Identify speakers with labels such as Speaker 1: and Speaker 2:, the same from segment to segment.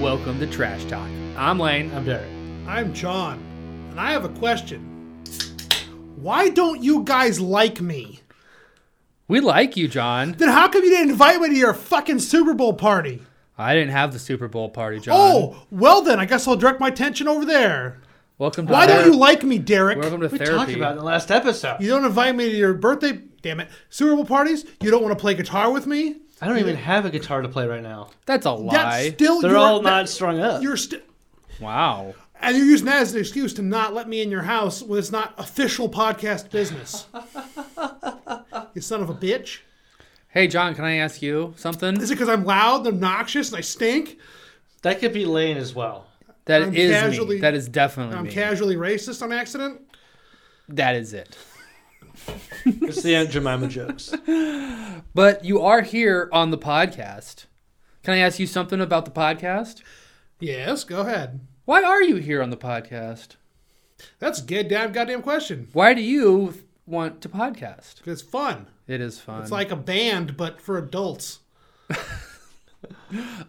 Speaker 1: welcome to Trash Talk. I'm Lane.
Speaker 2: I'm Derek.
Speaker 3: I'm John, and I have a question. Why don't you guys like me?
Speaker 1: We like you, John.
Speaker 3: Then how come you didn't invite me to your fucking Super Bowl party?
Speaker 1: I didn't have the Super Bowl party, John.
Speaker 3: Oh, well then, I guess I'll direct my attention over there.
Speaker 1: welcome to
Speaker 3: Why
Speaker 1: ther-
Speaker 3: don't you like me, Derek?
Speaker 1: welcome to
Speaker 2: We
Speaker 1: therapy.
Speaker 2: talked about it in the last episode.
Speaker 3: You don't invite me to your birthday, damn it. Super Bowl parties? You don't want to play guitar with me?
Speaker 2: I don't even have a guitar to play right now.
Speaker 1: That's a lie.
Speaker 3: That's still
Speaker 2: They're
Speaker 3: your-
Speaker 2: all
Speaker 3: that-
Speaker 2: not strung up.
Speaker 3: You're still.
Speaker 1: wow.
Speaker 3: And you're using that as an excuse to not let me in your house when it's not official podcast business. you son of a bitch.
Speaker 1: Hey, John, can I ask you something?
Speaker 3: Is it because I'm loud, and obnoxious, and I stink?
Speaker 2: That could be Lane as well.
Speaker 1: That
Speaker 3: I'm
Speaker 1: is me.
Speaker 3: casually-
Speaker 1: That is definitely
Speaker 3: I'm
Speaker 1: me.
Speaker 3: casually racist on accident?
Speaker 1: that is it.
Speaker 2: It's the Aunt Jemima jokes.
Speaker 1: But you are here on the podcast. Can I ask you something about the podcast?
Speaker 3: Yes, go ahead.
Speaker 1: Why are you here on the podcast?
Speaker 3: That's a good damn goddamn question.
Speaker 1: Why do you want to podcast?
Speaker 3: 'Cause It's fun.
Speaker 1: It is fun.
Speaker 3: It's like a band, but for adults.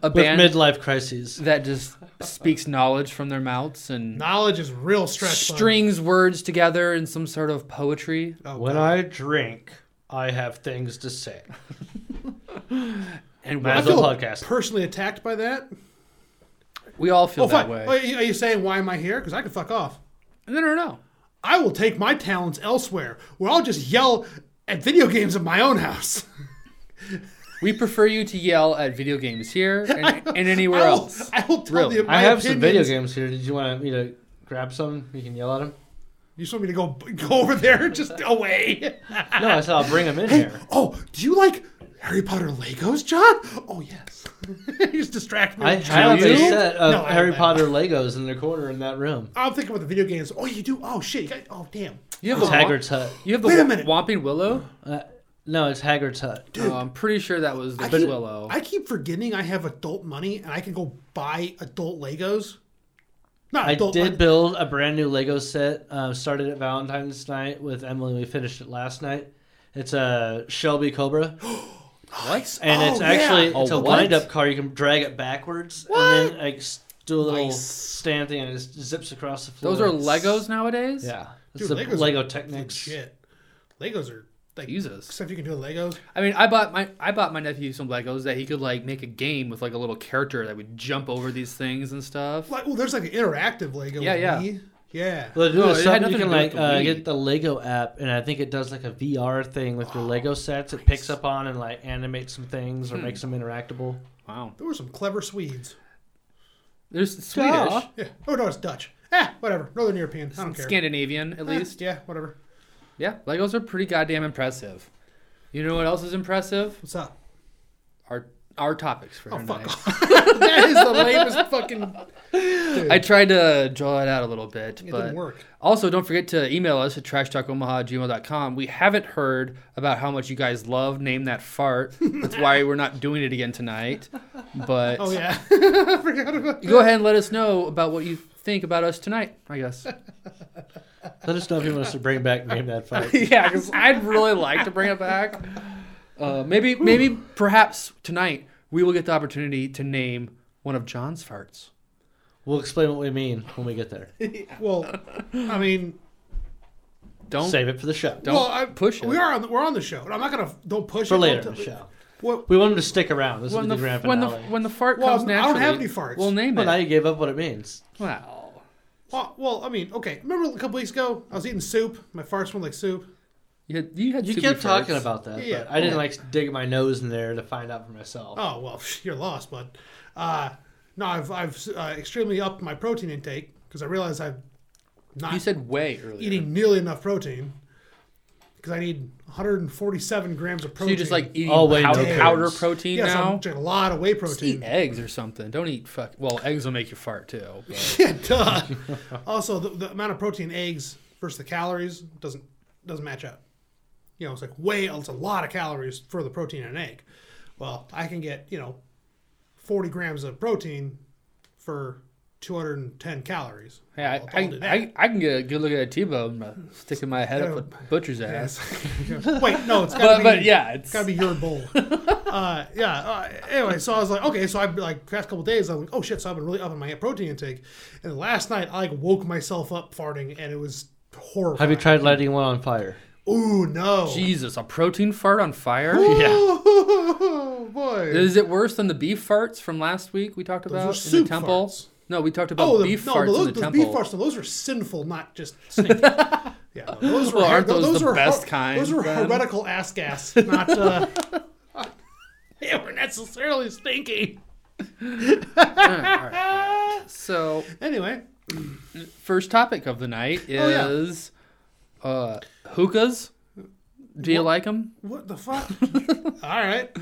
Speaker 1: a
Speaker 2: With
Speaker 1: band
Speaker 2: midlife crises.
Speaker 1: that just speaks knowledge from their mouths and
Speaker 3: Knowledge is real stretch. fun.
Speaker 1: strings words together in some sort of poetry.
Speaker 3: Oh,
Speaker 2: When
Speaker 3: God.
Speaker 2: I drink, I have things to say.
Speaker 1: And
Speaker 2: Might
Speaker 1: we-
Speaker 2: as
Speaker 3: I feel
Speaker 2: well podcast.
Speaker 3: personally attacked by that.
Speaker 1: we all feel
Speaker 3: Oh,
Speaker 1: that
Speaker 3: fine.
Speaker 1: way.
Speaker 3: Are you, are you saying why am I here? Because I can fuck off.
Speaker 1: No, no, no.
Speaker 3: I will take my talents elsewhere, where I'll just yell at video games in my own house.
Speaker 1: We prefer you to yell at video games here and, and anywhere
Speaker 3: I will,
Speaker 1: else.
Speaker 3: I will tell
Speaker 1: Really.
Speaker 3: you
Speaker 2: I
Speaker 3: my
Speaker 2: have some video
Speaker 3: opinions.
Speaker 2: games here. Did you want me to grab some? You can yell at them.
Speaker 3: You just want me to go go over there, just away.
Speaker 2: No, I said I'll bring them in here.
Speaker 3: Oh, do you like Harry Potter Legos, John? Oh yes. you just distract me.
Speaker 2: I
Speaker 3: with
Speaker 2: have
Speaker 3: John.
Speaker 2: a
Speaker 1: you?
Speaker 2: set of
Speaker 3: No, I
Speaker 2: Harry
Speaker 3: haven't.
Speaker 2: Potter Legos in the corner in that room.
Speaker 3: I'm thinking about the video games. Oh, you do. Oh shit. You got, oh damn.
Speaker 1: You have the
Speaker 2: Haggard's Hut.
Speaker 1: You have the
Speaker 3: Wait a
Speaker 1: wa-
Speaker 3: minute.
Speaker 1: Whomping Willow?
Speaker 2: Uh, no, it's Haggard's Hut.
Speaker 1: Oh, I'm pretty sure that was the
Speaker 3: I keep,
Speaker 1: Willow.
Speaker 3: I keep forgetting I have adult money and I can go buy adult Legos. Not
Speaker 2: I
Speaker 3: adult.
Speaker 2: did build a brand new Lego set. Uh, started at Valentine's night with Emily. We finished it last night. It's a Shelby Cobra,
Speaker 3: what?
Speaker 2: and it's actually it's
Speaker 1: Oh,
Speaker 2: a
Speaker 1: what?
Speaker 2: wind-up car. You can drag it backwards, and then like s- do a little
Speaker 3: Nice.
Speaker 2: stand thing, and it just zips across the floor.
Speaker 1: Those are Legos nowadays?
Speaker 2: Yeah, it's
Speaker 3: Dude,
Speaker 2: the
Speaker 3: Legos
Speaker 2: Lego
Speaker 3: are
Speaker 2: Technics.
Speaker 3: Shit. Legos are like
Speaker 1: Jesus.
Speaker 3: stuff you can do with Legos.
Speaker 1: I mean, I bought my I bought my nephew some Legos that he could like make a game with like a little character that would jump over these things and stuff.
Speaker 3: Like, well, there's like an interactive Lego.
Speaker 1: Yeah,
Speaker 3: with
Speaker 1: yeah.
Speaker 3: Wii. Yeah.
Speaker 2: Well,
Speaker 1: No,
Speaker 2: no,
Speaker 1: it had
Speaker 2: something
Speaker 1: nothing to
Speaker 2: you can
Speaker 1: do
Speaker 2: like
Speaker 1: with the
Speaker 2: uh,
Speaker 1: Wii.
Speaker 2: get the Lego app, and I think it does like a VR thing with your
Speaker 3: Oh,
Speaker 2: Lego sets. It picks up on and like animates some things
Speaker 3: Hmm.
Speaker 2: or makes them interactable.
Speaker 1: Wow.
Speaker 3: There were some clever Swedes.
Speaker 1: There's Swedish.
Speaker 2: Gosh.
Speaker 3: Yeah. Oh no, it's Dutch. Eh, whatever. Northern European. I don't care.
Speaker 1: Scandinavian at
Speaker 3: Eh,
Speaker 1: least.
Speaker 3: Yeah, whatever.
Speaker 1: Yeah, Legos are pretty goddamn impressive. You know what else is impressive?
Speaker 3: What's up?
Speaker 1: Our our topics for
Speaker 3: Oh
Speaker 1: tonight.
Speaker 3: fuck off. that is the lamest fucking.
Speaker 1: I tried to draw it out a little bit,
Speaker 3: It
Speaker 1: but
Speaker 3: didn't work.
Speaker 1: also don't forget to email us at trashtalkomaha@gmail.com. We haven't heard about how much you guys love name that fart. That's why we're not doing it again tonight. But
Speaker 3: Oh yeah. I forgot about.
Speaker 1: go ahead and let us know about what you think about us tonight. I guess.
Speaker 2: Let us know if you want us to bring back Name That Fight.
Speaker 1: yeah, because I'd really like to bring it back. Uh, maybe, maybe, perhaps tonight we will get the opportunity to name one of John's farts.
Speaker 2: We'll explain what we mean when we get there.
Speaker 3: Well, I mean,
Speaker 1: Don't
Speaker 2: Save it for the show.
Speaker 1: don't
Speaker 3: well, I,
Speaker 1: push it.
Speaker 3: We are on. The, we're on the show, and I'm not gonna don't push
Speaker 2: for
Speaker 3: it
Speaker 2: later
Speaker 3: Don't
Speaker 2: in the
Speaker 3: tell-
Speaker 2: show.
Speaker 3: What,
Speaker 2: We want them to stick around. This
Speaker 1: when
Speaker 2: is
Speaker 1: the,
Speaker 2: the grand
Speaker 1: when the
Speaker 2: finale.
Speaker 1: when the fart
Speaker 3: Well,
Speaker 1: comes
Speaker 3: I don't
Speaker 1: naturally.
Speaker 3: have any farts.
Speaker 1: We'll name
Speaker 2: well, now
Speaker 1: it.
Speaker 2: you gave up what it means.
Speaker 1: Wow.
Speaker 3: well, uh, well, I mean, okay. Remember a couple weeks ago, I was eating soup. My farts smelled like soup.
Speaker 1: You had, you had
Speaker 2: You
Speaker 1: soupy
Speaker 2: kept talking
Speaker 1: farts.
Speaker 2: about that.
Speaker 3: Yeah,
Speaker 2: but I didn't
Speaker 3: yeah.
Speaker 2: like dig my nose in there to find out for myself.
Speaker 3: Oh well, you're lost, bud. Uh, no, I've I've uh, extremely upped my protein intake because I realized I'm not
Speaker 1: You said way earlier.
Speaker 3: eating nearly enough protein because I need 147 grams of
Speaker 1: So
Speaker 3: protein.
Speaker 1: you just like eating
Speaker 2: Oh, wait,
Speaker 1: powder,
Speaker 2: no.
Speaker 1: powder protein
Speaker 3: yeah, so I'm
Speaker 1: now.
Speaker 3: drinking a lot of whey
Speaker 1: Just eat
Speaker 3: protein.
Speaker 1: eggs or something. Don't eat fuck. Well, eggs will make you fart too. but-
Speaker 3: Yeah, duh. also, the, the amount of protein eggs versus the calories doesn't doesn't match up. You know, it's like way it's a lot of calories for the protein in an egg. Well, I can get you know 40 grams of protein for 210 calories.
Speaker 1: Yeah,
Speaker 3: I'll-
Speaker 1: I,
Speaker 3: I'll do
Speaker 1: I,
Speaker 3: that.
Speaker 1: I, I can get a good look at a T-bone by sticking my head up a butcher's ass.
Speaker 3: Yes. Wait, no, it's gotta
Speaker 1: But,
Speaker 3: be.
Speaker 1: but yeah, it's
Speaker 3: Gotta be your bowl. uh, yeah. Uh, anyway, so I was like, okay, so I've been, like past couple days, I'm like, oh shit, so I've been really upping my protein intake, and last night I like woke myself up farting, and it was horrible.
Speaker 2: Have you tried lighting one on fire?
Speaker 3: Ooh no.
Speaker 1: Jesus, a protein fart on fire.
Speaker 3: Oh boy.
Speaker 1: Is it worse than the beef farts from last week we talked
Speaker 3: were
Speaker 1: about in
Speaker 3: soup
Speaker 1: the temple?
Speaker 3: farts.
Speaker 1: No, we talked about
Speaker 3: oh, the,
Speaker 1: beef
Speaker 3: no,
Speaker 1: farts
Speaker 3: but those,
Speaker 1: in the
Speaker 3: those
Speaker 1: temple.
Speaker 3: beef farts, no, those are sinful, not just stinky. yeah, no, those were
Speaker 1: Well, aren't
Speaker 3: no,
Speaker 1: those the
Speaker 3: were
Speaker 1: best
Speaker 3: her-
Speaker 1: kind,
Speaker 3: Those were
Speaker 1: then?
Speaker 3: heretical ass gas, not. Uh, they were necessarily stinky.
Speaker 1: So,
Speaker 3: Anyway,
Speaker 1: first topic of the night
Speaker 3: Oh, yeah.
Speaker 1: is uh, hookahs. Do you like 'em? like them?
Speaker 3: what the fuck? All right,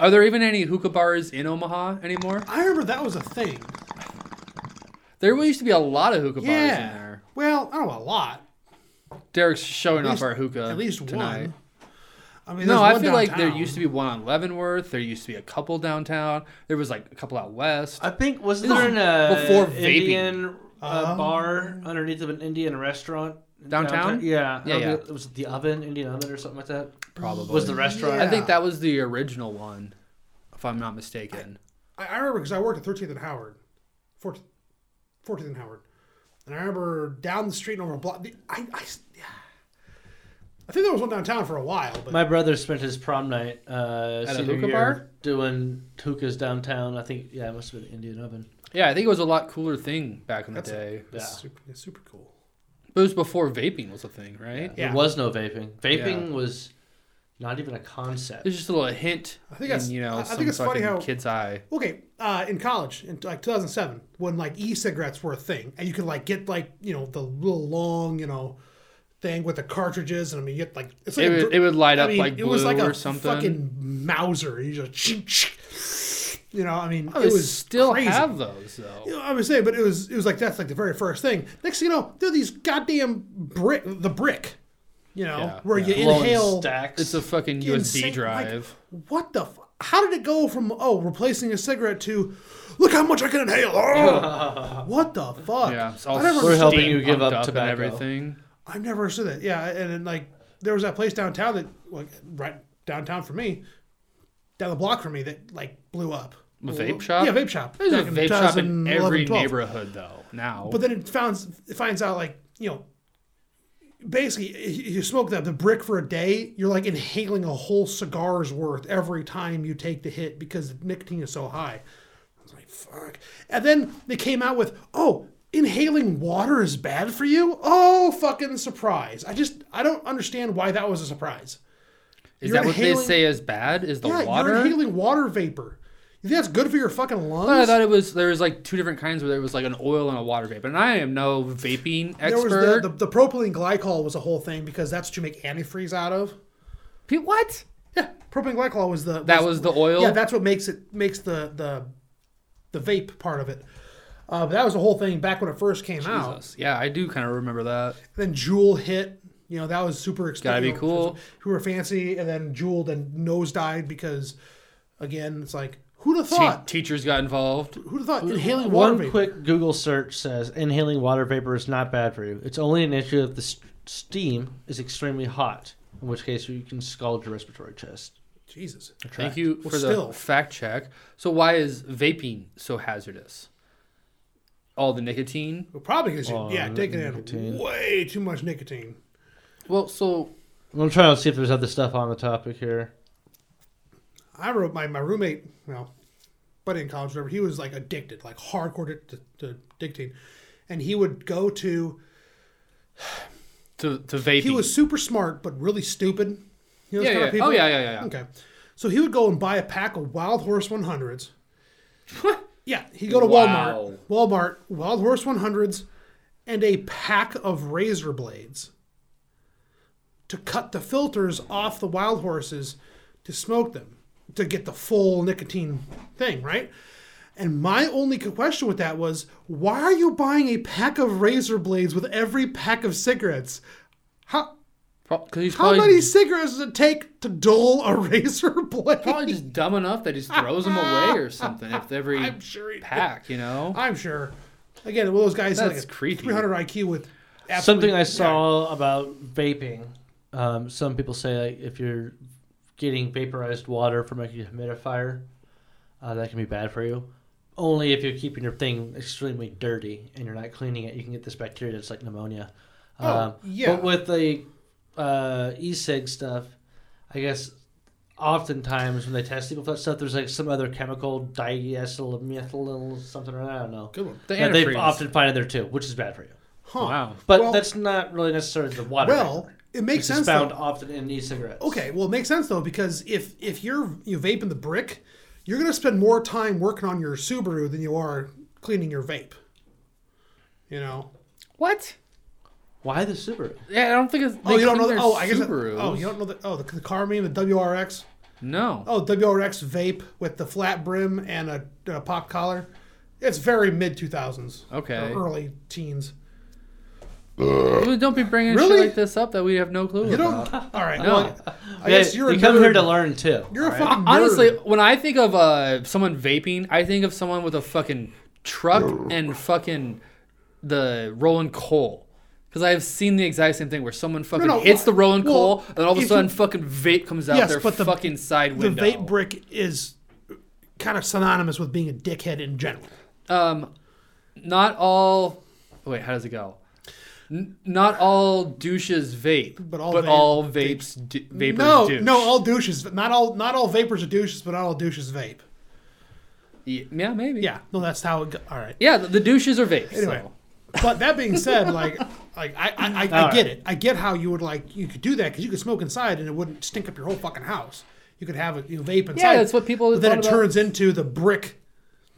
Speaker 1: Are there even any hookah bars in Omaha anymore?
Speaker 3: I remember that was a thing.
Speaker 1: There used to be a lot of hookah bars in
Speaker 3: Yeah.
Speaker 1: there.
Speaker 3: Well, I don't know a lot.
Speaker 1: Derek's showing
Speaker 3: least-
Speaker 1: off our hookah
Speaker 3: At least
Speaker 1: tonight.
Speaker 3: one. I mean,
Speaker 1: No,
Speaker 3: there's
Speaker 1: I
Speaker 3: one
Speaker 1: feel like there
Speaker 3: downtown.
Speaker 1: used to be one on Leavenworth. There used to be a couple downtown. There was like a couple out west.
Speaker 2: I think wasn't there an uh,
Speaker 1: Before vaping. Uh-huh.
Speaker 2: Indian uh,
Speaker 3: Oh.
Speaker 2: bar underneath of an Indian restaurant
Speaker 1: Downtown?
Speaker 2: Yeah, I
Speaker 1: Yeah,
Speaker 2: don't
Speaker 1: yeah.
Speaker 2: know, It was the oven, Indian oven, or something like that.
Speaker 1: Probably.
Speaker 2: was the restaurant.
Speaker 1: I think that was the original one, if I'm not mistaken.
Speaker 3: I, I remember because I worked at 13th and Howard, 14th, 14th and Howard, and I remember down the street and over a block. the- I, I s- yeah. I think there was one downtown for a while, but
Speaker 2: My brother spent his prom night uh,
Speaker 1: At a
Speaker 2: senior
Speaker 1: hookah
Speaker 2: year
Speaker 1: bar?
Speaker 2: doing hookahs downtown. I think yeah, it must have been Indian oven.
Speaker 1: Yeah, I think it was a lot cooler thing back in the
Speaker 3: that's
Speaker 1: day.
Speaker 3: that's
Speaker 2: yeah.
Speaker 3: super, that's super cool.
Speaker 1: It was before vaping was a thing, right?
Speaker 3: Yeah.
Speaker 2: There was no vaping. Vaping was not even a concept.
Speaker 1: There's just a little hint
Speaker 3: I think
Speaker 1: in,
Speaker 3: that's-
Speaker 1: you know,
Speaker 3: I- I
Speaker 1: some
Speaker 3: think it's funny
Speaker 1: fucking
Speaker 3: how-
Speaker 1: kid's eye.
Speaker 3: Okay, uh, in college in like 2007, when like e-cigarettes were a thing, and you could like get like you know the little long you know thing with the cartridges, and I mean you get like it's like
Speaker 1: It
Speaker 3: a
Speaker 1: would,
Speaker 3: dr-
Speaker 1: it would light up
Speaker 3: I mean,
Speaker 1: like blue
Speaker 3: it was like
Speaker 1: or
Speaker 3: a
Speaker 1: something.
Speaker 3: fucking Mauser. You just chink, chink. you know, I mean,
Speaker 1: Oh,
Speaker 3: it
Speaker 1: they
Speaker 3: was
Speaker 1: still
Speaker 3: crazy.
Speaker 1: have those though.
Speaker 3: You know, I was saying, but it was it was like that's like the very first thing. Next thing you know, they're these goddamn brick, the brick, you know,
Speaker 1: Yeah,
Speaker 3: where
Speaker 1: yeah.
Speaker 3: you
Speaker 2: Blowing
Speaker 3: inhale.
Speaker 2: stacks.
Speaker 1: It's a fucking USB
Speaker 3: insane- like,
Speaker 1: drive.
Speaker 3: what the? F- how did it go from oh replacing a cigarette to look how much I can inhale? Oh, what the fuck?
Speaker 1: yeah, it's all
Speaker 3: I never
Speaker 2: We're
Speaker 3: understood-
Speaker 2: helping you
Speaker 1: steam
Speaker 2: give
Speaker 1: pumped
Speaker 2: up
Speaker 1: and
Speaker 2: tobacco.
Speaker 1: everything.
Speaker 3: I've never understood that. Yeah, and then, like there was that place downtown that like right downtown for me, down the block from me that like blew up.
Speaker 1: A vape shop?
Speaker 3: Yeah, vape shop.
Speaker 1: There's
Speaker 3: Back
Speaker 1: a vape shop in
Speaker 3: 2011,
Speaker 1: every
Speaker 3: 12.
Speaker 1: neighborhood though now.
Speaker 3: But then it founds it finds out like you know. Basically, i- you smoke that the brick for a day. You're like inhaling a whole cigar's worth every time you take the hit because nicotine is so high. I was like, fuck. And then they came out with, oh, inhaling water is bad for you. Oh, fucking surprise! I just I don't understand why that was a surprise.
Speaker 1: is
Speaker 3: you're
Speaker 1: that what
Speaker 3: inhaling-
Speaker 1: they say is bad? Is the
Speaker 3: Yeah,
Speaker 1: water?
Speaker 3: you're inhaling water vapor. You think that's good for your fucking lungs?
Speaker 1: I thought it was there was like two different kinds where there was like an oil and a water vape, and I am no vaping
Speaker 3: there
Speaker 1: expert.
Speaker 3: was the, the, the propylene glycol was a whole thing because that's what you make antifreeze out of.
Speaker 1: Pe- what?
Speaker 3: Yeah, propylene glycol was the
Speaker 1: That was the oil.
Speaker 3: Yeah, that's what makes it makes the the the vape part of it. Uh, but that was the whole thing back when it first came out.
Speaker 1: Jesus. Yeah, I do kind of remember that.
Speaker 3: Then Juul hit. You know that was super expensive.
Speaker 1: be cool.
Speaker 3: Who were fancy, and then Juul then nosedive because, again, it's like who'd have
Speaker 1: Te-
Speaker 3: thought?
Speaker 1: teachers got involved.
Speaker 3: Who'd have thought inhaling water
Speaker 2: One
Speaker 3: vapor?
Speaker 2: quick Google search says inhaling water vapor is not bad for you. It's only an issue if the s- steam is extremely hot, in which case you can scald your respiratory chest.
Speaker 3: Jesus.
Speaker 1: Thank you
Speaker 3: Well,
Speaker 1: for
Speaker 3: still.
Speaker 1: the fact check. So why is vaping so hazardous? All the nicotine.
Speaker 3: Well, probably because you yeah taking in
Speaker 2: nicotine.
Speaker 3: way too much nicotine.
Speaker 1: Well, so
Speaker 2: I'm trying to see if there's other stuff on the topic here.
Speaker 3: I wrote my, my roommate, well, buddy in college, whatever, he was like addicted, like hardcore addicted to nicotine. And he would go to,
Speaker 1: to to vaping.
Speaker 3: he was super smart, but really stupid. You know, those
Speaker 1: yeah,
Speaker 3: kind
Speaker 1: yeah.
Speaker 3: of people?
Speaker 1: Oh yeah, yeah, yeah. yeah.
Speaker 3: Okay. So he would go and buy a pack of Wild Horse 100s. yeah, he'd go to
Speaker 1: Wow.
Speaker 3: Walmart, Walmart, Wild Horse 100s, and a pack of razor blades to cut the filters off the wild horses to smoke them to get the full nicotine thing, right? And my only question with that was, why are you buying a pack of razor blades with every pack of cigarettes? How
Speaker 1: Pro- 'cause he's
Speaker 3: how
Speaker 1: probably,
Speaker 3: many cigarettes does it take to dull a razor blade?
Speaker 1: probably just dumb enough that he just throws them away or something. If every
Speaker 3: I'm sure he did.
Speaker 1: pack, you know.
Speaker 3: I'm sure. Again, one of those guys had
Speaker 1: That's
Speaker 3: like a
Speaker 1: creepy.
Speaker 3: 300 IQ with absolutely-
Speaker 2: Something I saw about vaping. Um, some people say like, if you're getting vaporized water from a humidifier, uh, that can be bad for you. Only if you're keeping your thing extremely dirty and you're not cleaning it, you can get this bacteria that's like pneumonia. Um,
Speaker 3: Oh, yeah.
Speaker 2: But with the uh, e-cig stuff, I guess oftentimes when they test people for that stuff, there's like some other chemical, diesel, methyl, something, or I don't know.
Speaker 3: Good one.
Speaker 1: The
Speaker 2: that they've
Speaker 1: antifreeze.
Speaker 2: often find in there too, which is bad for you.
Speaker 3: Huh.
Speaker 1: Wow.
Speaker 2: But
Speaker 3: Well-
Speaker 2: that's not really necessarily the water.
Speaker 3: Well, it makes
Speaker 2: which
Speaker 3: sense.
Speaker 2: Is found
Speaker 3: though.
Speaker 2: often in e-cigarettes.
Speaker 3: Okay, well, it makes sense though because if if you're you know, vaping the brick, you're gonna spend more time working on your Subaru than you are cleaning your vape. You know.
Speaker 1: What?
Speaker 2: Why the Subaru?
Speaker 1: Yeah, I don't think it's.
Speaker 3: oh, you don't know that?
Speaker 1: Their
Speaker 3: Oh, I guess. that-
Speaker 1: Subarus.
Speaker 3: oh, you don't know that? Oh, the, the car meme, the WRX.
Speaker 1: No.
Speaker 3: Oh, WRX vape with the flat brim and a, a pop collar. It's very mid two thousands.
Speaker 1: Okay.
Speaker 3: Early teens.
Speaker 1: Dude, don't be bringing
Speaker 3: Really?
Speaker 1: shit like this up that we have no clue
Speaker 3: You
Speaker 1: about.
Speaker 3: don't. All right.
Speaker 1: No.
Speaker 3: Well, I guess you're
Speaker 2: you
Speaker 3: a
Speaker 2: come
Speaker 3: nerd.
Speaker 2: here to learn too.
Speaker 3: You're a fucking nerd.
Speaker 1: Honestly, when I think of uh, someone vaping, I think of someone with a fucking truck and fucking the rolling coal. Because I have seen the exact same thing where someone fucking
Speaker 3: no,
Speaker 1: hits the rolling
Speaker 3: well,
Speaker 1: coal and all of a
Speaker 3: if
Speaker 1: sudden
Speaker 3: you-
Speaker 1: fucking vape comes out
Speaker 3: Yes,
Speaker 1: their
Speaker 3: but the-
Speaker 1: fucking side
Speaker 3: the
Speaker 1: window.
Speaker 3: vape brick is kind of synonymous with being a dickhead in general.
Speaker 1: um, not all. Wait, how does it go? N- not all douches vape,
Speaker 3: But all vape-
Speaker 1: vapes d- vapors
Speaker 3: no,
Speaker 1: douche.
Speaker 3: no, all douches. Not all, not all vapors are douches, but not all douches vape.
Speaker 1: Ye- yeah, maybe.
Speaker 3: Yeah, no, that's how. it go- All right.
Speaker 1: yeah. The, the douches are vapes.
Speaker 3: Anyway,
Speaker 1: so.
Speaker 3: but that being said, like, like I, I, I, I
Speaker 2: All
Speaker 3: get
Speaker 2: right.
Speaker 3: it. I get how you would like you could do that because you could smoke inside and it wouldn't stink up your whole fucking house. You could have a you know, vape inside.
Speaker 1: that's what people
Speaker 3: But then
Speaker 1: thought
Speaker 3: it
Speaker 1: about.
Speaker 3: turns into the brick,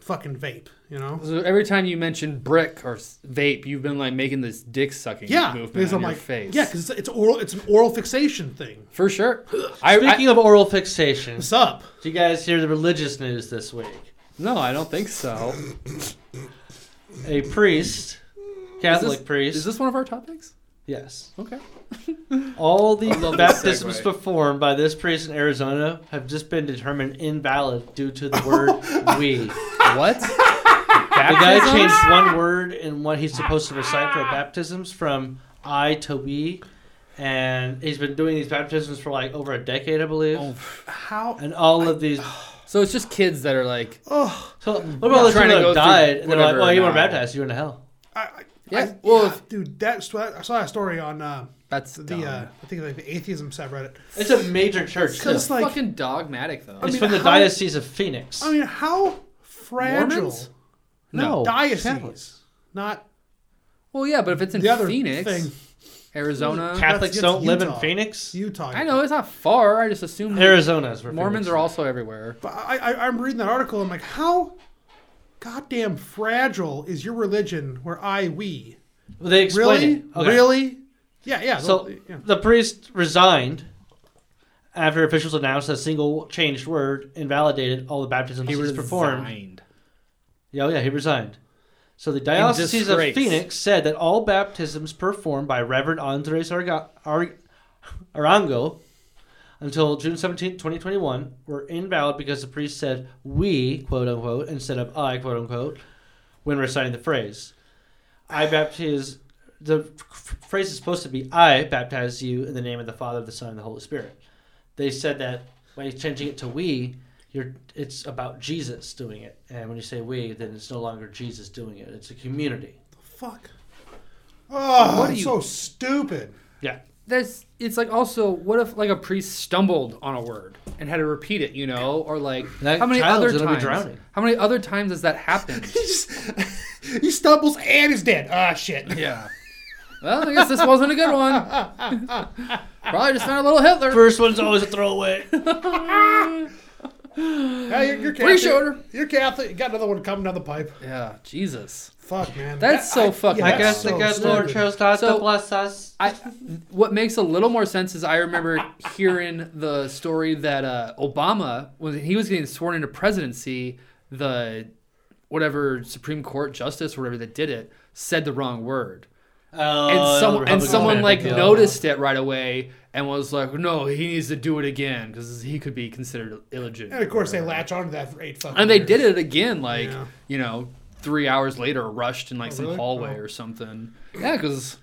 Speaker 3: fucking vape. You know.
Speaker 1: So every time you mention brick or s- vape, you've been like making this dick sucking
Speaker 3: Yeah,
Speaker 1: movement
Speaker 3: because
Speaker 1: on
Speaker 3: I'm
Speaker 1: your
Speaker 3: like,
Speaker 1: face.
Speaker 3: yeah, because it's, it's oral. It's an oral fixation thing.
Speaker 1: for sure. I, I
Speaker 2: Speaking of oral fixation,
Speaker 3: What's up?
Speaker 2: did you guys hear the religious news this week?
Speaker 1: no, I don't think so. Is
Speaker 2: A priest, Catholic
Speaker 1: this-
Speaker 2: priest,
Speaker 1: Is this one of our topics?
Speaker 2: yes.
Speaker 1: Okay.
Speaker 2: All the
Speaker 1: love this
Speaker 2: baptisms
Speaker 1: segue.
Speaker 2: performed by this priest in Arizona have just been determined invalid due to the word "we."
Speaker 1: What?
Speaker 2: The guy changed one word in what he's supposed to recite for baptisms from I to we. And he's been doing these baptisms for like over a decade, I believe.
Speaker 1: Oh,
Speaker 3: How?
Speaker 2: And all of these.
Speaker 1: so it's just kids that are like,
Speaker 3: Oh,
Speaker 2: So, what about those
Speaker 1: trying
Speaker 2: people
Speaker 1: to go through
Speaker 2: that died? And they're like,
Speaker 1: whatever
Speaker 2: well, you weren't
Speaker 1: now."
Speaker 2: baptized. You went to hell.
Speaker 3: I, I,
Speaker 1: Yeah,
Speaker 3: I-
Speaker 1: well,
Speaker 3: yeah,
Speaker 1: if-
Speaker 3: dude, that's what I saw a story on uh,
Speaker 1: that's dumb.
Speaker 3: the uh, I think like the atheism subreddit.
Speaker 2: It's a major church. Too.
Speaker 3: Because
Speaker 2: It's
Speaker 3: like,
Speaker 1: fucking dogmatic though.
Speaker 3: mean,
Speaker 2: from the
Speaker 3: how-
Speaker 2: Diocese of Phoenix.
Speaker 3: I mean, how fragile?
Speaker 1: Mormons?
Speaker 2: no.
Speaker 3: Diocese,
Speaker 2: Catholics.
Speaker 3: not
Speaker 1: well, yeah, but if it's in
Speaker 3: the other
Speaker 1: Phoenix,
Speaker 3: thing.
Speaker 1: Arizona,
Speaker 2: Catholics
Speaker 3: it's
Speaker 2: don't live in
Speaker 3: Utah.
Speaker 2: Phoenix.
Speaker 3: Utah.
Speaker 1: I know it's not far. I just assume
Speaker 2: Arizona's where
Speaker 1: Mormons
Speaker 2: Phoenix
Speaker 1: are also everywhere.
Speaker 3: But I, I, I'm reading that article. I'm like, how goddamn fragile is your religion? Where I we
Speaker 2: Well, They explain
Speaker 3: really
Speaker 2: it. Okay.
Speaker 3: really. Yeah, yeah.
Speaker 2: So
Speaker 3: they'll- yeah.
Speaker 2: the priest resigned after officials announced a single changed word invalidated all the baptisms he was performed.
Speaker 1: resigned.
Speaker 2: Yeah, oh yeah, he resigned. So the Diocese of
Speaker 1: disgrace.
Speaker 2: Phoenix said that all baptisms performed by Reverend Andres Arga- Ar- Arango until June 17, 2021 were invalid because the priest said we, quote unquote, instead of I, quote unquote, when reciting the phrase. I baptize, the f- phrase is supposed to be I baptize you in the name of the Father, the Son, and the Holy Spirit. They said that by changing it to we, you're, it's about Jesus doing it. And when you say we, then it's no longer Jesus doing it, it's a community.
Speaker 3: Fuck. Oh,
Speaker 1: What do
Speaker 3: it's
Speaker 1: you-
Speaker 3: so stupid.
Speaker 2: Yeah.
Speaker 1: That's it's like also what if like a priest stumbled on a word and had to repeat it, you know, or like
Speaker 2: That
Speaker 1: how many
Speaker 2: child's
Speaker 1: other
Speaker 2: gonna
Speaker 1: times?
Speaker 2: be drowning.
Speaker 1: How many other times has that happened?
Speaker 3: He just he stumbles and is dead. Ah, shit.
Speaker 1: yeah. Well, I guess this wasn't a good one. Probably just found a little Hitler.
Speaker 2: First one's always a throwaway.
Speaker 3: Yeah, you're,
Speaker 1: Free
Speaker 3: you're Catholic.
Speaker 1: shoulder.
Speaker 3: You're Catholic. You got another one coming down the pipe.
Speaker 1: yeah, Jesus.
Speaker 3: Fuck, man.
Speaker 1: That's so fucking
Speaker 2: I
Speaker 1: I guess
Speaker 2: guess the
Speaker 3: so
Speaker 2: good Lord
Speaker 3: stupid.
Speaker 2: chose not
Speaker 1: So-
Speaker 2: to bless us.
Speaker 1: I what makes a little more sense is I remember hearing the story that uh, Obama when he was getting sworn into presidency, the whatever Supreme Court justice or whatever that did it said the wrong word.
Speaker 2: Oh,
Speaker 1: and, some, and someone like noticed it right away and was like, "No, he needs to do it again because he could be considered illegitimate."
Speaker 3: And of course, they latch onto that for eight fucking
Speaker 1: and they
Speaker 3: years.
Speaker 1: did it again, like
Speaker 3: Yeah. Oh,
Speaker 1: you know, three hours later rushed in like some
Speaker 3: really?
Speaker 1: hallway or something. Yeah, because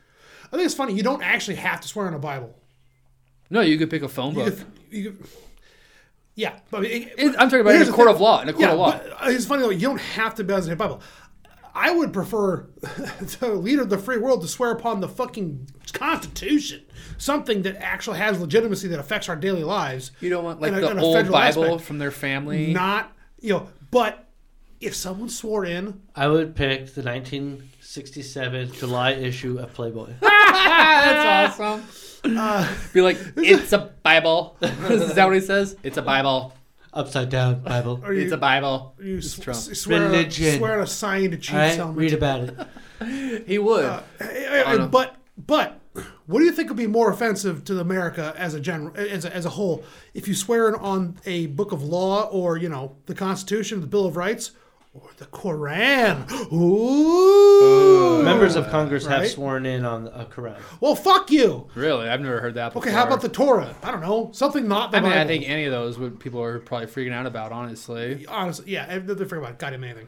Speaker 3: I think it's funny. You don't actually have to swear in a Bible.
Speaker 1: no, you could pick a phone
Speaker 3: You
Speaker 1: book.
Speaker 3: could, you could, yeah, but I mean, it-
Speaker 1: It- I'm talking about in
Speaker 3: Here's
Speaker 1: a
Speaker 3: the
Speaker 1: court
Speaker 3: thing.
Speaker 1: of law. In a court
Speaker 3: yeah,
Speaker 1: of law.
Speaker 3: but uh, it's funny though. You don't have to baptize in a Bible. I would prefer the leader of the free world to swear upon the fucking Constitution, something that actually has legitimacy that affects our daily lives.
Speaker 1: you don't want like
Speaker 3: and a- and
Speaker 1: the
Speaker 3: a
Speaker 1: old
Speaker 3: federal
Speaker 1: Bible
Speaker 3: aspect.
Speaker 1: from their family.
Speaker 3: Not you know, but if someone swore in,
Speaker 2: I would pick the 1967 July issue of Playboy.
Speaker 1: Ah, That's awesome.
Speaker 3: Uh,
Speaker 1: Be like, it's a Bible. Is that what he says? It's a Bible.
Speaker 2: Upside down Bible.
Speaker 3: are
Speaker 1: It's a
Speaker 3: you,
Speaker 1: Bible.
Speaker 3: you s-
Speaker 1: Trump.
Speaker 3: s- swear on,
Speaker 2: Religion.
Speaker 3: swear on a signed chief's
Speaker 2: All right,
Speaker 3: helmet.
Speaker 2: read about it.
Speaker 1: He would.
Speaker 3: Eh, eh,
Speaker 1: On a-
Speaker 3: but but what do you think would be more offensive to America as a general as a, as a whole if you swear in on a book of law or you know the Constitution, the Bill of Rights, or the Koran? Ooh.
Speaker 2: Members of Congress have
Speaker 3: right?
Speaker 2: sworn in on a Quran.
Speaker 3: well, fuck you.
Speaker 1: really, I've never heard that. Before.
Speaker 3: Okay, how about the Torah? I don't know something not the
Speaker 1: I mean, I
Speaker 3: Bible.
Speaker 1: think any of those would people are probably freaking out about. Honestly,
Speaker 3: honestly, yeah, I- they're afraid about goddamn anything.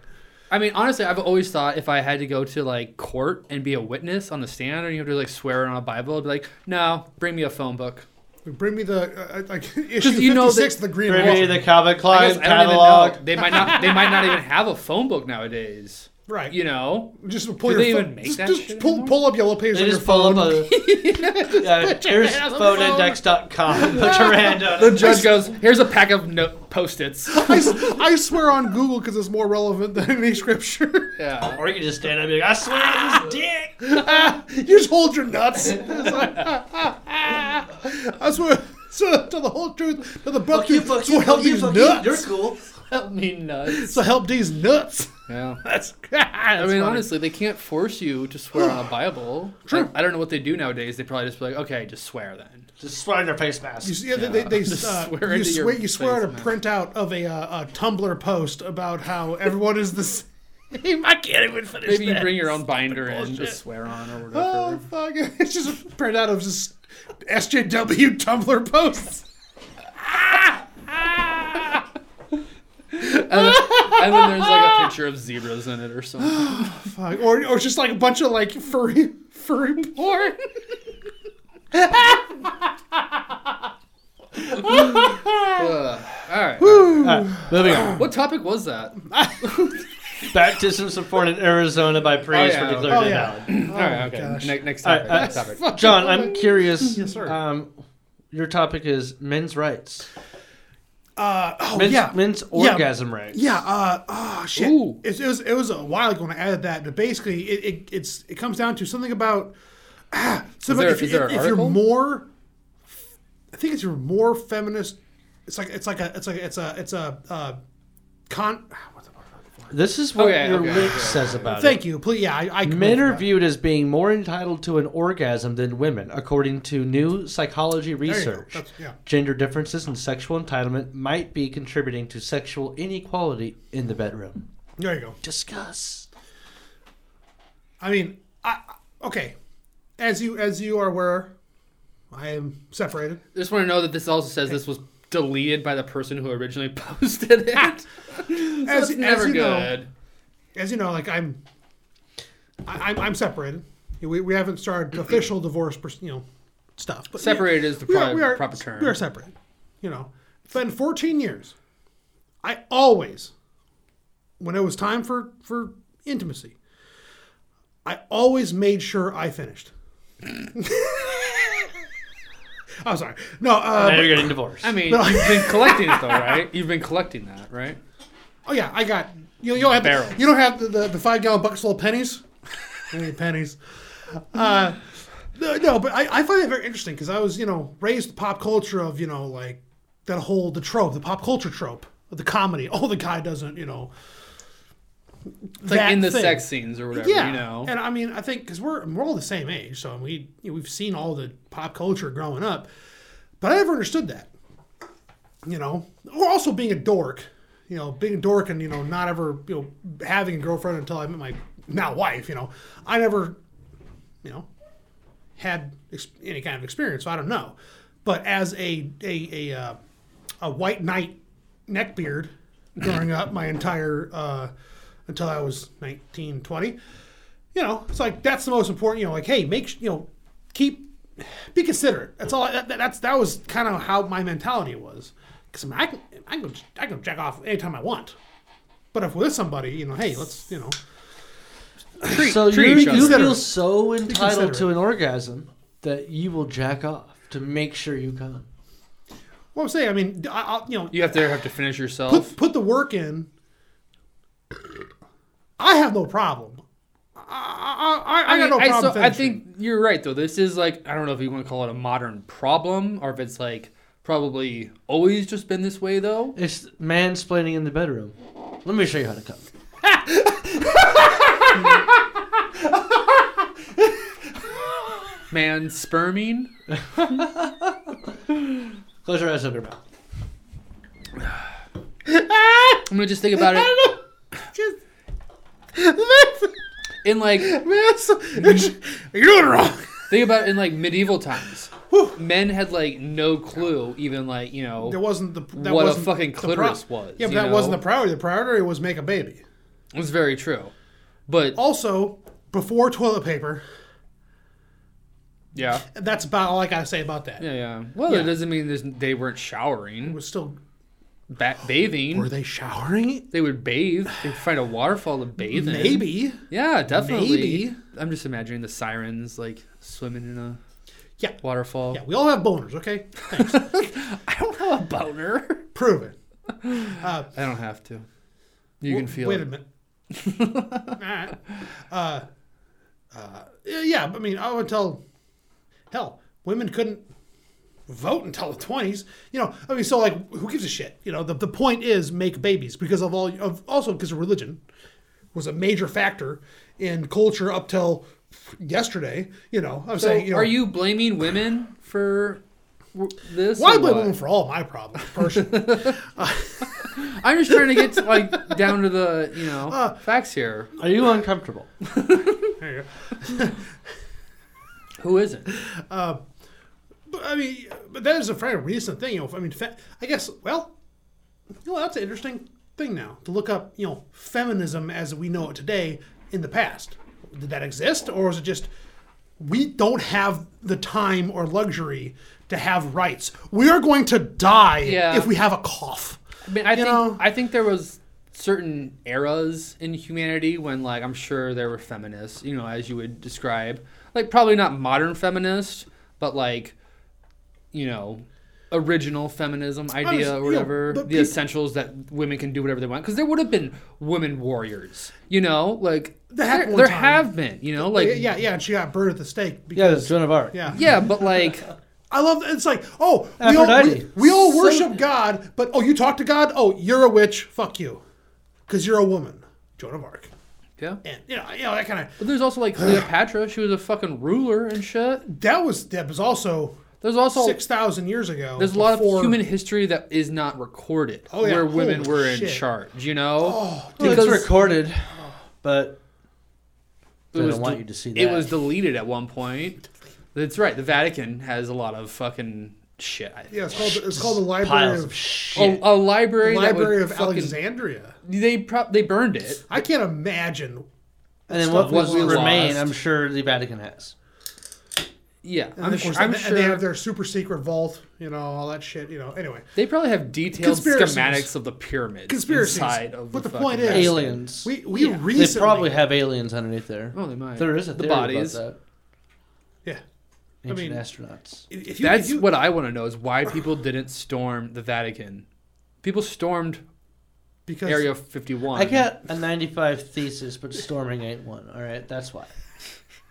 Speaker 1: I mean, honestly, I've always thought if I had to go to like court and be a witness on the stand, and you have to like swear on a Bible, I'd be like, no, bring me a phone book.
Speaker 3: Bring me the uh, like issue
Speaker 1: you know that-
Speaker 3: fifty six of the Green
Speaker 2: Bring me
Speaker 3: Wall.
Speaker 2: the Calvin
Speaker 1: I
Speaker 2: Klein
Speaker 1: guess I don't even know.
Speaker 2: catalog.
Speaker 1: They might not. They might not even have a phone book nowadays.
Speaker 3: Right.
Speaker 1: You know.
Speaker 3: Just
Speaker 1: Do
Speaker 3: pull your
Speaker 1: they
Speaker 3: phone-
Speaker 1: even make
Speaker 3: just,
Speaker 1: that
Speaker 3: just
Speaker 1: shit
Speaker 3: pull,
Speaker 1: anymore?
Speaker 3: pull up yellow pages
Speaker 2: They
Speaker 3: on your
Speaker 2: just pull
Speaker 3: phone.
Speaker 2: up a. yeah, here's
Speaker 3: on the phone.
Speaker 2: phoneindex.com. Put your hand on
Speaker 1: The
Speaker 2: it.
Speaker 1: judge goes, "Here's a pack of no- post-its."
Speaker 3: I, s- I swear on Google because it's more relevant than any scripture.
Speaker 1: Yeah.
Speaker 2: Or you can just stand up and be like, I swear on this dick.
Speaker 3: you just hold your nuts. It's like, I swear so, to the whole truth, to the book you, so help these nuts.
Speaker 2: You're cool.
Speaker 1: Help me nuts.
Speaker 3: so help these nuts.
Speaker 1: Yeah.
Speaker 3: That's,
Speaker 1: I mean, honestly, they can't force you to swear on a Bible.
Speaker 3: True.
Speaker 1: Like, I don't know what they do nowadays. They probably just be like, okay, just swear then.
Speaker 2: Just swear on your face mask.
Speaker 3: You, see, yeah, they, they, they,
Speaker 1: Just
Speaker 3: uh,
Speaker 1: swear
Speaker 3: you
Speaker 1: into your
Speaker 3: swear, you swear
Speaker 1: face,
Speaker 3: on a
Speaker 1: man.
Speaker 3: printout of a, uh, a Tumblr post about how everyone is the same. I can't even finish
Speaker 1: Maybe you
Speaker 3: that.
Speaker 1: bring your own binder and
Speaker 3: bullshit.
Speaker 1: just swear on or whatever.
Speaker 3: Oh fuck! It's just a printout of just SJW Tumblr posts.
Speaker 1: And, and then there's like a picture of zebras in it or something.
Speaker 3: Fuck. Or, or just like a bunch of like furry furry porn.
Speaker 1: Ugh. All right.
Speaker 2: Alright, moving on.
Speaker 1: What topic was that?
Speaker 2: Baptisms of porn in Arizona by priests
Speaker 1: Oh, yeah.
Speaker 2: were declared
Speaker 3: Oh, yeah.
Speaker 2: invalid.
Speaker 1: All right. Okay.
Speaker 3: gosh.
Speaker 1: Ne- next
Speaker 2: All
Speaker 1: topic.
Speaker 2: right, uh,
Speaker 1: next topic.
Speaker 2: John, I'm curious.
Speaker 3: Yes, sir.
Speaker 2: Um, your topic is men's rights.
Speaker 3: Uh, oh
Speaker 2: Men's,
Speaker 3: yeah,
Speaker 2: men's orgasm rights.
Speaker 3: yeah. Uh, oh shit!
Speaker 1: Ooh.
Speaker 3: It, it was it was a while ago when I added that, but basically it, it it's it comes down to something about ah, something
Speaker 1: there-
Speaker 3: if, you,
Speaker 1: is there an
Speaker 3: if you're
Speaker 1: article?
Speaker 3: more, I think it's you're more feminist. It's like it's like a it's like it's a it's a uh, con. What the fuck?
Speaker 2: This is what
Speaker 1: Okay,
Speaker 2: your
Speaker 1: okay,
Speaker 2: link
Speaker 1: okay,
Speaker 2: says about it.
Speaker 3: Thank you. Please, yeah, I, I
Speaker 2: Men are viewed as being more entitled to an orgasm than women, according to new psychology
Speaker 3: you go.
Speaker 2: research.
Speaker 3: That's- yeah.
Speaker 2: Gender differences and sexual entitlement might be contributing to sexual inequality in the bedroom.
Speaker 3: There you go.
Speaker 2: Discuss.
Speaker 3: I mean, I okay. As you as you are aware, I am separated.
Speaker 1: I just want to know that this also says this was deleted by the person who originally posted it. so
Speaker 3: As-
Speaker 1: it's
Speaker 3: as
Speaker 1: never
Speaker 3: you know-
Speaker 1: good.
Speaker 3: As you know, like I'm, I, I'm, I'm separated. We, we haven't started official divorce, pers- you know, stuff. But
Speaker 1: Separated is the
Speaker 3: we
Speaker 1: proper,
Speaker 3: are, we are
Speaker 1: proper term.
Speaker 3: We are separated. You know, it's been 14 years. I always, when it was time for for intimacy, I always made sure I finished. I'm sorry. No. Uh,
Speaker 2: Now you're getting divorced.
Speaker 1: I mean, you've been collecting it though, right? You've been collecting that, right?
Speaker 3: Oh yeah, I got you. You don't have
Speaker 1: Barrels.
Speaker 3: the, you don't have the, the, the five gallon buckets full of pennies. I mean, pennies. Uh, no, no, but I, I find that very interesting because I was you know raised in pop culture of you know like that whole the trope, the pop culture trope, of the comedy. Oh, the guy doesn't you know.
Speaker 1: It's like
Speaker 3: that
Speaker 1: in the
Speaker 3: thing.
Speaker 1: sex scenes or whatever,
Speaker 3: Yeah,
Speaker 1: you know.
Speaker 3: and I mean, I think because we're we're all the same age, so we you know, we've seen all the pop culture growing up, but I never understood that. You know, or also being a dork, you know, being a dork and you know not ever you know having a girlfriend until I met my now wife. You know, I never, you know, had ex- any kind of experience, so I don't know. But as a a a, uh, a white knight neckbeard growing up, my entire uh, until I was 19, 20. You know, it's like that's the most important. You know, like hey, make sh- you know, keep be considerate. That's all. I- That, that's that was kind of how my mentality was. Because I can I can go I can go jack off anytime I want. But if with somebody, you know, hey, let's you know,
Speaker 1: Treat,
Speaker 2: So you,
Speaker 1: treat each
Speaker 2: you
Speaker 1: other.
Speaker 2: feel so entitled to
Speaker 3: considerate.
Speaker 2: an orgasm that you will jack off to make sure you come.
Speaker 3: what I'm saying. I mean, I, I'll, you know,
Speaker 1: You have to have to finish yourself.
Speaker 3: put put the work in. I have no problem. I I, I, I got no
Speaker 1: mean,
Speaker 3: problem.
Speaker 1: so- I
Speaker 3: finishing.
Speaker 1: think you're right though. This is like I don't know if you want to call it a modern problem or if it's like probably always just been this way though.
Speaker 2: It's mansplaining in the bedroom. Let me show you how to come.
Speaker 1: Man sperming.
Speaker 2: Close your eyes, open your mouth.
Speaker 1: I'm gonna just think about it
Speaker 3: Just- that's-
Speaker 1: in like
Speaker 3: man, so-
Speaker 1: Mm-hmm.
Speaker 3: you're doing it wrong.
Speaker 1: think about it in like medieval times. Men had like no clue even like you know
Speaker 3: There wasn't the that
Speaker 1: What a
Speaker 3: wasn't
Speaker 1: fucking
Speaker 3: the
Speaker 1: clitoris was,
Speaker 3: Yeah, but
Speaker 1: you
Speaker 3: that wasn't
Speaker 1: know?
Speaker 3: the priority. The priority was make a baby.
Speaker 1: it was very true. But
Speaker 3: Also, before toilet paper,
Speaker 1: yeah,
Speaker 3: that's about all I gotta say about that.
Speaker 1: yeah, yeah. Well, it doesn't mean there's, they weren't
Speaker 3: It
Speaker 1: showering,
Speaker 3: was still
Speaker 1: ba- bathing.
Speaker 3: were they showering?
Speaker 1: They would bathe. They'd find a waterfall to bathe in.
Speaker 3: Maybe.
Speaker 1: Yeah, definitely.
Speaker 3: Maybe.
Speaker 1: I'm just imagining the sirens like swimming in a
Speaker 3: Yeah.
Speaker 1: waterfall.
Speaker 3: Yeah, we all have boners, okay?
Speaker 1: I don't have a boner.
Speaker 3: Prove it. Uh,
Speaker 1: I don't have to. You
Speaker 3: Well,
Speaker 1: can feel
Speaker 3: Wait a
Speaker 1: it.
Speaker 3: minute. All right. Uh, uh, yeah, I mean, I would tell, hell, women couldn't vote until the twenties. You know, I mean, so like, who gives a shit? You know, the, the point is make babies because of all of also because of religion was a major factor in culture up till yesterday. You know, I'm
Speaker 1: So,
Speaker 3: saying, you know,
Speaker 1: are you blaming women for w- this?
Speaker 3: Why
Speaker 1: or
Speaker 3: blame
Speaker 1: what?
Speaker 3: women for all my problems, personally?
Speaker 1: I'm just trying to get to, like down to the you know
Speaker 3: Uh,
Speaker 1: facts here.
Speaker 2: Are you uncomfortable?
Speaker 3: There you go.
Speaker 1: Who isn't?
Speaker 3: But I mean, but that is a very recent thing. You know, I mean, fe- I guess well, you know, that's an interesting thing now to look up. You know, feminism as we know it today in the past. Did that exist, or is it just we don't have the time or luxury to have rights? We are going to die
Speaker 1: Yeah.
Speaker 3: if we have a cough.
Speaker 1: I mean, I
Speaker 3: You
Speaker 1: think
Speaker 3: know?
Speaker 1: I think there was certain eras in humanity when like I'm sure there were feminists, you know, as you would describe, like probably not modern feminists, but like you know, original feminism idea
Speaker 3: yeah,
Speaker 1: or whatever,
Speaker 3: but
Speaker 1: the
Speaker 3: peop-
Speaker 1: essentials that women can do whatever they want because there would have been women warriors, you know, like
Speaker 3: There had
Speaker 1: there,
Speaker 3: one
Speaker 1: there
Speaker 3: time.
Speaker 1: have been, you know, like
Speaker 3: yeah, yeah, and she got burned at the stake. Because,
Speaker 2: Yeah, it's Joan of Arc.
Speaker 3: yeah,
Speaker 1: yeah, but like
Speaker 3: I love it's like oh we all, we,
Speaker 2: Aphrodite.
Speaker 3: we all
Speaker 2: So-
Speaker 3: worship God, but oh you talk to God, oh you're a witch, fuck you, because you're a woman, Joan of Arc,
Speaker 1: yeah.
Speaker 3: and you know you know that kind of
Speaker 1: But there's also like Cleopatra, she was a fucking ruler and shit.
Speaker 3: that was that was also
Speaker 1: There's also
Speaker 3: six thousand years ago.
Speaker 1: Oh. There's a lot
Speaker 3: before-
Speaker 1: of human history that is not recorded
Speaker 3: Oh, yeah.
Speaker 1: where women
Speaker 3: Holy
Speaker 1: were in
Speaker 3: shit.
Speaker 1: charge, you know?
Speaker 3: Oh,
Speaker 2: Well,
Speaker 1: Because
Speaker 2: it's recorded, but
Speaker 1: it
Speaker 2: I don't
Speaker 1: was
Speaker 2: want
Speaker 1: de-
Speaker 2: you to see
Speaker 1: It
Speaker 2: that.
Speaker 1: was deleted at one point. That's right. The Vatican has a lot of fucking shit. I think.
Speaker 3: yeah, it's called the- it's called the Library
Speaker 2: piles
Speaker 3: of
Speaker 2: of
Speaker 1: A,
Speaker 2: Oh, shit.
Speaker 1: a library,
Speaker 3: Library
Speaker 1: that would
Speaker 3: of
Speaker 1: fucking,
Speaker 3: Alexandria.
Speaker 1: They pro- they burned it.
Speaker 3: I can't imagine.
Speaker 2: and then
Speaker 3: stuff
Speaker 2: what
Speaker 1: was
Speaker 2: was
Speaker 1: lost.
Speaker 2: remain, I'm sure the Vatican has.
Speaker 1: Yeah,
Speaker 3: And
Speaker 1: I'm,
Speaker 3: of
Speaker 1: sure.
Speaker 3: course,
Speaker 1: I'm
Speaker 3: they,
Speaker 1: sure
Speaker 3: and they have their super secret vault, you know, all that shit. You know, anyway,
Speaker 1: they probably have detailed
Speaker 3: Conspiracies.
Speaker 1: schematics of the pyramids
Speaker 3: Conspiracies.
Speaker 1: inside of
Speaker 3: But
Speaker 1: the,
Speaker 3: the point
Speaker 1: fucking
Speaker 3: is-
Speaker 1: Vatican.
Speaker 2: Aliens.
Speaker 3: we we
Speaker 2: they
Speaker 3: recently
Speaker 2: probably have aliens underneath there.
Speaker 1: Oh, they might.
Speaker 2: There is a
Speaker 1: the
Speaker 2: theory
Speaker 1: bodies.
Speaker 2: about
Speaker 3: yeah.
Speaker 2: that. Ancient
Speaker 3: mean-
Speaker 2: astronauts.
Speaker 3: If you- if
Speaker 1: That's
Speaker 3: you-
Speaker 1: what I want to know is why people didn't storm the Vatican. People stormed
Speaker 3: because
Speaker 1: Area 51.
Speaker 2: I got a 95 thesis, but storming ain't one. All right, that's why.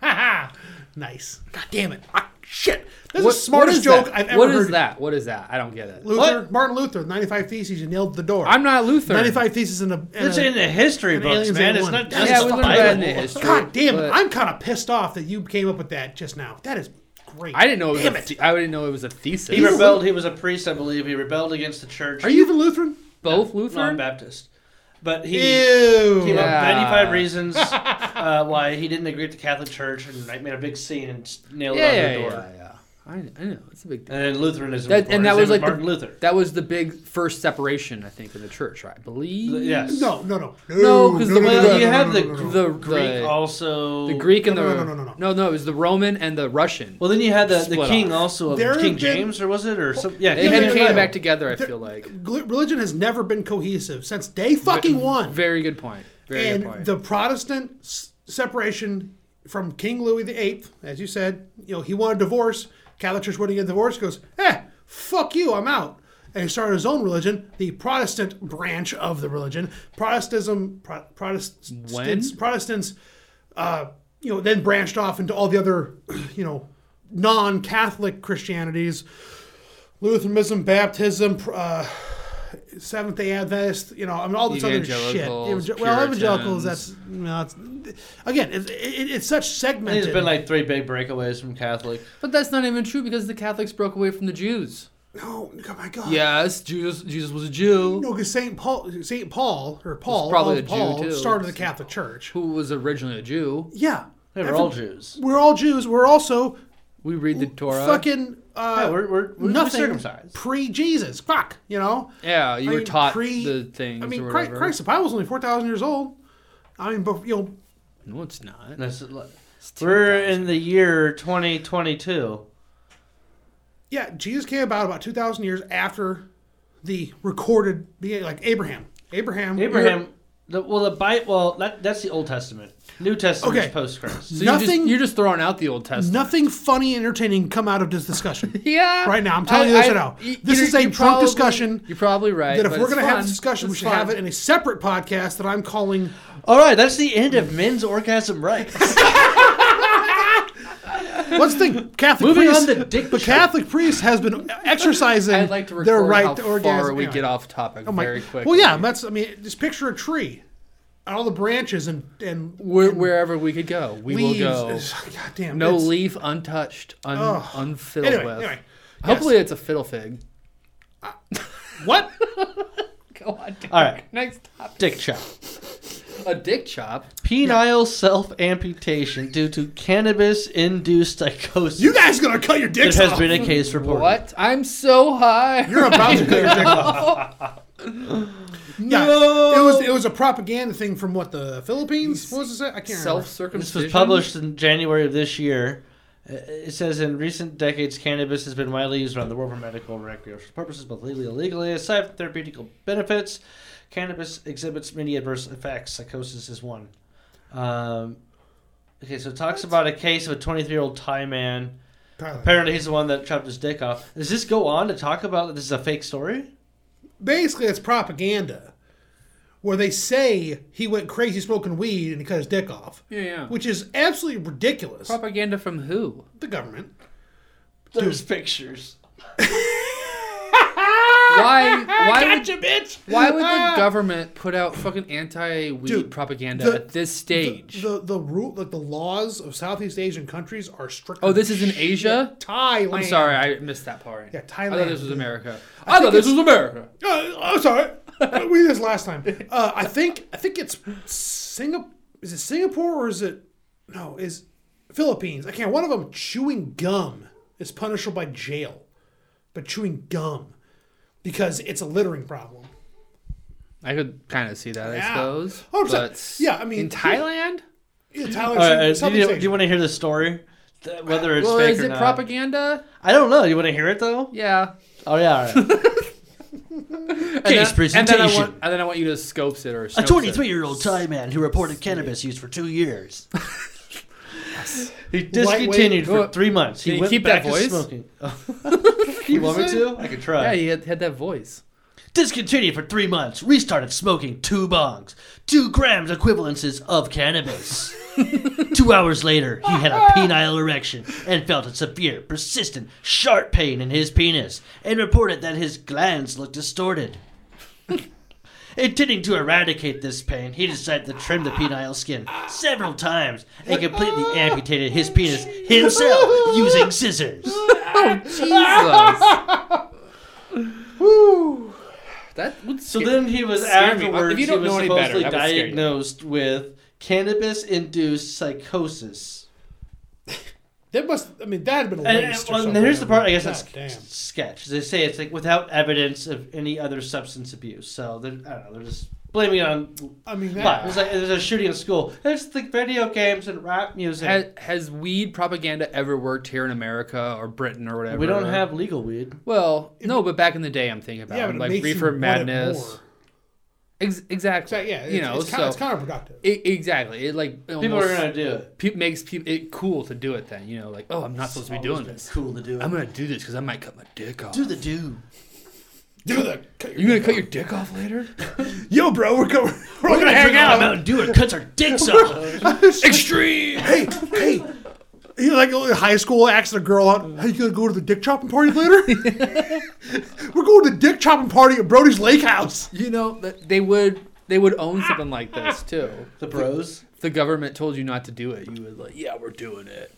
Speaker 3: Ha ha! Nice. God damn it. Ah, shit. That's
Speaker 1: What-
Speaker 3: the
Speaker 1: what
Speaker 3: smartest
Speaker 1: is
Speaker 3: joke
Speaker 1: that?
Speaker 3: I've ever
Speaker 1: What is
Speaker 3: heard.
Speaker 1: that? What is that? I don't get it.
Speaker 3: Luther,
Speaker 2: What?
Speaker 3: Martin Luther, 95 Theses, you nailed the door.
Speaker 1: I'm not Luther.
Speaker 3: 95 Theses in a. in
Speaker 2: It's
Speaker 3: a-
Speaker 2: in the history
Speaker 3: and
Speaker 2: books,
Speaker 3: aliens
Speaker 2: man.
Speaker 3: ain't
Speaker 2: It's
Speaker 3: one.
Speaker 2: not
Speaker 3: Yeah,
Speaker 2: just
Speaker 1: yeah,
Speaker 2: the
Speaker 1: we learned
Speaker 2: Bible.
Speaker 1: that in the history.
Speaker 3: God damn it.
Speaker 1: but
Speaker 3: I'm kind of pissed off that you came up with that just now. That is great.
Speaker 1: I didn't know it was.
Speaker 3: Damn
Speaker 1: A
Speaker 3: it.
Speaker 1: th- I didn't know it was a thesis.
Speaker 2: He rebelled. He was a priest, I believe. He rebelled against the church.
Speaker 3: Are you even Lutheran?
Speaker 1: both
Speaker 2: No, I'm
Speaker 1: Lutheran?
Speaker 2: Baptist. But he
Speaker 3: Ew.
Speaker 2: came up
Speaker 1: Yeah.
Speaker 2: with 95 reasons uh, why he didn't agree with the Catholic Church and like, made a big scene and nailed
Speaker 1: yeah,
Speaker 2: it
Speaker 1: yeah,
Speaker 2: on the
Speaker 1: yeah,
Speaker 2: door.
Speaker 1: yeah, yeah. I, I know it's a big deal.
Speaker 2: And then Lutheranism.
Speaker 1: That-
Speaker 2: of course.
Speaker 1: and that
Speaker 2: They
Speaker 1: was
Speaker 2: were
Speaker 1: like the-
Speaker 2: Martin Luther.
Speaker 1: That was the big first separation, I think, in the church. I believe.
Speaker 2: Yes.
Speaker 3: No, no, no,
Speaker 1: No, 'cause the way-
Speaker 2: you have the-
Speaker 1: The
Speaker 2: Greek
Speaker 1: the,
Speaker 2: also.
Speaker 1: the Greek and
Speaker 3: No, no,
Speaker 1: the
Speaker 3: no, no, no, no.
Speaker 1: no no it was the Roman and the Russian.
Speaker 2: Well, then you had the, the
Speaker 1: Split
Speaker 2: king
Speaker 1: off.
Speaker 2: also of
Speaker 3: There have
Speaker 2: King
Speaker 3: been-
Speaker 2: James, or was it, or some? Yeah,
Speaker 1: they
Speaker 2: King
Speaker 1: had
Speaker 2: James.
Speaker 1: came
Speaker 3: no.
Speaker 1: back together. I
Speaker 3: There-
Speaker 1: feel like
Speaker 3: Gl- religion has never been cohesive since day fucking one.
Speaker 1: very good point. Very
Speaker 3: and
Speaker 1: good point.
Speaker 3: the Protestant s- separation from King Louis VIII, as you said, you know, he wanted divorce. Catholic Church wouldn't get a divorce. Goes, eh, fuck you, I'm out. And he started his own religion, the Protestant branch of the religion. Protestantism, Pro- Protestants,
Speaker 1: When?
Speaker 3: Protestants, uh, you know, then branched off into all the other, you know, non-Catholic Christianities, Lutheranism, Baptism, pr- uh, Seventh Day Adventist. You know, I mean, all this other shit.
Speaker 1: Evangelicals,
Speaker 3: Evangel- well,
Speaker 1: Puritans.
Speaker 3: evangelicals. That's no, it's, again, it, it, it's such
Speaker 2: I think
Speaker 3: segmented.
Speaker 2: There's been like three big breakaways from Catholic.
Speaker 1: but that's not even true because the Catholics broke away from the Jews.
Speaker 3: no, oh my God.
Speaker 1: Yes, Jesus Jesus was a Jew
Speaker 3: No, because Saint Paul, Saint Paul, or Paul,
Speaker 1: probably
Speaker 3: Paul,
Speaker 1: a Jew,
Speaker 3: Paul
Speaker 1: too.
Speaker 3: started the Catholic Church.
Speaker 1: who was originally a Jew.
Speaker 3: Yeah,
Speaker 2: They were
Speaker 3: Every-
Speaker 2: all Jews.
Speaker 3: We're all Jews. We're also
Speaker 1: We read the Torah.
Speaker 3: fucking uh,
Speaker 2: Yeah, we're, we're, we're
Speaker 3: nothing
Speaker 2: circumcised.
Speaker 3: pre-Jesus. Fuck, you know.
Speaker 1: yeah, you
Speaker 3: I
Speaker 1: were
Speaker 3: mean,
Speaker 1: taught
Speaker 3: pre-
Speaker 1: the things.
Speaker 3: I mean,
Speaker 1: or
Speaker 3: Christ,
Speaker 1: whatever.
Speaker 3: Christ, the Bible's only four thousand years old. I mean, but you know,
Speaker 1: No, it's not.
Speaker 2: That's-
Speaker 1: It's
Speaker 2: We're
Speaker 1: 2000.
Speaker 2: in the year 2022.
Speaker 3: yeah, Jesus came about about two thousand years after the recorded beginning, like Abraham. Abraham.
Speaker 2: Abraham. The, well, the Bible. Well, that, that's the Old Testament. New Testament
Speaker 3: Okay.
Speaker 2: is post Christ.
Speaker 1: So you're just- You're
Speaker 3: nothing-
Speaker 1: just, throwing out the Old Testament.
Speaker 3: Nothing funny and entertaining come out of this discussion.
Speaker 1: Yeah.
Speaker 3: Right now, I'm telling you this right now.
Speaker 1: y-
Speaker 3: This
Speaker 1: you're-
Speaker 3: is a
Speaker 1: you're
Speaker 3: drunk discussion
Speaker 1: You're probably right.
Speaker 3: that if
Speaker 1: but
Speaker 3: we're
Speaker 1: it's
Speaker 3: going to have
Speaker 1: fun.
Speaker 3: this discussion, we
Speaker 1: It's
Speaker 3: should have
Speaker 1: fun.
Speaker 3: it in a separate podcast that I'm calling.
Speaker 2: All right, that's the end of men's orgasm rights.
Speaker 3: What's the thing? Catholic
Speaker 2: Moving
Speaker 3: priest.
Speaker 2: on to dick
Speaker 3: the Catholic priest has been exercising
Speaker 1: I'd like to record
Speaker 3: their right
Speaker 1: how
Speaker 3: to
Speaker 1: far
Speaker 3: orgasm.
Speaker 1: we
Speaker 3: Anyway.
Speaker 1: get off topic
Speaker 3: Oh my-
Speaker 1: very quickly.
Speaker 3: Well, yeah, that's. I mean, just picture a tree, and all the branches and and
Speaker 1: Where, wherever we could go, we
Speaker 3: leaves.
Speaker 1: will go.
Speaker 3: It's- God damn.
Speaker 1: No
Speaker 3: it's-
Speaker 1: leaf untouched, un,
Speaker 3: Ugh.
Speaker 1: unfilled
Speaker 3: Anyway,
Speaker 1: with.
Speaker 3: anyway. Yes. Uh,
Speaker 1: Hopefully, it's a fiddle fig.
Speaker 3: What?
Speaker 1: Go on.
Speaker 2: All right,
Speaker 1: Next topic.
Speaker 2: dick chop.
Speaker 1: A dick chop.
Speaker 2: Penile self amputation due to cannabis induced psychosis.
Speaker 3: You guys gonna cut your
Speaker 2: there
Speaker 3: dicks
Speaker 2: has
Speaker 3: off?
Speaker 2: been a case reported.
Speaker 1: What? I'm so high.
Speaker 3: You're about to cut your dick off. Yeah,
Speaker 1: No.
Speaker 3: it was it was a propaganda thing from what the Philippines. What was it? say? I can't
Speaker 1: Self
Speaker 2: This
Speaker 1: circumcision.
Speaker 2: was published in January of this year. Uh, It says in recent decades, cannabis has been widely used around the world for medical and recreational purposes, both legally and illegally. Aside from therapeutic benefits, cannabis exhibits many adverse effects. Psychosis is one. Um, okay, so it talks about a case of a 23 year old Thai man.
Speaker 3: remember.
Speaker 2: Apparently, he's the one that chopped his dick off. Does this go on to talk about that this is a fake story?
Speaker 3: Basically, it's propaganda where they say he went crazy smoking weed and he cut his dick off,
Speaker 1: Yeah, yeah.
Speaker 3: which is absolutely ridiculous.
Speaker 1: Propaganda from who?
Speaker 3: the government.
Speaker 2: There's pictures.
Speaker 1: Why? Why would
Speaker 2: Gotcha, bitch!
Speaker 1: Why would the
Speaker 3: Ah.
Speaker 1: government put out fucking anti-weed
Speaker 3: Dude,
Speaker 1: propaganda
Speaker 3: the-
Speaker 1: at this stage?
Speaker 3: The the rule like the laws of Southeast Asian countries are strict.
Speaker 1: Oh, this is in Asia?
Speaker 3: Thailand.
Speaker 1: I'm sorry, I missed that part.
Speaker 3: Yeah,
Speaker 1: I thought this
Speaker 3: Thailand.
Speaker 1: was America. I, thought this was America.
Speaker 3: Uh, I'm sorry. we did this last time. Uh, I think I think it's Singapore. Is it Singapore or is it no? Is Philippines? I can't. One of them chewing gum is punishable by jail, but chewing gum because it's a littering problem.
Speaker 1: I could kind of see that, I
Speaker 3: Yeah.
Speaker 1: suppose.
Speaker 3: Oh, I'm sorry.
Speaker 1: but
Speaker 3: Yeah, I mean-
Speaker 1: in Thailand,
Speaker 3: Yeah, Tyler,
Speaker 2: All right, uh, do,
Speaker 3: Southeast
Speaker 2: you, do
Speaker 3: Asia.
Speaker 2: you want to hear the story? Th- Whether it's
Speaker 1: well,
Speaker 2: fake
Speaker 1: is
Speaker 2: or
Speaker 1: it
Speaker 2: not.
Speaker 1: propaganda?
Speaker 2: I don't know. You want to hear it though?
Speaker 1: Yeah.
Speaker 2: Oh yeah. All right.
Speaker 1: And then, and
Speaker 2: Case
Speaker 1: then I
Speaker 2: presentation.
Speaker 1: want, and then I want you to scopes it or
Speaker 2: A
Speaker 1: snopes it.
Speaker 2: 23 year old Thai man who reported cannabis use for two years. He discontinued for
Speaker 1: Lightweight.
Speaker 2: three months. He
Speaker 1: Can you
Speaker 2: went
Speaker 1: keep
Speaker 2: back
Speaker 1: that
Speaker 2: to
Speaker 1: voice?
Speaker 2: smoking. you want me to? I could
Speaker 1: Yeah,
Speaker 2: try.
Speaker 1: he had, had that voice.
Speaker 2: Discontinued for three months. Restarted smoking two bongs, two grams equivalences of cannabis. two hours later, he had a penile erection and felt a severe, persistent, sharp pain in his penis and reported that his glands looked distorted. Intending to eradicate this pain, he decided to trim the penile skin several times and completely amputated his penis himself using scissors.
Speaker 1: Jesus.
Speaker 3: Woo.
Speaker 1: that would
Speaker 2: So
Speaker 1: scare-
Speaker 2: then he was
Speaker 1: Scare me.
Speaker 2: afterwards.
Speaker 1: If you don't
Speaker 2: he was
Speaker 1: know any better,
Speaker 2: supposedly
Speaker 1: that would scare you.
Speaker 2: diagnosed with cannabis-induced psychosis.
Speaker 3: That must. I mean, that had been a
Speaker 2: And,
Speaker 3: waste.
Speaker 2: and,
Speaker 3: or
Speaker 2: well, and
Speaker 3: something.
Speaker 2: here's the part I guess that's
Speaker 3: God damn.
Speaker 2: s- sketch. They say it's like without evidence of any other substance abuse. So they're, I don't know. They're just blaming it on.
Speaker 3: I mean,
Speaker 2: But
Speaker 3: that,
Speaker 2: there's like there's a shooting in school. There's like video games and rap music.
Speaker 1: Has, has weed propaganda ever worked here in America or Britain or whatever?
Speaker 2: we don't have legal weed.
Speaker 1: Well, no, but back in the day, I'm thinking about
Speaker 3: yeah, but it
Speaker 1: like
Speaker 3: makes
Speaker 1: reefer
Speaker 3: you want it
Speaker 1: madness.
Speaker 3: more.
Speaker 1: Ex- exactly.
Speaker 3: Exactly. Yeah, it's,
Speaker 1: you know,
Speaker 3: it's, kind
Speaker 1: so
Speaker 3: of, it's counterproductive.
Speaker 1: it, exactly. It like almost,
Speaker 2: People are gonna do it.
Speaker 1: pe- makes people it cool to do it. Then you know, like, oh, I'm not supposed to be doing this.
Speaker 2: cool to do it.
Speaker 1: I'm gonna do this because I might cut my dick off.
Speaker 2: do the do.
Speaker 3: Do the, cut your-
Speaker 1: You gonna cut your dick off later?
Speaker 3: Yo, bro, we're, co- we're, we're gonna drink all-
Speaker 2: Mountain Dew and cuts our dicks off.
Speaker 1: Extreme.
Speaker 3: Hey, hey. You know, like a high school asks a girl out, "Hey, you gonna go to the dick chopping party later?" We're going to the dick chopping party at Brody's Lake House.
Speaker 1: You know that they would they would own something like this too.
Speaker 2: the bros.
Speaker 1: If the government told you not to do it, you would like, yeah, we're doing it.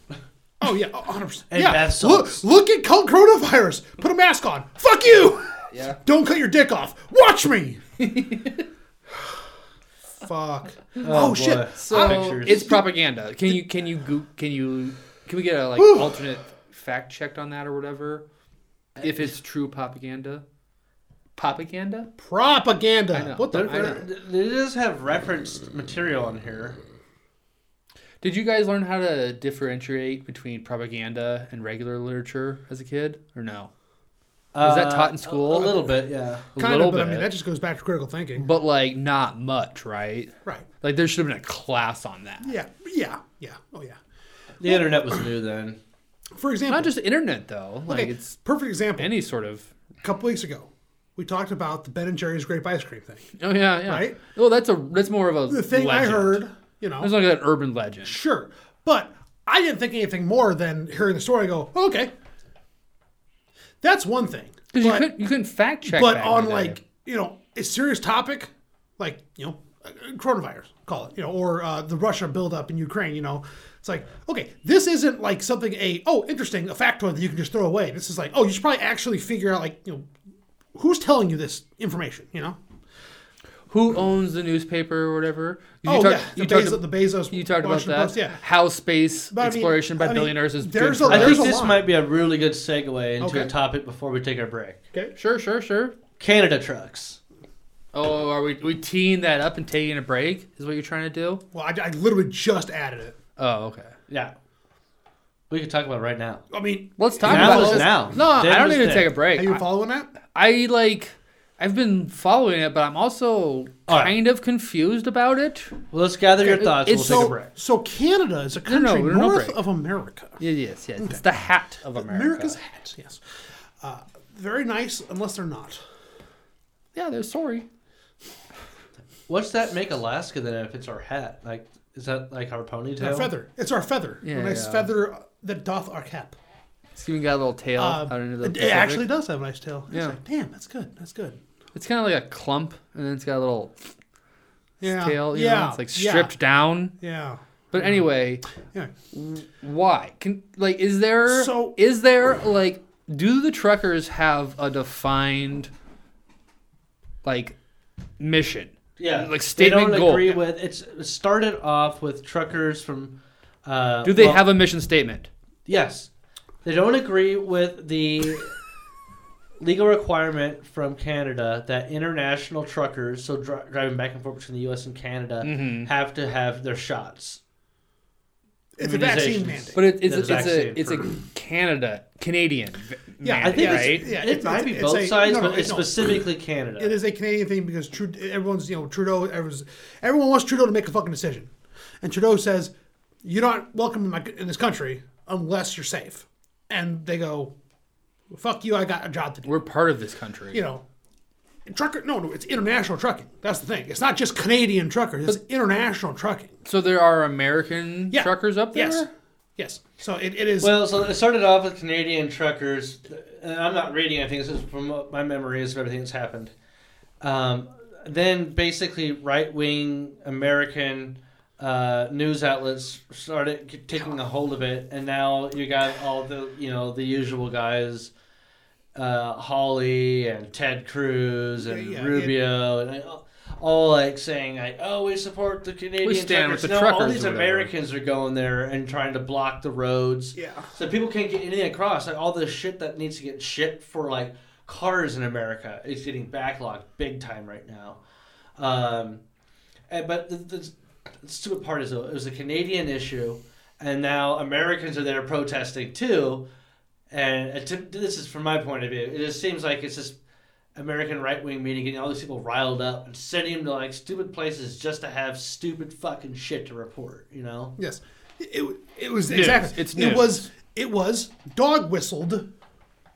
Speaker 3: Oh yeah, a hundred percent.
Speaker 2: And
Speaker 3: yeah.
Speaker 2: bath
Speaker 3: look,
Speaker 2: salts.
Speaker 3: look at cult coronavirus. Put a mask on. Fuck you.
Speaker 1: Yeah.
Speaker 3: Don't cut your dick off. Watch me. Fuck. Oh, shit.
Speaker 1: So
Speaker 2: Pictures.
Speaker 1: it's propaganda. Can you can you go, can you can we get a like alternate fact checked on that or whatever? If it's true propaganda, propaganda.
Speaker 3: Propaganda.
Speaker 1: know.
Speaker 3: What the?
Speaker 1: I know.
Speaker 2: They just have referenced material on here.
Speaker 1: Did you guys learn how to differentiate between propaganda and regular literature as a kid, or no? Was that taught in school?
Speaker 2: Uh, A little bit, yeah.
Speaker 1: A
Speaker 3: Kind
Speaker 1: little
Speaker 3: of, but I
Speaker 1: bit.
Speaker 3: mean that just goes back to critical thinking.
Speaker 1: but like not much, right?
Speaker 3: Right.
Speaker 1: Like there should have been a class on that.
Speaker 3: Yeah. Yeah. Yeah. Oh yeah.
Speaker 2: The internet was new then.
Speaker 3: For example,
Speaker 1: Not just internet though. Like
Speaker 3: okay,
Speaker 1: it's
Speaker 3: perfect example.
Speaker 1: any sort of.
Speaker 3: a couple weeks ago, we talked about the Ben and Jerry's grape ice cream thing.
Speaker 1: Oh yeah, yeah.
Speaker 3: Right?
Speaker 1: Well, that's a that's more of a
Speaker 3: The thing
Speaker 1: legend.
Speaker 3: I heard, you know,
Speaker 1: It's like an urban legend.
Speaker 3: sure, but I didn't think anything more than hearing the story. and Go, "Oh, okay, that's one thing.
Speaker 1: Because you
Speaker 3: But-
Speaker 1: couldn't you couldn't fact check.
Speaker 3: but
Speaker 1: back in
Speaker 3: on
Speaker 1: the day.
Speaker 3: like you know a serious topic like you know uh, coronavirus call it you know or uh, the russia buildup in ukraine you know it's like okay this isn't like something a oh interesting a factoid that you can just throw away this is like oh you should probably actually figure out like you know who's telling you this information you know
Speaker 1: who owns the newspaper or whatever. You
Speaker 3: oh
Speaker 1: talked-
Speaker 3: yeah the,
Speaker 1: you talked,
Speaker 3: Bezos,
Speaker 1: ab-
Speaker 3: the bezos
Speaker 1: you talked about
Speaker 3: Washington
Speaker 1: that.
Speaker 3: Post, yeah
Speaker 1: How space
Speaker 3: I mean-
Speaker 1: exploration
Speaker 3: I
Speaker 1: by
Speaker 3: mean,
Speaker 1: billionaires is good
Speaker 3: there's
Speaker 1: for
Speaker 3: a-
Speaker 1: us.
Speaker 2: I
Speaker 3: There's
Speaker 2: think this
Speaker 3: lot.
Speaker 2: might be a really good segue into
Speaker 3: Okay.
Speaker 2: a topic before we take our break.
Speaker 3: okay
Speaker 1: Sure, sure, sure.
Speaker 2: Canada trucks.
Speaker 1: Oh, are we we teeing that up and taking a break? Is what you're trying to do?
Speaker 3: well I, I literally just added it
Speaker 1: Oh, okay.
Speaker 2: Yeah. We could talk about it right now.
Speaker 3: i mean
Speaker 1: Let's talk
Speaker 2: Now
Speaker 1: about
Speaker 2: is
Speaker 1: this.
Speaker 2: now.
Speaker 1: No,
Speaker 2: Then
Speaker 1: I don't
Speaker 2: is
Speaker 1: need to
Speaker 2: then.
Speaker 1: take a break.
Speaker 3: are you
Speaker 1: I-
Speaker 3: following that
Speaker 1: I like I've been following it, but I'm also
Speaker 2: All right.
Speaker 1: kind of confused about it.
Speaker 2: Well, let's gather your
Speaker 1: Okay,
Speaker 2: thoughts.
Speaker 1: it's
Speaker 2: We'll
Speaker 1: so-
Speaker 2: take a break.
Speaker 3: so canada is a
Speaker 1: no,
Speaker 3: country
Speaker 1: no, no
Speaker 3: north
Speaker 1: break.
Speaker 3: of america
Speaker 1: Yes, yes. It's the hat of America.
Speaker 3: America's hats, yes. Uh, very nice, unless they're not.
Speaker 1: Yeah, they're sorry.
Speaker 2: What's that make Alaska then if it's our hat? Like, is that like our ponytail?
Speaker 3: Our feather. It's our feather.
Speaker 1: Yeah,
Speaker 3: a nice
Speaker 1: yeah.
Speaker 3: feather that doth our cap.
Speaker 1: It's even got a little tail
Speaker 3: Uh,
Speaker 1: Oh, out into the.
Speaker 3: it
Speaker 1: Pacific.
Speaker 3: actually does have a nice tail. It's
Speaker 1: Yeah.
Speaker 3: like, damn, that's good. That's good.
Speaker 1: it's kind of like a clump, and then it's got a little
Speaker 3: Yeah.
Speaker 1: tail. You
Speaker 3: yeah.
Speaker 1: know? it's like
Speaker 3: yeah, Mm-hmm.
Speaker 1: stripped down.
Speaker 3: Yeah.
Speaker 1: But anyway,
Speaker 3: Yeah.
Speaker 1: why? Can like is there
Speaker 3: So-
Speaker 1: is there like do the truckers have a defined like mission?
Speaker 2: Yeah,
Speaker 1: like statement
Speaker 2: they don't
Speaker 1: goal.
Speaker 2: agree with it's it started off with truckers from. Uh,
Speaker 1: Do they
Speaker 2: well,
Speaker 1: have a mission statement?
Speaker 2: Yes, they don't agree with the legal requirement from Canada that international truckers, so dri- driving back and forth between the U.S. and Canada, have to have their shots.
Speaker 3: It's a vaccine
Speaker 2: Immunizations.
Speaker 3: mandate.
Speaker 1: But it, it's,
Speaker 2: There's
Speaker 1: a, it's a
Speaker 2: vaccine
Speaker 1: it's a Canada Canadian.
Speaker 3: Yeah, I
Speaker 2: I think
Speaker 1: mandate,
Speaker 2: it's,
Speaker 1: right?
Speaker 3: yeah,
Speaker 2: it
Speaker 3: it's-
Speaker 2: might
Speaker 3: it's-
Speaker 2: be
Speaker 3: it's
Speaker 2: both
Speaker 3: a-
Speaker 2: sides,
Speaker 3: no, no,
Speaker 2: but it's
Speaker 3: no.
Speaker 2: specifically Canada.
Speaker 3: it is a Canadian thing because Trude- everyone's, you know, Trudeau, everyone's, everyone wants Trudeau to make a fucking decision. And Trudeau says, you're not welcome in, my, in this country unless you're safe. And they go, fuck you, I got a job to do.
Speaker 1: We're part of this country.
Speaker 3: you know, trucker. No, no, it's international trucking. That's the thing. It's not just Canadian truckers. It's international trucking.
Speaker 1: So there are American
Speaker 3: Yeah.
Speaker 1: truckers up there.
Speaker 3: Yes, yes. So it, it is.
Speaker 2: Well, so it started off with Canadian truckers, and I'm not reading anything. This is from what my memories of everything that's happened. Um, then basically, right wing American uh, news outlets started c- taking a hold of it, and now you got all the you know the usual guys. Uh, Holly and Ted Cruz and
Speaker 3: Yeah, yeah,
Speaker 2: Rubio and all- all like saying like, "Oh, we support the Canadian
Speaker 1: stand with
Speaker 2: truckers."
Speaker 1: the
Speaker 2: no, all
Speaker 1: truckers
Speaker 2: these
Speaker 1: or whatever.
Speaker 2: Americans are going there and trying to block the roads.
Speaker 3: Yeah.
Speaker 2: So people can't get anything across. Like all this shit that needs to get shipped for like cars in America is getting backlogged big time right now. Um, and, but the, the stupid part is though, it was a Canadian issue, and now Americans are there protesting too. And to, this is from my point of view. It just seems like it's just American right wing media getting all these people riled up and sending them to like stupid places just to have stupid fucking shit to report. You know?
Speaker 3: Yes, it it was
Speaker 4: News.
Speaker 3: exactly.
Speaker 4: It's
Speaker 3: it
Speaker 4: news.
Speaker 3: was it was dog whistled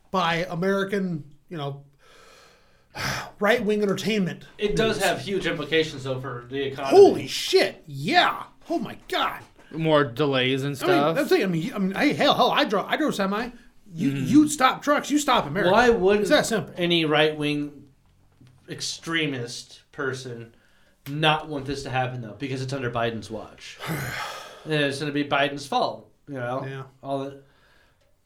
Speaker 3: by American, you know, right wing entertainment.
Speaker 2: It does have huge implications though for the economy.
Speaker 3: Holy shit! Yeah. Oh my god.
Speaker 1: More delays and
Speaker 3: I mean,
Speaker 1: stuff.
Speaker 3: I'm saying. I mean, I mean, hey, hell, hell, I drove, I drove semi. You, you stop trucks, you stop America.
Speaker 2: Mm-hmm. Why wouldn't
Speaker 3: It's that simple.
Speaker 2: any right wing extremist person not want this to happen though? Because it's under Biden's watch. and it's going to be Biden's fault. You know,
Speaker 3: Yeah.
Speaker 2: all the,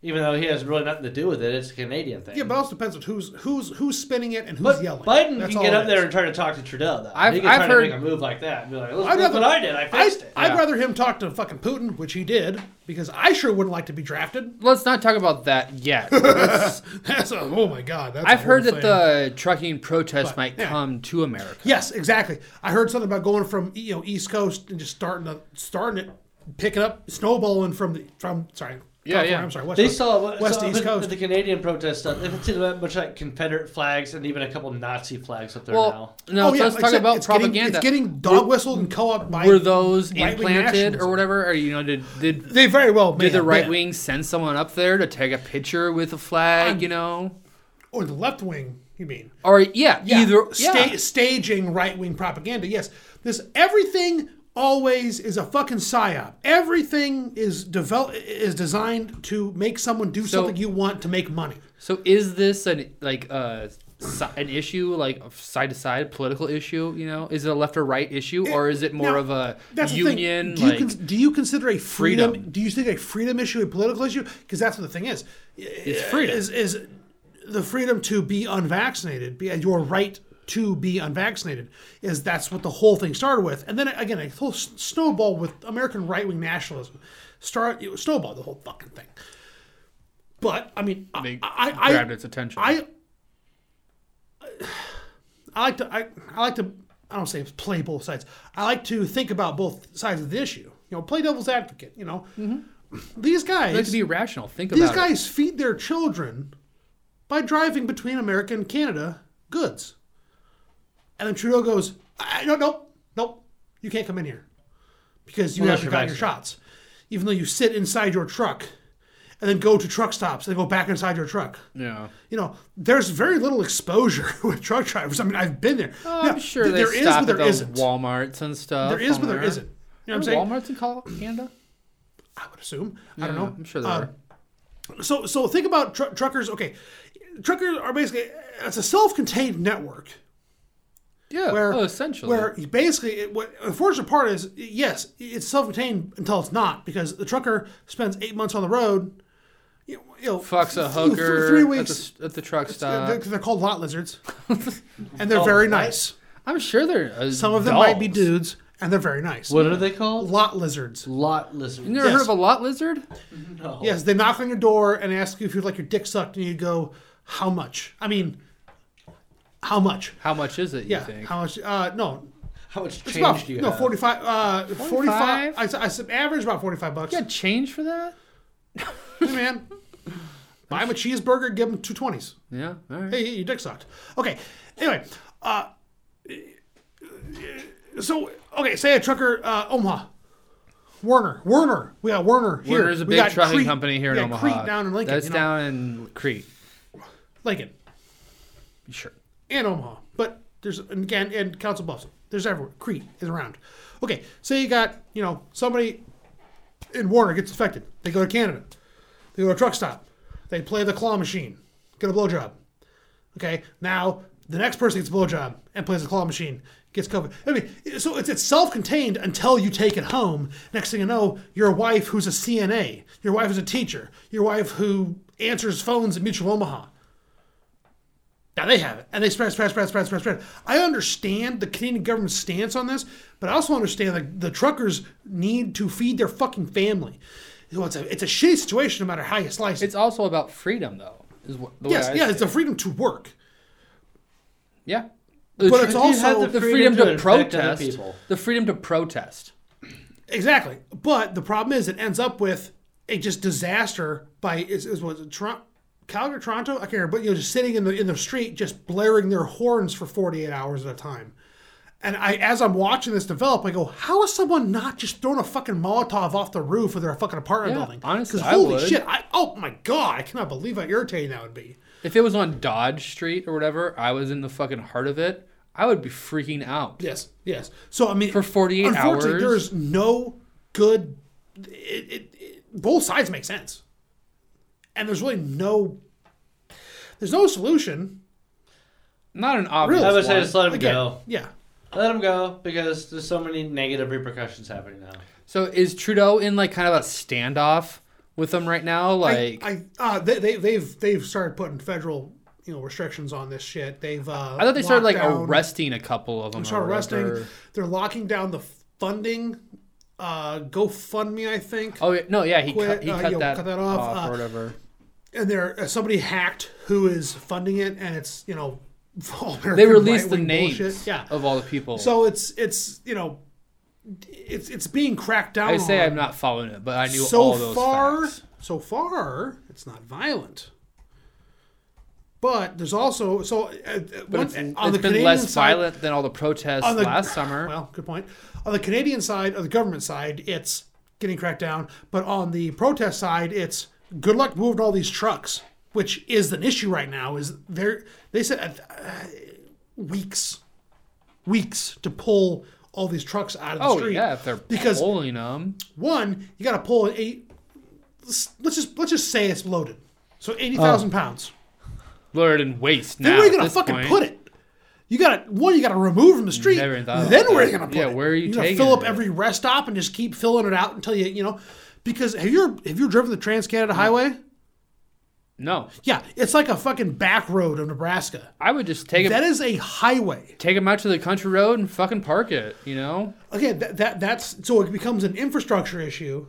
Speaker 2: even though he has really nothing to do with it, it's a Canadian thing.
Speaker 3: Yeah, but it also depends on who's who's who's spinning it and who's
Speaker 2: But
Speaker 3: yelling.
Speaker 2: Biden
Speaker 3: That's
Speaker 2: can
Speaker 3: all
Speaker 2: get
Speaker 3: it
Speaker 2: up there
Speaker 3: is.
Speaker 2: and try to talk to Trudeau though.
Speaker 1: I've-
Speaker 2: he can
Speaker 1: I've
Speaker 2: try
Speaker 1: heard-
Speaker 2: to make a move like that. And be like, look,
Speaker 3: I'd
Speaker 2: look
Speaker 3: rather-
Speaker 2: what I did. I
Speaker 3: I'd,
Speaker 2: fixed it.
Speaker 3: I'd
Speaker 2: Yeah.
Speaker 3: rather him talk to fucking Putin, which he did, because I sure wouldn't like to be drafted.
Speaker 1: Let's not talk about that yet. Let's-
Speaker 3: That's a, oh my god. That's a
Speaker 1: I've heard
Speaker 3: whole
Speaker 1: that the trucking protest
Speaker 3: But,
Speaker 1: might
Speaker 3: yeah.
Speaker 1: come to America.
Speaker 3: Yes, exactly. I heard something about going from you know East Coast and just starting to starting it, picking up, snowballing from the from sorry.
Speaker 1: Yeah, yeah.
Speaker 3: California, I'm sorry. West
Speaker 2: They
Speaker 3: Coast.
Speaker 2: saw what-
Speaker 3: West
Speaker 2: saw
Speaker 3: East
Speaker 2: with-
Speaker 3: Coast.
Speaker 2: with the Canadian protest stuff. They did a bunch of like Confederate flags and even a couple Nazi flags up there
Speaker 1: Well,
Speaker 2: now.
Speaker 1: no,
Speaker 3: Oh, yeah,
Speaker 1: let's talk
Speaker 3: except
Speaker 1: about
Speaker 3: it's
Speaker 1: propaganda.
Speaker 3: Getting, it's getting dog whistled and co-op by.
Speaker 1: Were those
Speaker 3: right-wing
Speaker 1: implanted
Speaker 3: nationalism.
Speaker 1: or whatever? Or you know, did did
Speaker 3: They very well may
Speaker 1: did the
Speaker 3: have
Speaker 1: right
Speaker 3: been.
Speaker 1: wing send someone up there to take a picture with a flag? You know,
Speaker 3: or the left wing? You mean?
Speaker 1: or yeah,
Speaker 3: Yeah.
Speaker 1: either
Speaker 3: Sta-
Speaker 1: yeah.
Speaker 3: staging right wing propaganda. Yes, this everything always is a fucking psyop. Everything is develop is designed to make someone do
Speaker 1: So-
Speaker 3: something you want to make money.
Speaker 1: So is this an like uh, si- an issue like a side to side political issue? You know, is it a left or right issue, or is it more
Speaker 3: now,
Speaker 1: of a
Speaker 3: That's
Speaker 1: union
Speaker 3: The thing. Do,
Speaker 1: like?
Speaker 3: you con- do you consider a freedom,
Speaker 1: freedom?
Speaker 3: Do you think a freedom issue a political issue? Because that's what the thing is. It's
Speaker 1: freedom.
Speaker 3: Is, is the freedom to be unvaccinated, be, your right to be unvaccinated, is that's what the whole thing started with. And then again, a whole s- snowball with American right wing nationalism. Start it snowballed the whole fucking thing. But I mean, I,
Speaker 1: They
Speaker 3: I, I
Speaker 1: grabbed its attention.
Speaker 3: I I like to I, I like to I don't say play both sides. I like to think about both sides of the issue. You know, play devil's advocate. You know, these
Speaker 1: Mm-hmm. They have to
Speaker 3: guys
Speaker 1: be rational. Think
Speaker 3: these
Speaker 1: about it.
Speaker 3: guys feed their children by driving between America and Canada goods, and then Trudeau goes, I, no, no, no, you can't come in here because you
Speaker 2: Unless
Speaker 3: haven't
Speaker 2: you're
Speaker 3: gotten your shots, even though you sit inside your truck and then go to truck stops and go back inside your truck
Speaker 1: Yeah.
Speaker 3: you know, there's very little exposure with truck drivers. I mean, I've been there.
Speaker 1: Oh, I'm
Speaker 3: Now,
Speaker 1: sure
Speaker 3: th-
Speaker 1: they
Speaker 3: there is,
Speaker 1: stop
Speaker 3: but there
Speaker 1: at those
Speaker 3: isn't.
Speaker 1: WalMarts and stuff.
Speaker 3: There is, but there
Speaker 1: somewhere.
Speaker 3: isn't. You know what I'm
Speaker 1: Are
Speaker 3: saying?
Speaker 1: WalMarts in Col- Canada?
Speaker 3: I would assume. I don't know.
Speaker 1: I'm sure there
Speaker 3: Uh,
Speaker 1: are.
Speaker 3: So, so think about tr- truckers. Okay, truckers are basically it's a self-contained network
Speaker 1: Yeah.
Speaker 3: where
Speaker 1: oh, essentially.
Speaker 3: where basically it, what unfortunate part is yes it's self-contained until it's not because the trucker spends eight months on the road. You know, you know,
Speaker 1: fucks a
Speaker 3: th- th-
Speaker 1: hooker
Speaker 3: Three
Speaker 1: at, the,
Speaker 3: weeks.
Speaker 1: s- at the truck
Speaker 3: uh,
Speaker 1: stop. Oh,
Speaker 3: they're, they're called lot lizards, and they're very
Speaker 2: what?
Speaker 3: nice.
Speaker 1: I'm sure there are
Speaker 3: Some of them might be dudes, and they're very nice.
Speaker 2: What are they called?
Speaker 3: Lot lizards.
Speaker 2: Lot lizards.
Speaker 1: You never
Speaker 3: Yes.
Speaker 1: heard of a lot lizard?
Speaker 2: No.
Speaker 3: Yes, they knock on your door and ask you if you'd like your dick sucked, and you go, "How much?" I mean, how much?
Speaker 1: How much is it,
Speaker 3: Yeah,
Speaker 1: you think?
Speaker 3: how much? Uh, no,
Speaker 2: How much change
Speaker 3: it's about
Speaker 2: do you
Speaker 3: no
Speaker 2: have?
Speaker 3: forty-five. Uh, forty-five. I, s- I said average about forty-five bucks.
Speaker 1: You got change for that?
Speaker 3: Hey, man. Buy him a cheeseburger, give him two twenties.
Speaker 1: Yeah. All right.
Speaker 3: Hey, your dick sucked. Okay. Anyway, uh, so okay, say a trucker, uh, Omaha, Werner, Werner. We got Werner here.
Speaker 1: Werner's a
Speaker 3: We
Speaker 1: big
Speaker 3: got
Speaker 1: trucking
Speaker 3: Crete.
Speaker 1: company here
Speaker 3: We
Speaker 1: in
Speaker 3: got
Speaker 1: Omaha.
Speaker 3: Crete down in Lincoln.
Speaker 1: That's
Speaker 3: you know,
Speaker 1: down in Crete.
Speaker 3: Lincoln
Speaker 1: Sure.
Speaker 3: and Omaha, but there's and again and Council Bluffs. There's everywhere. Crete is around. Okay, say you got you know somebody in Warner gets infected. They go to Canada. They go to a truck stop. They play the claw machine. Get a blowjob. Okay, now the next person gets a blowjob and plays the claw machine. Gets COVID. I mean, so it's, it's self-contained until you take it home. Next thing you know, your wife who's a CNA, your wife who's a teacher, your wife who answers phones at Mutual Omaha Now they have it, and they spread, spread, spread, spread, spread, spread. I understand the Canadian government's stance on this, but I also understand that the truckers need to feed their fucking family. You know, it's a it's a shitty situation no matter how you slice it.
Speaker 1: It's also about freedom, though. Is what, the way
Speaker 3: yes,
Speaker 1: I
Speaker 3: yeah,
Speaker 1: see
Speaker 3: it's the freedom to work.
Speaker 1: it. yeah.
Speaker 3: But it's
Speaker 2: you have
Speaker 3: also
Speaker 1: the freedom to
Speaker 2: infect other
Speaker 1: protest.
Speaker 2: people.
Speaker 1: The freedom to protest.
Speaker 3: Exactly. But the problem is, it ends up with a just disaster by is, is was it Toronto, Calgary, Toronto? I can't remember. But you know, just sitting in the in the street, just blaring their horns for forty eight hours at a time. And I, as I'm watching this develop, I go, "How is someone not just throwing a fucking Molotov off the roof of their fucking apartment
Speaker 1: Yeah,
Speaker 3: building?"
Speaker 1: honestly, I
Speaker 3: holy
Speaker 1: would.
Speaker 3: shit! I, oh my god, I cannot believe how irritating that would be.
Speaker 1: If it was on Dodge Street or whatever, I was in the fucking heart of it. I would be freaking out.
Speaker 3: Yes, yes. So I mean,
Speaker 1: For 48
Speaker 3: unfortunately,
Speaker 1: hours?
Speaker 3: there is no good. It, it, it, both sides make sense, and there's really no. There's no solution.
Speaker 1: Not an obvious
Speaker 2: I would say
Speaker 1: one.
Speaker 2: just let him
Speaker 3: Again,
Speaker 2: go.
Speaker 3: yeah.
Speaker 2: Let him go because there's so many negative repercussions happening now.
Speaker 1: So is Trudeau in like kind of a standoff with them right now? Like I,
Speaker 3: I, I uh, they, they they've they've started putting federal you know restrictions on this shit. They've uh, I
Speaker 1: thought they started like arresting a couple of them.
Speaker 3: Start
Speaker 1: or
Speaker 3: arresting.
Speaker 1: whatever.
Speaker 3: They're locking down the funding. Uh, GoFundMe, I think.
Speaker 1: Oh yeah, no, yeah, he
Speaker 3: Quit,
Speaker 1: cut, he
Speaker 3: uh,
Speaker 1: cut,
Speaker 3: yo,
Speaker 1: that,
Speaker 3: cut that
Speaker 1: off,
Speaker 3: off,
Speaker 1: or
Speaker 3: uh,
Speaker 1: whatever.
Speaker 3: and there uh, somebody hacked who is funding it, and it's you know all
Speaker 1: They
Speaker 3: American
Speaker 1: released the
Speaker 3: right-wing
Speaker 1: names
Speaker 3: bullshit. Yeah,
Speaker 1: of all the people.
Speaker 3: so it's it's you know it's it's being cracked down.
Speaker 1: I say
Speaker 3: on.
Speaker 1: I'm not following it, but I knew
Speaker 3: so
Speaker 1: all those
Speaker 3: far.
Speaker 1: facts.
Speaker 3: So far, it's not violent. But there's also so uh,
Speaker 1: But
Speaker 3: one,
Speaker 1: it's,
Speaker 3: on
Speaker 1: it's
Speaker 3: the
Speaker 1: been
Speaker 3: Canadian
Speaker 1: less
Speaker 3: side,
Speaker 1: violent than all the protests
Speaker 3: on the-
Speaker 1: last summer.
Speaker 3: Well, good point. On the Canadian side, on the government side, it's getting cracked down. But on the protest side, it's good luck moving all these trucks, which is an issue right now. Is there? They said uh, weeks, weeks to pull all these trucks out of the
Speaker 1: oh
Speaker 3: street.
Speaker 1: yeah, if they're
Speaker 3: because-
Speaker 1: pulling them.
Speaker 3: One, you got to pull an eight. Let's let's just let's just say it's loaded. So eighty thousand
Speaker 1: Oh.
Speaker 3: pounds.
Speaker 1: Lured in waste now.
Speaker 3: Then where are you
Speaker 1: at
Speaker 3: gonna
Speaker 1: this
Speaker 3: fucking
Speaker 1: point.
Speaker 3: put it? You got to one. You got to remove from the street.
Speaker 1: Never even thought
Speaker 3: then
Speaker 1: about
Speaker 3: where are
Speaker 1: that.
Speaker 3: you gonna put
Speaker 1: Yeah,
Speaker 3: it?
Speaker 1: where are you
Speaker 3: You're gonna
Speaker 1: taking
Speaker 3: fill up
Speaker 1: it?
Speaker 3: every rest stop and just keep filling it out until you you know. Because have you have you driven the Trans Canada Highway?
Speaker 1: No,
Speaker 3: Yeah, it's like a fucking back road of Nebraska.
Speaker 1: I would just take
Speaker 3: That
Speaker 1: it,
Speaker 3: is a highway.
Speaker 1: take them out to the country road and fucking park it. You know.
Speaker 3: Okay, that, that that's so it becomes an infrastructure issue.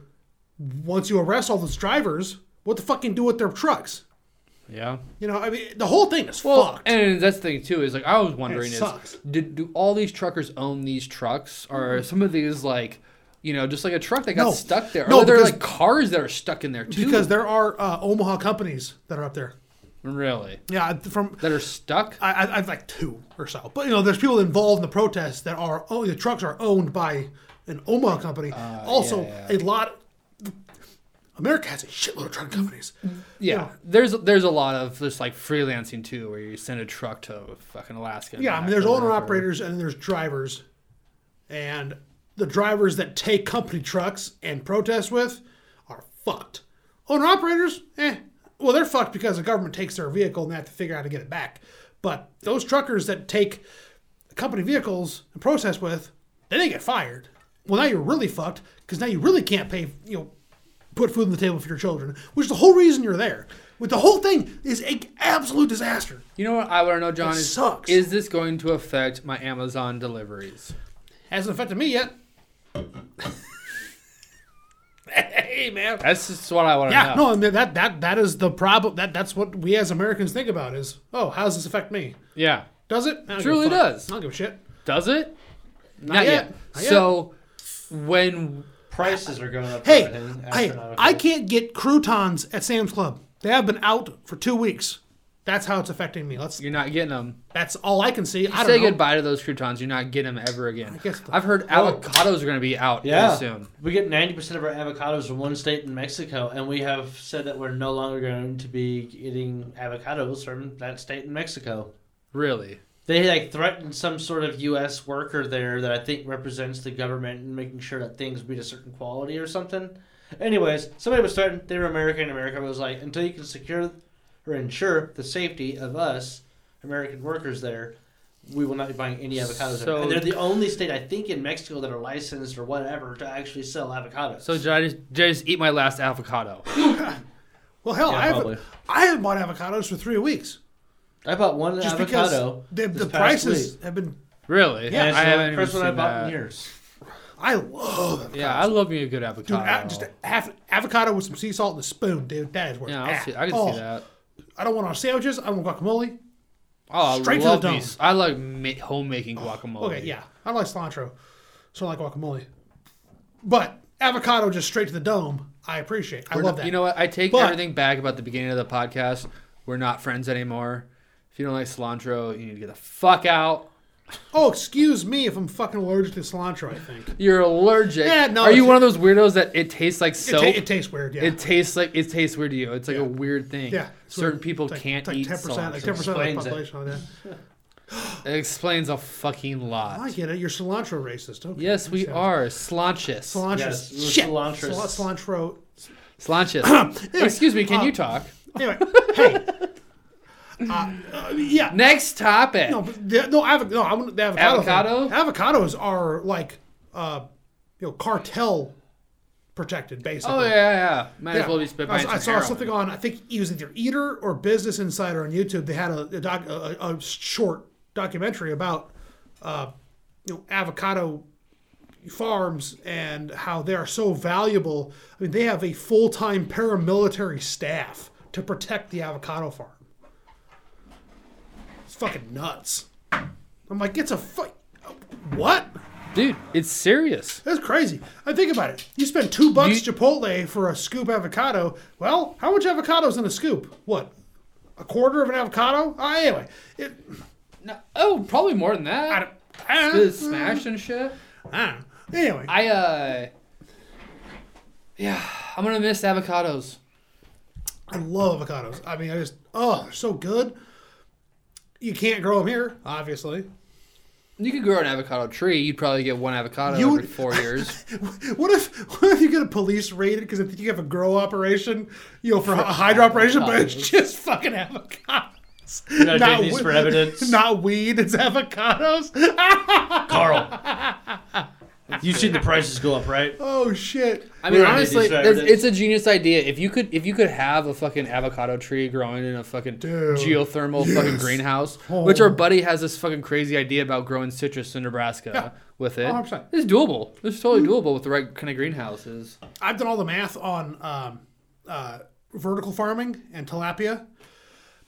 Speaker 3: Once you arrest all those drivers, what the fuck can you do with their trucks?
Speaker 1: Yeah.
Speaker 3: You know, I mean, the whole thing is
Speaker 1: Well,
Speaker 3: fucked.
Speaker 1: and that's the thing too is like I was wondering is
Speaker 3: sucks.
Speaker 1: did, do all these truckers own these trucks or are some of these like you know just like a truck that got
Speaker 3: No.
Speaker 1: stuck there?
Speaker 3: No,
Speaker 1: or are there
Speaker 3: because-
Speaker 1: like cars that are stuck in there too?
Speaker 3: because there are uh, Omaha companies that are up there.
Speaker 1: really
Speaker 3: Yeah, from
Speaker 1: that are stuck.
Speaker 3: I, I, I've like two or so, but you know, there's people involved in the protests that are oh, the trucks are owned by an Omaha company. also,
Speaker 1: Uh, yeah,
Speaker 3: a lot. America has a shitload of truck companies.
Speaker 1: Yeah. There's there's a lot of just like freelancing too where you send a truck to fucking Alaska. and
Speaker 3: Yeah, I
Speaker 1: back
Speaker 3: mean, there's
Speaker 1: or
Speaker 3: owner
Speaker 1: whatever.
Speaker 3: operators and there's drivers, and the drivers that take company trucks and protest with are fucked. Owner operators, eh, well they're fucked because the government takes their vehicle and they have to figure out how to get it back. But those truckers that take company vehicles and protest with, then they get fired. Well, now you're really fucked because now you really can't pay, you know, put food on the table for your children, which is the whole reason you're there. But the whole thing is an absolute disaster.
Speaker 1: You know what I want to know, John?
Speaker 3: It
Speaker 1: is,
Speaker 3: sucks.
Speaker 1: Is this going to affect my Amazon deliveries?
Speaker 3: Hasn't affected me yet. hey man.
Speaker 1: That's just what I want to
Speaker 3: Yeah,
Speaker 1: know.
Speaker 3: no, and that that that is the problem. That that's what we as Americans think about is, oh, how does this affect me?
Speaker 1: Yeah.
Speaker 3: Does it? I don't
Speaker 1: Truly
Speaker 3: give a fuck.
Speaker 1: does.
Speaker 3: I don't give a shit.
Speaker 1: Does it? Not,
Speaker 3: yet. Not yet.
Speaker 1: So when
Speaker 2: Prices are going up. for
Speaker 3: Hey,
Speaker 2: everything
Speaker 3: hey,
Speaker 2: astronomically.
Speaker 3: I can't get croutons at Sam's Club. They have been out for two weeks. That's how it's affecting me. Let's.
Speaker 1: you're not getting them,
Speaker 3: That's all I can see. I don't
Speaker 1: say
Speaker 3: know.
Speaker 1: goodbye to those croutons. You're not getting them ever again.
Speaker 3: guess the-
Speaker 1: I've heard avocados are going to be out
Speaker 2: Yeah.
Speaker 1: pretty soon.
Speaker 2: We get 90% of our avocados from one state in Mexico, and we have said that we're no longer going to be getting avocados from that state in Mexico.
Speaker 1: Really?
Speaker 2: They like threatened some sort of U.S. worker there that I think represents the government and making sure that things meet a certain quality or something. Anyways, somebody was threatened. They were American. and America was like, until you can secure or ensure the safety of us American workers there, we will not be buying any avocados.
Speaker 1: So-
Speaker 2: and they're the only state I think in Mexico that are licensed or whatever to actually sell avocados.
Speaker 1: So did I just, did I just eat my last avocado?
Speaker 3: Well, hell,
Speaker 2: Yeah,
Speaker 3: I haven't.
Speaker 2: probably.
Speaker 3: I haven't bought avocados for three weeks.
Speaker 2: I bought one
Speaker 3: Just
Speaker 2: avocado.
Speaker 3: because
Speaker 2: this
Speaker 3: the, the
Speaker 2: past
Speaker 3: prices
Speaker 2: week.
Speaker 3: have been.
Speaker 1: Really?
Speaker 2: And it's
Speaker 1: I
Speaker 2: the
Speaker 1: haven't
Speaker 2: only
Speaker 1: even
Speaker 2: first one I
Speaker 1: seen
Speaker 2: bought in
Speaker 1: that.
Speaker 2: years.
Speaker 3: I love
Speaker 1: Yeah, I love me a good
Speaker 3: Dude,
Speaker 1: avocado.
Speaker 3: a- just a half avocado with some sea salt and a spoon, dude. That is worth.
Speaker 1: yeah,
Speaker 3: ah,
Speaker 1: I'll see, I can
Speaker 3: oh,
Speaker 1: see that.
Speaker 3: I don't want our sandwiches. I don't want guacamole.
Speaker 1: Oh,
Speaker 3: Straight
Speaker 1: I
Speaker 3: to the
Speaker 1: love
Speaker 3: dome.
Speaker 1: these. I like ma- homemaking guacamole.
Speaker 3: Okay, yeah, I don't like cilantro, so I don't like guacamole. But avocado just straight to the dome. I appreciate. I
Speaker 1: We're
Speaker 3: love
Speaker 1: not-
Speaker 3: that.
Speaker 1: You know what? I take
Speaker 3: But-
Speaker 1: everything back about the beginning of the podcast. We're not friends anymore. If you don't like cilantro, you need to get the fuck out.
Speaker 3: Oh, excuse me if I'm fucking allergic to cilantro. I think it,
Speaker 1: You're allergic.
Speaker 3: Yeah, no,
Speaker 1: Are you
Speaker 3: it's-
Speaker 1: one of those weirdos that it tastes like
Speaker 3: ta-
Speaker 1: soap? It,
Speaker 3: it tastes weird. Yeah,
Speaker 1: tastes like it tastes weird to you. It's like
Speaker 3: Yeah.
Speaker 1: a weird thing.
Speaker 3: yeah. It's
Speaker 1: Certain
Speaker 3: like-
Speaker 1: people
Speaker 3: it's like-
Speaker 1: can't
Speaker 3: it's like
Speaker 1: eat
Speaker 3: 10%, Like ten
Speaker 1: cilantro.
Speaker 3: percent of the
Speaker 2: Explains it.
Speaker 3: population on that.
Speaker 1: It explains a fucking lot.
Speaker 3: I get it. You're cilantro racist. Okay.
Speaker 1: yes, we
Speaker 3: Yeah.
Speaker 1: are cilanches.
Speaker 3: Cilantro.
Speaker 2: Yes, we're
Speaker 3: shit.
Speaker 2: cilantrous.
Speaker 3: Cil- cilantro.
Speaker 1: Cilanches. Excuse me. Can
Speaker 3: uh,
Speaker 1: you talk?
Speaker 3: Anyway, hey. Uh, uh, yeah,
Speaker 1: Next topic.
Speaker 3: No, but the, no, avo- no, I want the avocado.
Speaker 1: Avocado?
Speaker 3: thing. Avocados are like, uh, you know, cartel protected, basically.
Speaker 1: oh yeah, yeah. Might
Speaker 3: Yeah.
Speaker 1: as well be spit by
Speaker 3: I, I saw something on. I think it was either Eater or Business Insider on YouTube. They had a a, doc, a, a- a short documentary about, uh, you know, avocado farms and how they are so valuable. I mean, they have a full time paramilitary staff to protect the avocado farm. It's fucking nuts. I'm like, it's a fu- what?
Speaker 1: Dude, it's serious.
Speaker 3: That's crazy. I think about it. You spend two bucks
Speaker 1: You-
Speaker 3: Chipotle for a scoop avocado. Well, how much avocado's in a scoop? What? A quarter of an avocado? Uh, anyway, it,
Speaker 1: No, oh, probably more than that.
Speaker 3: I don't, I don't know.
Speaker 1: Good smash and shit.
Speaker 3: I don't know. Anyway,
Speaker 1: I uh, yeah, I'm gonna miss avocados.
Speaker 3: I love avocados. I mean, I just oh, they're so good. You can't grow them here, obviously.
Speaker 1: You could grow an avocado tree. You'd probably get one avocado
Speaker 3: You
Speaker 1: every
Speaker 3: would-
Speaker 1: four years.
Speaker 3: What if what if you get a police raid because they think you have a grow operation, you know, for a hydro operation, but it's just fucking avocados.
Speaker 2: gotta take these
Speaker 3: we-
Speaker 2: for evidence.
Speaker 3: Not weed, it's avocados.
Speaker 2: Carl. You've seen the prices go up, right?
Speaker 3: Oh shit.
Speaker 1: I mean,
Speaker 2: We don't need
Speaker 1: honestly,
Speaker 2: these for
Speaker 1: it's,
Speaker 2: evidence.
Speaker 1: it's a genius idea. If you could, if you could have a fucking avocado tree growing in a fucking
Speaker 3: Dude,
Speaker 1: geothermal fucking
Speaker 3: yes.
Speaker 1: greenhouse,
Speaker 3: Oh.
Speaker 1: which our buddy has this fucking crazy idea about growing citrus in Nebraska with it.
Speaker 3: 100%.
Speaker 1: It's doable. It's totally doable with the right kind of greenhouses.
Speaker 3: I've done all the math on um, uh, vertical farming and tilapia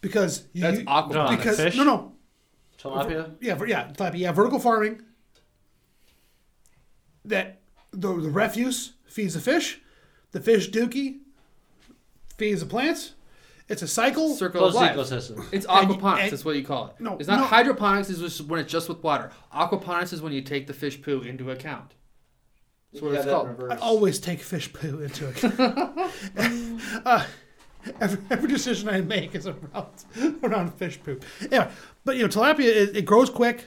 Speaker 3: because you,
Speaker 1: That's
Speaker 3: you-
Speaker 1: aquaponics.
Speaker 3: Because
Speaker 2: Fish?
Speaker 3: no, no,
Speaker 2: Tilapia.
Speaker 3: yeah, ver- yeah, tilapia, yeah, vertical farming. That the, the refuse feeds the fish, the fish dookie feeds the plants. It's a cycle.
Speaker 1: Circle
Speaker 2: Closed
Speaker 1: of life.
Speaker 2: ecosystem.
Speaker 1: It's
Speaker 3: And you-
Speaker 1: aquaponics.
Speaker 3: and-
Speaker 1: that's what you call it.
Speaker 3: No,
Speaker 1: it's not
Speaker 3: no.
Speaker 1: hydroponics. Is just when it's just with water. Aquaponics is when you take the fish poo into account. That's what it's called.
Speaker 3: I
Speaker 2: oh,
Speaker 3: always take fish poo into account. uh, every, every decision I make is around, around fish poop. Anyway, but you know, tilapia it, it grows quick.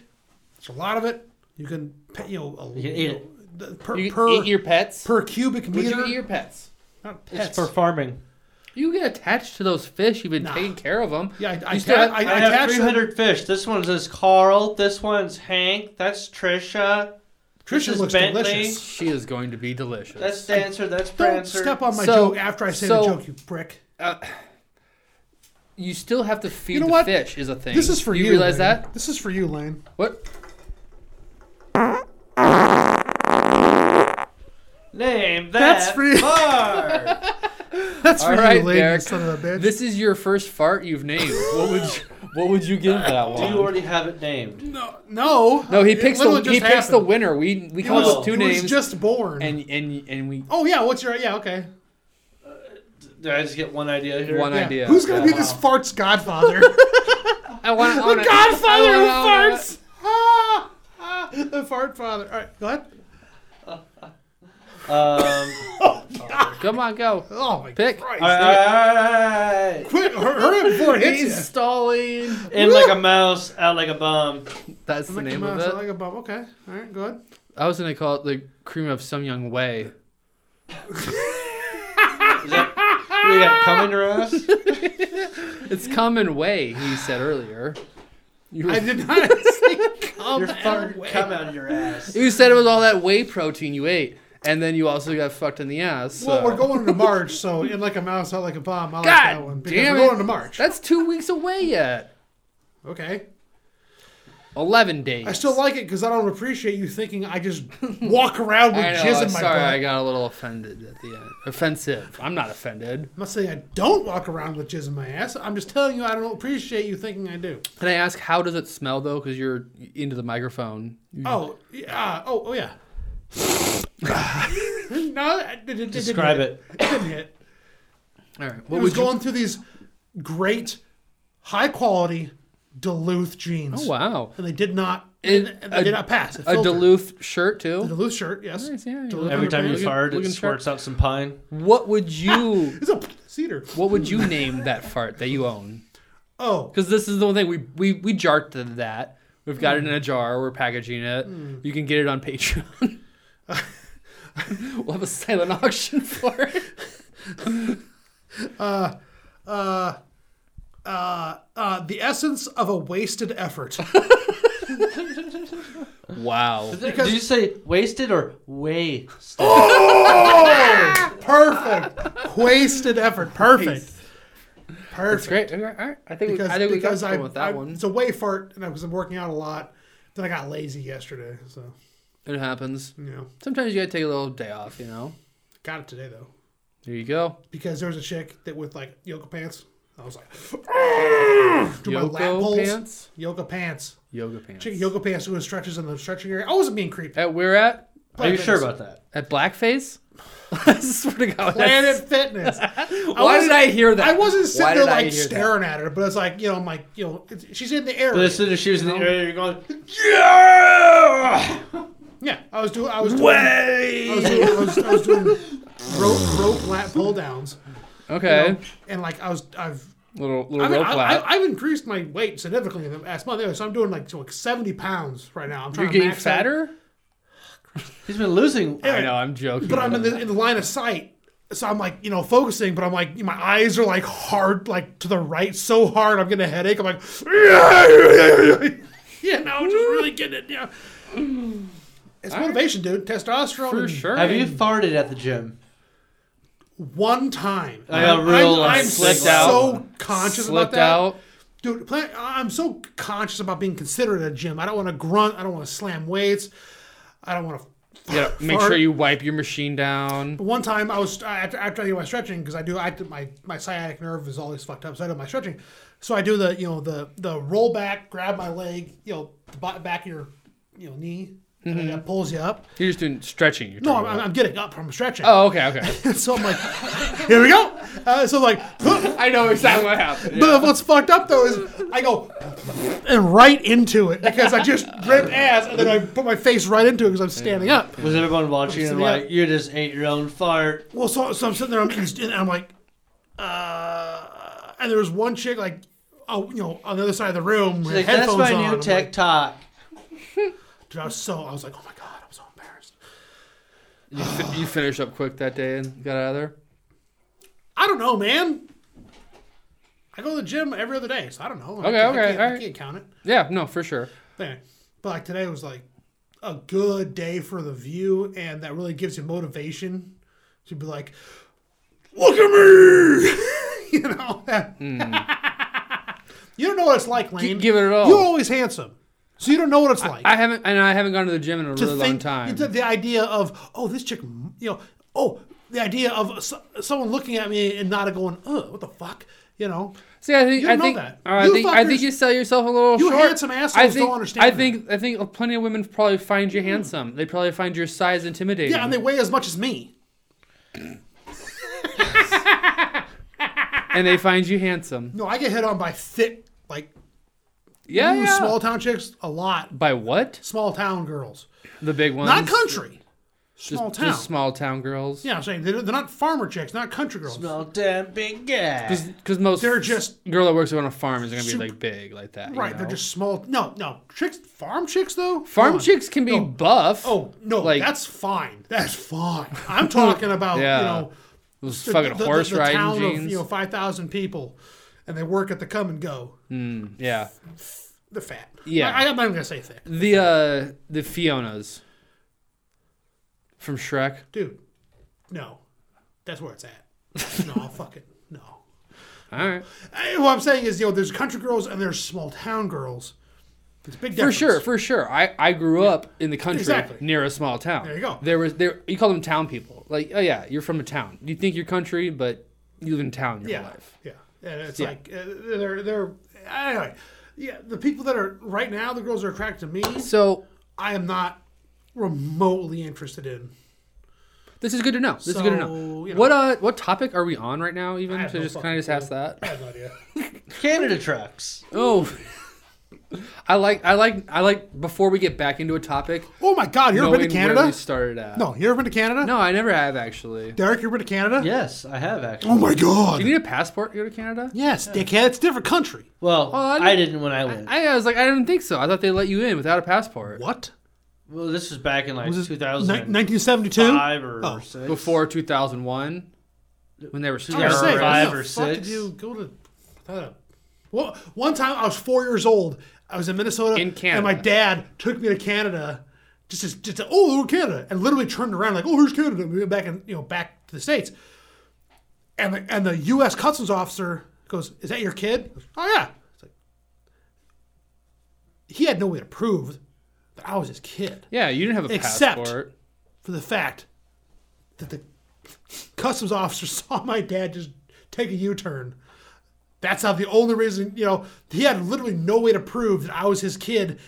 Speaker 3: There's a lot of it. You can pay, you know a,
Speaker 2: You can eat it.
Speaker 3: the- per
Speaker 1: You
Speaker 3: per,
Speaker 1: eat your pets.
Speaker 3: per cubic
Speaker 1: Would
Speaker 3: meter.
Speaker 1: you eat your pets?
Speaker 3: not
Speaker 2: It's
Speaker 3: pets.
Speaker 2: for farming.
Speaker 1: You get attached to those fish. You've been
Speaker 3: Nah.
Speaker 1: taking care of them.
Speaker 3: yeah, I, I,
Speaker 1: You still
Speaker 3: I,
Speaker 1: have-
Speaker 3: I,
Speaker 2: I, have
Speaker 3: attach them.
Speaker 2: 300 fish. This one is Carl. This one's Hank. That's Trisha. This
Speaker 3: Trisha
Speaker 2: is
Speaker 3: looks
Speaker 2: Bentley.
Speaker 3: delicious.
Speaker 1: She is going to be delicious.
Speaker 2: That's Dancer. That's
Speaker 3: Don't
Speaker 2: Prancer.
Speaker 3: step on my
Speaker 1: So-
Speaker 3: joke after I say
Speaker 1: so-
Speaker 3: the joke, you prick.
Speaker 1: you still have to feed
Speaker 3: You know
Speaker 1: the
Speaker 3: what?
Speaker 1: fish. Is a thing.
Speaker 3: This is for
Speaker 1: Do
Speaker 3: you.
Speaker 1: You realize
Speaker 3: Lane.
Speaker 1: that?
Speaker 3: This is for you, Lane.
Speaker 1: What?
Speaker 2: Name that
Speaker 3: That's free.
Speaker 2: bar.
Speaker 3: That's
Speaker 1: All
Speaker 3: for
Speaker 1: right,
Speaker 3: you, Lane, you
Speaker 1: Derek.
Speaker 3: son of a bitch.
Speaker 1: This is your first fart you've named. what would you, What would you give that
Speaker 2: Do you
Speaker 1: one?
Speaker 2: already have it named?
Speaker 3: no, no.
Speaker 1: No, he
Speaker 3: It
Speaker 1: picks the
Speaker 3: literally
Speaker 1: he
Speaker 3: just
Speaker 1: picks the
Speaker 3: happened.
Speaker 1: winner. We we
Speaker 3: He
Speaker 1: come up
Speaker 2: was-
Speaker 1: with two
Speaker 3: he
Speaker 1: names.
Speaker 3: was just born.
Speaker 1: and and and we
Speaker 3: Oh yeah, what's your yeah? Okay,
Speaker 2: Did I just get one idea here?
Speaker 1: one
Speaker 3: Yeah.
Speaker 1: idea.
Speaker 3: Who's gonna be
Speaker 2: Wow.
Speaker 3: this farts godfather?
Speaker 1: I want
Speaker 3: the godfather who farts. Ah, ah, the fart father. All right, go ahead.
Speaker 2: Um,
Speaker 1: Come on, go.
Speaker 3: Oh my
Speaker 1: Pick.
Speaker 3: Christ!
Speaker 2: all right, all right, all right.
Speaker 3: Quick, hur- hurry up before it hits
Speaker 1: He's stalling.
Speaker 2: In like a mouse, out like a bum.
Speaker 1: That's the
Speaker 3: ya.
Speaker 1: name
Speaker 3: Mickey
Speaker 1: of
Speaker 3: Mouse,
Speaker 1: it.
Speaker 3: Like a bum. Okay, all right, go ahead.
Speaker 1: I was gonna call it the cream of some young way.
Speaker 2: What do you got coming to us?
Speaker 1: It's common way. He said earlier. You,
Speaker 3: I did not say come
Speaker 2: Your
Speaker 3: that
Speaker 2: fucking
Speaker 3: way.
Speaker 2: come out of your ass.
Speaker 1: you said it was all that whey protein you ate, and then you also got fucked in the ass. So.
Speaker 3: Well, we're going into March, so in like a mouse, out like a bomb. I like
Speaker 1: God
Speaker 3: that one because
Speaker 1: damn
Speaker 3: we're
Speaker 1: it.
Speaker 3: going into March.
Speaker 1: That's two weeks away yet.
Speaker 3: Okay.
Speaker 1: 11 days.
Speaker 3: I still like it because I don't appreciate you thinking I just walk around with
Speaker 1: I know,
Speaker 3: jizz in my
Speaker 1: sorry,
Speaker 3: butt.
Speaker 1: I got a little offended at the end. Offensive. I'm not offended.
Speaker 3: I'm not saying I don't walk around with jizz in my ass. I'm just telling you I don't appreciate you thinking I do.
Speaker 1: Can I ask how does it smell though? Because you're into the microphone.
Speaker 3: Oh, yeah. Oh, oh yeah. no, it, it, it
Speaker 2: Describe
Speaker 3: didn't
Speaker 2: it.
Speaker 3: Hit. It didn't hit.
Speaker 1: All right.
Speaker 3: It
Speaker 1: What
Speaker 3: was
Speaker 1: would you?
Speaker 3: going through these great, high quality Duluth jeans.
Speaker 1: Oh wow.
Speaker 3: And they did not.
Speaker 1: And
Speaker 3: they
Speaker 1: a-
Speaker 3: did not pass. It
Speaker 1: A
Speaker 3: filtered.
Speaker 1: Duluth shirt
Speaker 3: The
Speaker 1: too.
Speaker 3: Duluth shirt, yes.
Speaker 1: Nice, yeah, you
Speaker 3: Duluth
Speaker 1: look-
Speaker 2: Every time
Speaker 3: underpants.
Speaker 2: you
Speaker 1: Looking-
Speaker 2: fart, it
Speaker 1: looking
Speaker 2: squirts out some pine.
Speaker 1: What would you?
Speaker 3: It's a cedar.
Speaker 1: what would you name that fart that you own?
Speaker 3: Oh,
Speaker 1: Because this is the one thing we we we jarred to that. We've got it in a
Speaker 3: Mm.
Speaker 1: jar. We're packaging it. You can get it on Patreon. we'll have a silent auction for it.
Speaker 3: uh, uh, uh, the essence of a wasted effort.
Speaker 1: Wow.
Speaker 2: Did you say wasted or wasted?
Speaker 3: Perfect. wasted effort. Perfect.
Speaker 1: That's
Speaker 3: Perfect.
Speaker 1: great. Okay, All right. I think
Speaker 3: Because
Speaker 1: we, I think we got
Speaker 3: because I,
Speaker 1: someone with that
Speaker 3: I-
Speaker 1: one.
Speaker 3: it's a way fart, and I was working out a lot. Then I got lazy yesterday, so
Speaker 1: It happens.
Speaker 3: you know,
Speaker 1: Sometimes you gotta take a little day off. You know.
Speaker 3: got it today though.
Speaker 1: There you go.
Speaker 3: Because there was a chick that with like yoga pants. I was like, do my
Speaker 1: Yoga
Speaker 3: lap pulls.
Speaker 1: pants.
Speaker 3: Yoga pants.
Speaker 1: Yoga pants.
Speaker 3: Chick yoga pants doing stretches in the stretching area. I wasn't being creepy.
Speaker 1: At where at?
Speaker 2: Are you
Speaker 3: Blackface.
Speaker 2: sure about that?
Speaker 1: At blackface? I swear to God. that's-
Speaker 3: Planet Fitness.
Speaker 1: Why did I hear that?
Speaker 3: I wasn't sitting
Speaker 1: Why
Speaker 3: there
Speaker 1: did I hear
Speaker 3: like
Speaker 1: that?
Speaker 3: staring at her, but it's like you know, I'm like you know, it's, she's in the area.
Speaker 2: But as soon as she was in the area, you're going,
Speaker 3: Yeah, I was doing. I was doing. I was doing, I was, I was doing rope, rope lat pull downs,
Speaker 1: Okay.
Speaker 3: and like I was, I've.
Speaker 1: Little little
Speaker 3: I mean,
Speaker 1: rope
Speaker 3: I,
Speaker 1: lap.
Speaker 3: I, I've increased my weight significantly in the last month, anyway, so I'm doing like, to like 70 pounds right now. I'm trying
Speaker 1: You're
Speaker 3: to
Speaker 1: getting
Speaker 3: max out-
Speaker 1: fatter?
Speaker 2: he's been losing.
Speaker 1: I know, I'm joking.
Speaker 3: but I'm in the, in the line of sight, so I'm like you know focusing, but I'm like my eyes are like hard, like to the right, so hard I'm getting a headache. I'm like, yeah, no, just really getting it. Yeah, it's motivation, dude. Testosterone
Speaker 1: for
Speaker 3: and
Speaker 1: sure.
Speaker 2: Have you farted at the gym?
Speaker 3: one time.
Speaker 2: I got real,
Speaker 3: I'm,
Speaker 2: uh,
Speaker 3: I'm
Speaker 1: slipped
Speaker 3: so
Speaker 1: out.
Speaker 3: conscious about
Speaker 1: slipped
Speaker 3: that.
Speaker 1: out?
Speaker 3: Dude, play, I'm so conscious about being considerate at a gym. I don't want to grunt. I don't want to slam weights. I don't want to.
Speaker 1: You gotta make sure you wipe your machine down.
Speaker 3: But one time I was I- after, after I do my stretching because I do I did my my sciatic nerve is always fucked up, so I do my stretching. So I do the you know the the roll back, grab my leg, you know the bo- back of your you know knee, and
Speaker 1: Mm-hmm.
Speaker 3: that pulls you up.
Speaker 1: You're just doing stretching. You're
Speaker 3: No,
Speaker 1: talking
Speaker 3: I'm,
Speaker 1: about.
Speaker 3: I'm getting up from stretching.
Speaker 1: Oh, okay, okay.
Speaker 3: so I'm like, here we go. Uh, so like,
Speaker 1: I know exactly what happened.
Speaker 3: but what's fucked up though is I go and right into it because I just ripped ass and then I put my face right into it because I'm standing up.
Speaker 2: Was everyone watching and
Speaker 3: Yeah.
Speaker 2: like, you just ate your own fart?
Speaker 3: Well, so, so I'm sitting there, I'm, and I'm like, uh, and there was one chick like, oh, you know, on the other side of the room, with
Speaker 2: Like, that's
Speaker 3: headphones
Speaker 2: my
Speaker 3: on.
Speaker 2: new
Speaker 3: I'm
Speaker 2: tech
Speaker 3: Like,
Speaker 2: talk.
Speaker 3: dude, I was so, I was like, oh my god, I'm so embarrassed.
Speaker 1: You, fi- you finished up quick that day and got out of there?
Speaker 3: I don't know, man. I go to the gym every other day, so I don't know. I
Speaker 1: Okay,
Speaker 3: can't-
Speaker 1: okay,
Speaker 3: I can't, I
Speaker 1: alright.
Speaker 3: can't count it.
Speaker 1: Yeah, no, for sure.
Speaker 3: Anyway, but like today was like a good day for the view, and that really gives you motivation to be like, look at me, you know. you don't know what it's like, Lane.
Speaker 1: Hmm. give it all.
Speaker 3: You're always handsome, so you don't know what it's like.
Speaker 1: I haven't, and I haven't gone to the gym in a
Speaker 3: to
Speaker 1: really long
Speaker 3: think-
Speaker 1: time.
Speaker 3: to the idea of oh, this chick, you know, oh, the idea of so- someone looking at me and not going, oh, what the fuck, you know.
Speaker 1: See, I think
Speaker 3: You
Speaker 1: I
Speaker 3: don't know
Speaker 1: think
Speaker 3: that.
Speaker 1: all right, I
Speaker 3: You
Speaker 1: think I think
Speaker 3: fuckers-
Speaker 1: you sell yourself a little
Speaker 3: You
Speaker 1: short.
Speaker 3: handsome
Speaker 1: I
Speaker 3: assholes
Speaker 1: think
Speaker 3: don't understand
Speaker 1: I
Speaker 3: that. Hmm.
Speaker 1: think I think plenty of women probably find you handsome. They probably find your size intimidating.
Speaker 3: Yeah, and they weigh as much as me.
Speaker 1: and they find you handsome.
Speaker 3: No, I get hit on by thick, like
Speaker 1: Yeah, yeah.
Speaker 3: small town chicks a lot.
Speaker 1: By what?
Speaker 3: small town girls,
Speaker 1: The big ones.
Speaker 3: not country,
Speaker 1: Just,
Speaker 3: small
Speaker 1: just
Speaker 3: town.
Speaker 1: small town girls.
Speaker 3: yeah, I'm saying they're, they're not farmer chicks, not country girls.
Speaker 2: Smell damn big guy.
Speaker 1: Because most
Speaker 3: They're just
Speaker 1: girl that works on a farm is gonna be
Speaker 3: Super-
Speaker 1: like big like that. you
Speaker 3: right. They're
Speaker 1: know?
Speaker 3: just small. No, no, chicks. Farm chicks though. Come
Speaker 1: farm
Speaker 3: on.
Speaker 1: chicks can be
Speaker 3: No.
Speaker 1: buff.
Speaker 3: Oh no,
Speaker 1: like-
Speaker 3: that's fine. That's fine. I'm talking about you
Speaker 1: Yeah.
Speaker 3: know
Speaker 1: those
Speaker 3: the,
Speaker 1: fucking
Speaker 3: the- the-
Speaker 1: horse
Speaker 3: the
Speaker 1: riding
Speaker 3: town
Speaker 1: jeans.
Speaker 3: of you know five thousand people, and they work at the come and go.
Speaker 1: yeah.
Speaker 3: They're fat.
Speaker 1: Yeah.
Speaker 3: I, I'm not even gonna say thick,
Speaker 1: The uh the Fionas from Shrek.
Speaker 3: dude. No, that's where it's at. No, fuck it. No.
Speaker 1: All right.
Speaker 3: Eh, What I'm saying is, you know, there's country girls and there's small town girls. It's a big difference.
Speaker 1: For sure, for sure. I, I grew up in the country
Speaker 3: Exactly.
Speaker 1: near a small town.
Speaker 3: There you go.
Speaker 1: There was there you call them town people. Like, oh yeah, you're from a town. You think you're country, but you live in town your
Speaker 3: yeah,
Speaker 1: whole life.
Speaker 3: yeah. And it's
Speaker 1: Yeah.
Speaker 3: like uh, they're they're anyway. Yeah, the people that are right now, the girls that are attracted to me,
Speaker 1: So
Speaker 3: I am not remotely interested in.
Speaker 1: this is good to know. This is good to know.
Speaker 3: So, you know.
Speaker 1: What uh what topic are we on right now even?
Speaker 3: I have
Speaker 1: So
Speaker 3: no
Speaker 1: just can
Speaker 3: fucking
Speaker 1: I just ask
Speaker 3: clue.
Speaker 1: that?
Speaker 3: I have no idea.
Speaker 2: Canada trucks.
Speaker 1: Oh I like I like I like before we get back into a topic.
Speaker 3: Oh my God, you ever been
Speaker 1: knowing
Speaker 3: to
Speaker 1: where
Speaker 3: Canada?
Speaker 1: we started at.
Speaker 3: No, you ever been to Canada?
Speaker 1: No, I never have actually.
Speaker 3: Derek, you ever been to Canada?
Speaker 2: Yes, I have actually.
Speaker 3: Oh my God.
Speaker 1: Do you need a passport to go to Canada?
Speaker 3: yes, dickhead. It's a different country.
Speaker 2: Well,
Speaker 1: I
Speaker 2: I, didn't when I went.
Speaker 1: I, I was like, I didn't think so. I thought they let you in without a passport.
Speaker 3: What?
Speaker 2: well, this was back in like
Speaker 3: Was it ni-
Speaker 2: 2005
Speaker 3: 1972?
Speaker 2: or
Speaker 3: Oh.
Speaker 2: six.
Speaker 1: before 2001 when they were
Speaker 3: I was gonna say,
Speaker 2: five
Speaker 3: when the
Speaker 2: or
Speaker 3: fuck Did
Speaker 2: six.
Speaker 3: you go to? I thought- Well, one time I was four years old. I was in Minnesota
Speaker 1: In Canada.
Speaker 3: and my dad took me to Canada. Just, as- just, to, oh, look, Canada, and literally turned around like, oh, here's Canada. We went back and you know back to the states. And the, and the U.S. Customs officer goes, "Is that your kid?" I goes, oh yeah. It's like, he had no way to prove that I was his kid
Speaker 1: yeah you didn't have a
Speaker 3: Except-
Speaker 1: passport
Speaker 3: for the fact that the customs officer saw my dad just take a U-turn. That's not the only reason, you know, he had literally no way to prove that I was his kid.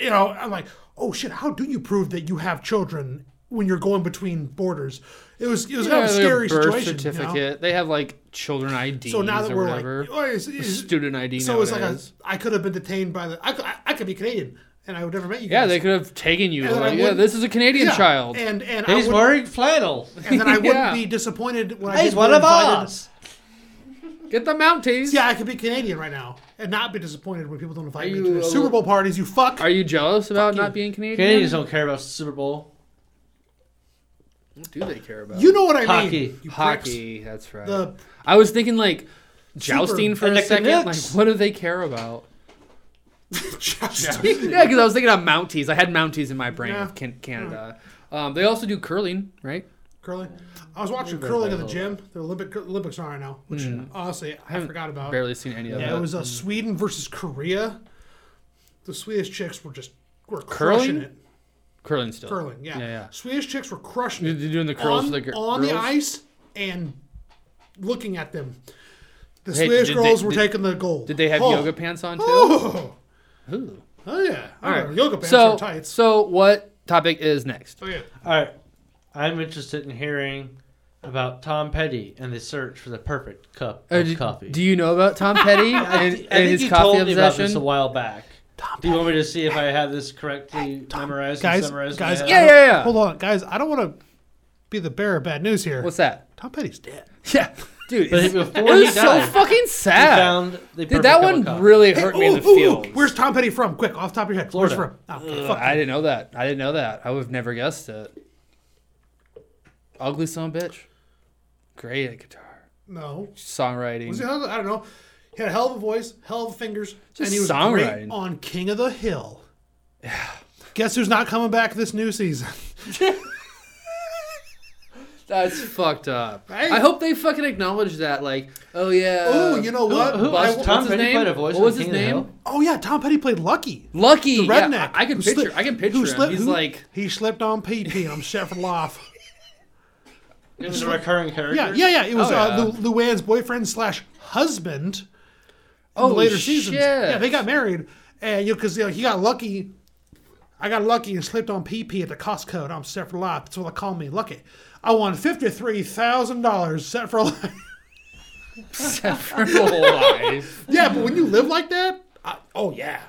Speaker 3: You know, I'm like, oh shit, how do you prove that you have children when you're going between borders? It was it was kind of a
Speaker 1: Yeah, like
Speaker 3: scary
Speaker 1: birth
Speaker 3: situation. you know?
Speaker 1: certificate they have like children IDs
Speaker 3: So now that
Speaker 1: or
Speaker 3: we're
Speaker 1: whatever
Speaker 3: like, oh, it's- it's-
Speaker 1: student ID
Speaker 3: so it's like a,
Speaker 1: nowadays.
Speaker 3: I could have been detained by the I could, I, I could be Canadian and I would never met you guys.
Speaker 1: yeah they could have taken you
Speaker 3: And then I
Speaker 1: like, yeah
Speaker 3: wouldn't-
Speaker 1: this is a Canadian
Speaker 3: Yeah,
Speaker 1: child
Speaker 3: and and I
Speaker 2: He's
Speaker 3: would,
Speaker 2: wearing flannel.
Speaker 3: and then I wouldn't
Speaker 1: Yeah.
Speaker 3: be disappointed when I
Speaker 2: He's
Speaker 3: didn't
Speaker 2: one
Speaker 3: get
Speaker 2: of
Speaker 3: invited.
Speaker 2: us.
Speaker 1: get the Mounties
Speaker 3: Yeah, I could be Canadian right now and not be disappointed when people don't invite
Speaker 1: you
Speaker 3: me to
Speaker 1: a
Speaker 3: their Super Bowl parties. You fuck.
Speaker 1: are you jealous about
Speaker 3: you.
Speaker 1: not being Canadian
Speaker 2: Canadians don't care about Super Bowl
Speaker 1: what do they care about
Speaker 3: you know what I
Speaker 2: hockey.
Speaker 3: mean? You pricks.
Speaker 1: hockey that's right
Speaker 3: The
Speaker 1: I was thinking like jousting for
Speaker 2: And
Speaker 1: a
Speaker 2: the
Speaker 1: second like
Speaker 2: Canucks.
Speaker 1: what do they care about
Speaker 3: just
Speaker 1: yeah, because I was thinking of Mounties. I had Mounties in my brain
Speaker 3: Yeah.
Speaker 1: of can- Canada. Um, they also do curling, right?
Speaker 3: curling. I was watching curling at the gym. The Olympic Olympics are right now, which honestly I,
Speaker 1: Hmm. haven't
Speaker 3: forgot about.
Speaker 1: Barely seen any of
Speaker 3: Oh. Yeah,
Speaker 1: that. Hmm.
Speaker 3: it was uh, Sweden versus Korea. The Swedish chicks were just were
Speaker 1: Curling?
Speaker 3: crushing it.
Speaker 1: curling still.
Speaker 3: Curling, yeah.
Speaker 1: Yeah, yeah.
Speaker 3: Swedish chicks were crushing it.
Speaker 1: They're doing the curls
Speaker 3: on,
Speaker 1: for the gir-
Speaker 3: on the
Speaker 1: girls?
Speaker 3: ice and looking at them. The
Speaker 1: Hey,
Speaker 3: Swedish
Speaker 1: did they-
Speaker 3: girls were
Speaker 1: did-
Speaker 3: taking the gold.
Speaker 1: Did they have
Speaker 3: Oh.
Speaker 1: yoga pants on too?
Speaker 3: Oh,
Speaker 1: Ooh.
Speaker 3: oh yeah. I
Speaker 1: All right.
Speaker 3: remember Yoga pants
Speaker 1: so,
Speaker 3: or tights.
Speaker 1: so what topic is next?
Speaker 3: oh yeah.
Speaker 2: All right, I'm interested in hearing about Tom Petty and the search for the perfect cup
Speaker 1: Uh,
Speaker 2: of
Speaker 1: do,
Speaker 2: coffee.
Speaker 1: do you know about Tom Petty and,
Speaker 2: I, thi- I
Speaker 1: and
Speaker 2: think
Speaker 1: his
Speaker 2: you
Speaker 1: coffee
Speaker 2: told me about this a
Speaker 1: obsession?
Speaker 2: while back. Do you want me to see if I have this correctly memorized? and
Speaker 3: Guys,
Speaker 2: summarized in my
Speaker 3: guys,
Speaker 2: head?
Speaker 1: Yeah, yeah, yeah.
Speaker 3: Hold on, guys. I don't want to be the bearer of bad news here.
Speaker 1: What's that?
Speaker 3: Tom Petty's dead.
Speaker 1: Yeah, dude,
Speaker 2: But
Speaker 1: it's-
Speaker 2: before
Speaker 1: it was
Speaker 2: he
Speaker 1: so
Speaker 2: died,
Speaker 1: fucking
Speaker 2: We
Speaker 1: sad.
Speaker 2: found the
Speaker 1: Dude,
Speaker 2: perfect
Speaker 1: that
Speaker 2: cup of
Speaker 1: one
Speaker 2: coffee.
Speaker 1: really hurt me in the
Speaker 3: Ooh, ooh, ooh.
Speaker 1: feels.
Speaker 3: oh, Where's Tom Petty from? Quick, off the top of your head. Where's
Speaker 2: Florida.
Speaker 3: he from? Oh, Okay,
Speaker 1: Ugh,
Speaker 3: fuck.
Speaker 1: I didn't know that. I didn't know that. I would have never guessed it. Ugly son of a bitch. Great at guitar,
Speaker 3: No.
Speaker 1: songwriting.
Speaker 3: Was he, I don't know. He had a hell of a voice, hell of fingers,
Speaker 1: Just
Speaker 3: and he was
Speaker 1: songwriting.
Speaker 3: great on King of the Hill. Guess who's not coming back this new season?
Speaker 1: That's fucked up.
Speaker 3: Right?
Speaker 1: I hope they fucking acknowledge that. Like, oh yeah.
Speaker 3: oh, you know what?
Speaker 2: who-
Speaker 3: I-
Speaker 1: Bust,
Speaker 2: Tom
Speaker 1: what's his
Speaker 2: Petty
Speaker 1: name?
Speaker 2: played a voice
Speaker 1: what was
Speaker 2: on
Speaker 1: his
Speaker 2: King of the
Speaker 1: name?
Speaker 2: Hill?
Speaker 3: oh yeah, Tom Petty played Lucky,
Speaker 1: Lucky.
Speaker 3: the
Speaker 1: yeah,
Speaker 3: redneck.
Speaker 1: I, I can
Speaker 3: who
Speaker 1: picture.
Speaker 3: slipped-
Speaker 1: I can
Speaker 3: who
Speaker 1: picture him.
Speaker 3: slipped-
Speaker 1: He's
Speaker 3: who-
Speaker 1: like,
Speaker 3: he slipped on PP. I'm Sheffield Loft.
Speaker 2: It was a recurring character.
Speaker 3: Yeah, yeah, yeah. It was
Speaker 1: Oh, yeah.
Speaker 3: uh, Lu- Luann's boyfriend slash husband. in
Speaker 1: Oh,
Speaker 3: the later seasons.
Speaker 1: shit.
Speaker 3: Yeah, they got married, and you because you know, he got lucky. I got lucky and slipped on PP at the Costco. And I'm set for life. That's what they call me, lucky. I won fifty three thousand dollars set for life.
Speaker 1: several lives.
Speaker 3: yeah, but when you live like that, I, oh yeah,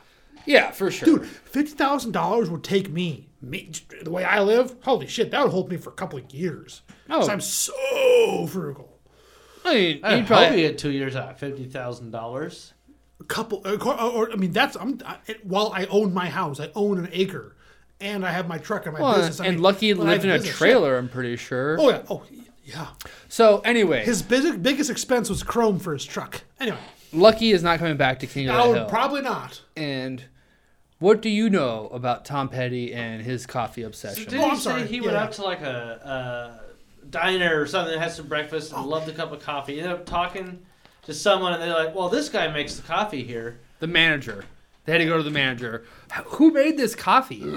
Speaker 1: Yeah, for sure.
Speaker 3: dude, fifty thousand dollars would take me. Me, the way I live, holy shit, that would hold me for a couple of years.
Speaker 1: Oh.
Speaker 3: Because I'm so frugal.
Speaker 1: I mean,
Speaker 2: I'd
Speaker 1: he'd
Speaker 2: probably
Speaker 1: probably.
Speaker 2: get two years out, fifty thousand dollars.
Speaker 3: couple or, or- I mean that's I'm I, it, while I own my house, I own an acre, and I have my truck and my
Speaker 1: Well,
Speaker 3: business. I
Speaker 1: and
Speaker 3: mean,
Speaker 1: Lucky
Speaker 3: when I
Speaker 1: lived in a
Speaker 3: visit, shit.
Speaker 1: trailer, I'm pretty sure.
Speaker 3: Oh yeah, oh yeah.
Speaker 1: So anyway,
Speaker 3: His biggest biggest expense was chrome for his truck. Anyway,
Speaker 1: Lucky is not coming back to King of
Speaker 3: I
Speaker 1: the
Speaker 3: would
Speaker 1: Hill.
Speaker 3: probably not.
Speaker 1: and what do you know about Tom Petty and his coffee obsession?
Speaker 2: Did
Speaker 3: Oh,
Speaker 2: he
Speaker 3: I'm
Speaker 2: say
Speaker 3: sorry.
Speaker 2: he
Speaker 3: Yeah,
Speaker 2: went
Speaker 3: yeah.
Speaker 2: out to like a, a diner or something that has some breakfast
Speaker 1: Oh.
Speaker 2: and loved a cup of coffee. You end up talking to someone and they're like, well, this guy makes the coffee here.
Speaker 1: The manager. They had to go to the manager. H- Who made this coffee?
Speaker 2: And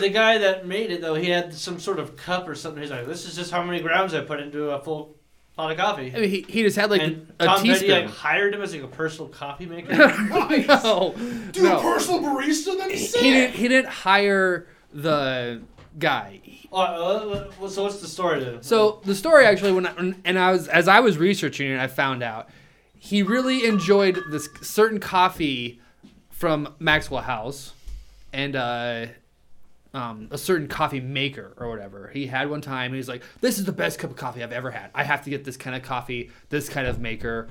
Speaker 2: the guy that made it, though, he had some sort of cup or something. He's like, this is just how many grams I put into a full pot of coffee.
Speaker 1: I mean, he, he just had like
Speaker 2: and
Speaker 1: a
Speaker 2: Tom Petty like,
Speaker 1: teaspoon.
Speaker 2: hired him as like a personal coffee maker.
Speaker 1: no,
Speaker 3: Do a
Speaker 1: no.
Speaker 3: personal barista, that'd be
Speaker 1: He
Speaker 3: sick.
Speaker 1: didn't, he didn't hire the guy.
Speaker 2: oh, uh, uh, so what's the story then?
Speaker 1: So the story actually, when I, and I was as I was researching it, I found out he really enjoyed this certain coffee from Maxwell House, and uh, um, a certain coffee maker or whatever. He had one time. He's like, "This is the best cup of coffee I've ever had. I have to get this kind of coffee, this kind of maker,"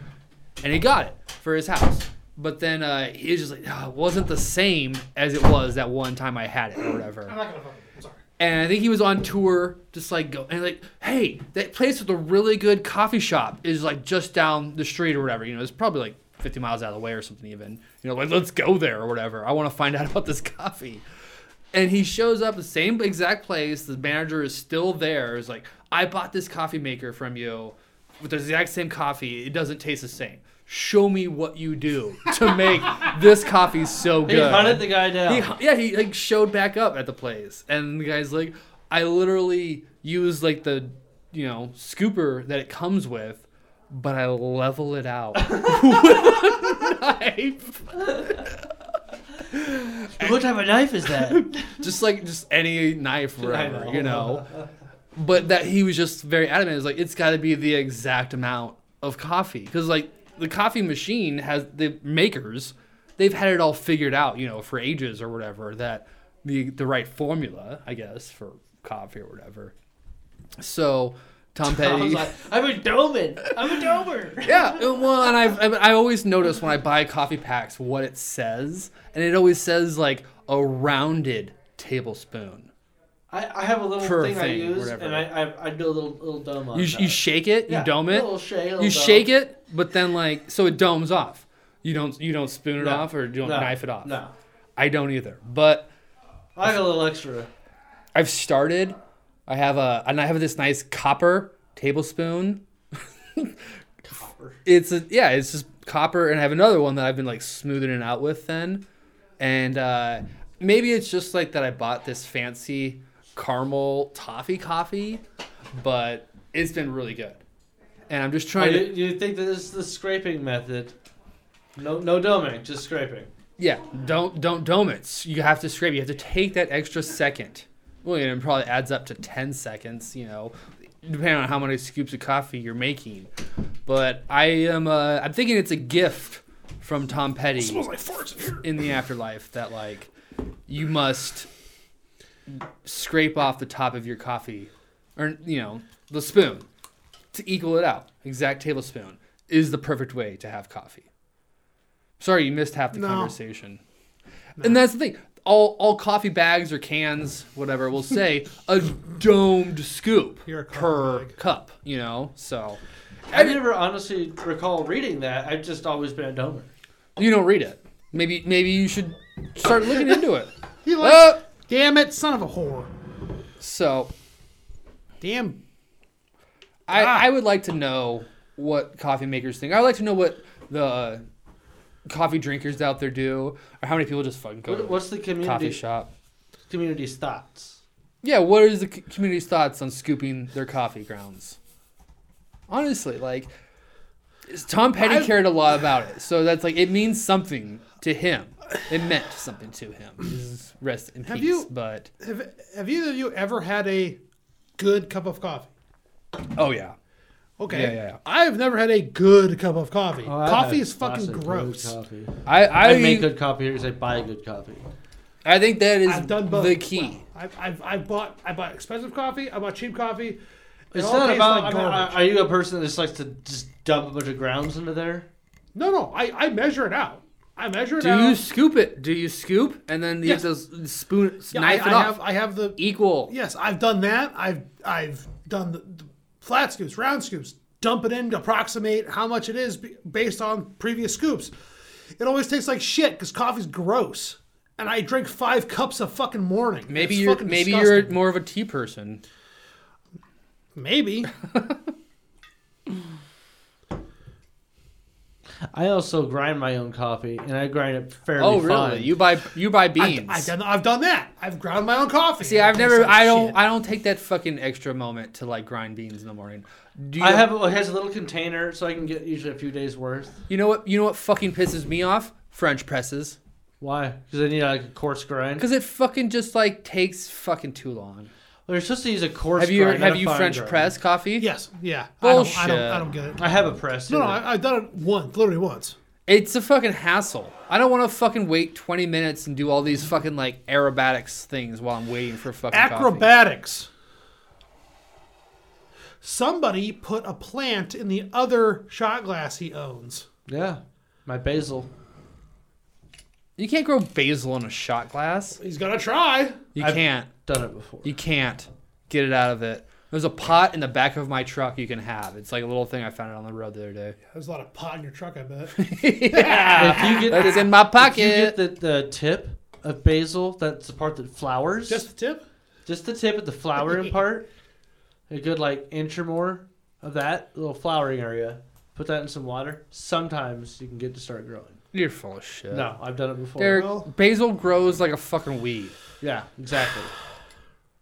Speaker 1: and he got it for his house. But then uh, he was just like, oh, "It wasn't the same as it was that one time I had it or whatever."
Speaker 3: I'm not gonna fucking. I'm sorry.
Speaker 1: and I think he was on tour, just like go and like, hey, that place with a really good coffee shop is like just down the street or whatever. You know, it's probably like 50 miles out of the way or something. Even you know, like let's go there or whatever. I want to find out about this coffee. And he shows up the same exact place. The manager is still there. Is like, I bought this coffee maker from you with the exact same coffee. It doesn't taste the same. Show me what you do to make this coffee so
Speaker 2: he
Speaker 1: good.
Speaker 2: hunted the guy down.
Speaker 1: He, yeah, he like showed back up at the place, and the guy's like, "I literally used like the, you know, scooper that it comes with, but I level it out with a knife,
Speaker 2: what type of knife is that?
Speaker 1: just like just any knife, or whatever,
Speaker 2: know.
Speaker 1: you know." But that he was just very adamant. It's like it's got to be the exact amount of coffee, because like the coffee machine has the makers, they've had it all figured out, you know, for ages or whatever that. The, the right formula, I guess, for coffee or whatever. So Tom
Speaker 2: I
Speaker 1: Petty.
Speaker 2: was like, I'm a doman. I'm a domer.
Speaker 1: yeah, uh, well, and I've, I've I always notice when I buy coffee packs what it says, and it always says like a rounded tablespoon.
Speaker 2: I, I have a little
Speaker 1: Per
Speaker 2: thing, I
Speaker 1: thing,
Speaker 2: use,
Speaker 1: whatever.
Speaker 2: and I, I I do a little little dome on
Speaker 1: You
Speaker 2: that.
Speaker 1: you shake it,
Speaker 2: Yeah,
Speaker 1: you dome it,
Speaker 2: little shake, little
Speaker 1: you
Speaker 2: dome.
Speaker 1: shake it, but then like so it domes off. You don't you don't spoon it
Speaker 2: No,
Speaker 1: off or you don't
Speaker 2: no,
Speaker 1: knife it off.
Speaker 2: No,
Speaker 1: I don't either, but.
Speaker 2: I like a little extra.
Speaker 1: I've started. I have a and I have this nice copper tablespoon. copper. It's a yeah, it's just copper and I have another one that I've been like smoothing it out with then. And uh maybe it's just like that I bought this fancy caramel toffee coffee, but it's been really good. And I'm just
Speaker 2: Oh,
Speaker 1: trying
Speaker 2: you,
Speaker 1: to
Speaker 2: you think that this is the scraping method? No, no doming, just scraping.
Speaker 1: yeah, don't don't dome it. You have to scrape. You have to take that extra second. Well, you know, it probably adds up to ten seconds. You know, depending on how many scoops of coffee you're making. But I am. Uh, I'm thinking it's a gift from Tom Petty
Speaker 3: It smells like farts in here.
Speaker 1: in the afterlife that like you must scrape off the top of your coffee or you know the spoon to equal it out exact tablespoon is the perfect way to have coffee sorry you missed half the
Speaker 3: No.
Speaker 1: conversation and that's the thing all all coffee bags or cans whatever will say a domed scoop
Speaker 3: You're a coffee
Speaker 1: per
Speaker 3: bag.
Speaker 1: cup you know so
Speaker 2: I never honestly recall reading that. I've just always been a domer.
Speaker 1: you don't read it maybe maybe you should start looking into it
Speaker 3: He likes.
Speaker 1: Oh!
Speaker 3: Damn it, son of a whore.
Speaker 1: so
Speaker 3: Damn.
Speaker 1: I,
Speaker 3: Ah.
Speaker 1: I would like to know what coffee makers think. I would like to know what the coffee drinkers out there do, or how many people just fucking go
Speaker 2: What,
Speaker 1: to
Speaker 2: what's the
Speaker 1: the
Speaker 2: community
Speaker 1: coffee shop.
Speaker 2: community's thoughts?
Speaker 1: Yeah, what is the c- community's thoughts on scooping their coffee grounds? Honestly, like is- Tom Petty
Speaker 3: I-
Speaker 1: cared a lot about it, so that's like it means something to him. It meant something to him. He's- Rest in
Speaker 3: Have
Speaker 1: peace.
Speaker 3: you-
Speaker 1: But
Speaker 3: Have, have either of you ever had a good cup of coffee?
Speaker 1: oh yeah,
Speaker 3: Okay.
Speaker 1: Yeah, yeah, yeah.
Speaker 3: I've never had a good cup of coffee.
Speaker 2: Oh, I've
Speaker 3: coffee
Speaker 2: had
Speaker 3: is fucking
Speaker 2: lots of good
Speaker 3: gross.
Speaker 2: coffee.
Speaker 1: I I,
Speaker 2: I, make good coffee here because I buy good coffee.
Speaker 1: I think that is
Speaker 3: I've done both.
Speaker 1: the key.
Speaker 3: I've, I've, I've bought I bought expensive coffee. I bought cheap coffee. It
Speaker 2: It's
Speaker 3: all
Speaker 2: not
Speaker 3: tastes
Speaker 2: about.
Speaker 3: like
Speaker 2: I mean, are-
Speaker 3: garbage.
Speaker 2: are you a person that just likes to just dump a bunch of grounds into there?
Speaker 3: No, no. I, I measure it out. I measure it
Speaker 1: Do
Speaker 3: out.
Speaker 1: you scoop it? Do you scoop and then you
Speaker 3: Yes.
Speaker 1: have to s- spoon
Speaker 3: Yeah,
Speaker 1: knife
Speaker 3: I,
Speaker 1: it
Speaker 3: I
Speaker 1: off?
Speaker 3: have I have the
Speaker 1: Equal.
Speaker 3: yes. I've done that. I've I've done the, the flat scoops, round scoops. Dump it in to approximate how much it is b- based on previous scoops. It always tastes like shit because coffee's gross. And I drink five cups a fucking morning.
Speaker 1: Maybe
Speaker 3: It's
Speaker 1: you're
Speaker 3: fucking
Speaker 1: maybe
Speaker 3: disgusting.
Speaker 1: you're more of a tea person.
Speaker 3: Maybe.
Speaker 2: I also grind my own coffee, and I grind it fairly
Speaker 1: Oh, really?
Speaker 2: fine.
Speaker 1: You buy you buy beans.
Speaker 3: I've, I've done I've done that. I've ground my own coffee.
Speaker 1: See, I've
Speaker 3: It
Speaker 1: never.
Speaker 3: tastes like
Speaker 1: I don't.
Speaker 3: shit.
Speaker 1: I don't take that fucking extra moment to like grind beans in the morning. Do you,
Speaker 2: I have it has a little container, so I can get usually a few days worth.
Speaker 1: You know what? You know what fucking pisses me off? French presses.
Speaker 2: Why? Because I need like a coarse grind.
Speaker 1: Because it fucking just like takes fucking too long.
Speaker 2: Well, you're supposed to use a coarse.
Speaker 1: Have you
Speaker 2: grind, not
Speaker 1: have
Speaker 2: a
Speaker 1: you
Speaker 2: fine
Speaker 1: French
Speaker 2: grind.
Speaker 1: press coffee?
Speaker 3: Yes. Yeah. I don't, I
Speaker 1: Bullshit.
Speaker 3: don't. I don't get it.
Speaker 2: I have a press.
Speaker 3: No, no.
Speaker 2: yeah.
Speaker 3: I, I've done it once, literally once.
Speaker 1: It's a fucking hassle. I don't want to fucking wait 20 minutes and do all these fucking like aerobatics things while I'm waiting for fucking coffee.
Speaker 3: Acrobatics. Somebody put a plant in the other shot glass he owns.
Speaker 2: yeah, my basil.
Speaker 1: You can't grow basil in a shot glass.
Speaker 3: He's gonna try.
Speaker 1: You
Speaker 2: I've-
Speaker 1: can't.
Speaker 2: Done it before.
Speaker 1: You can't get it out of it. There's a pot in the back of my truck you can have. It's like a little thing I found on the road the other day.
Speaker 3: There's a lot of pot in your truck, I bet.
Speaker 2: if you
Speaker 1: That
Speaker 2: get,
Speaker 1: is in my
Speaker 2: if you
Speaker 1: pocket.
Speaker 2: get the, the tip of basil, that's the part that flowers.
Speaker 3: Just the tip.
Speaker 2: Just the tip of the flowering part. A good like inch or more of that little flowering area. Put that in some water. Sometimes you can get to start growing.
Speaker 1: You're full of shit.
Speaker 2: No, I've done it before.
Speaker 1: Derek,
Speaker 3: Well-
Speaker 1: basil grows like a fucking weed.
Speaker 2: Yeah, exactly.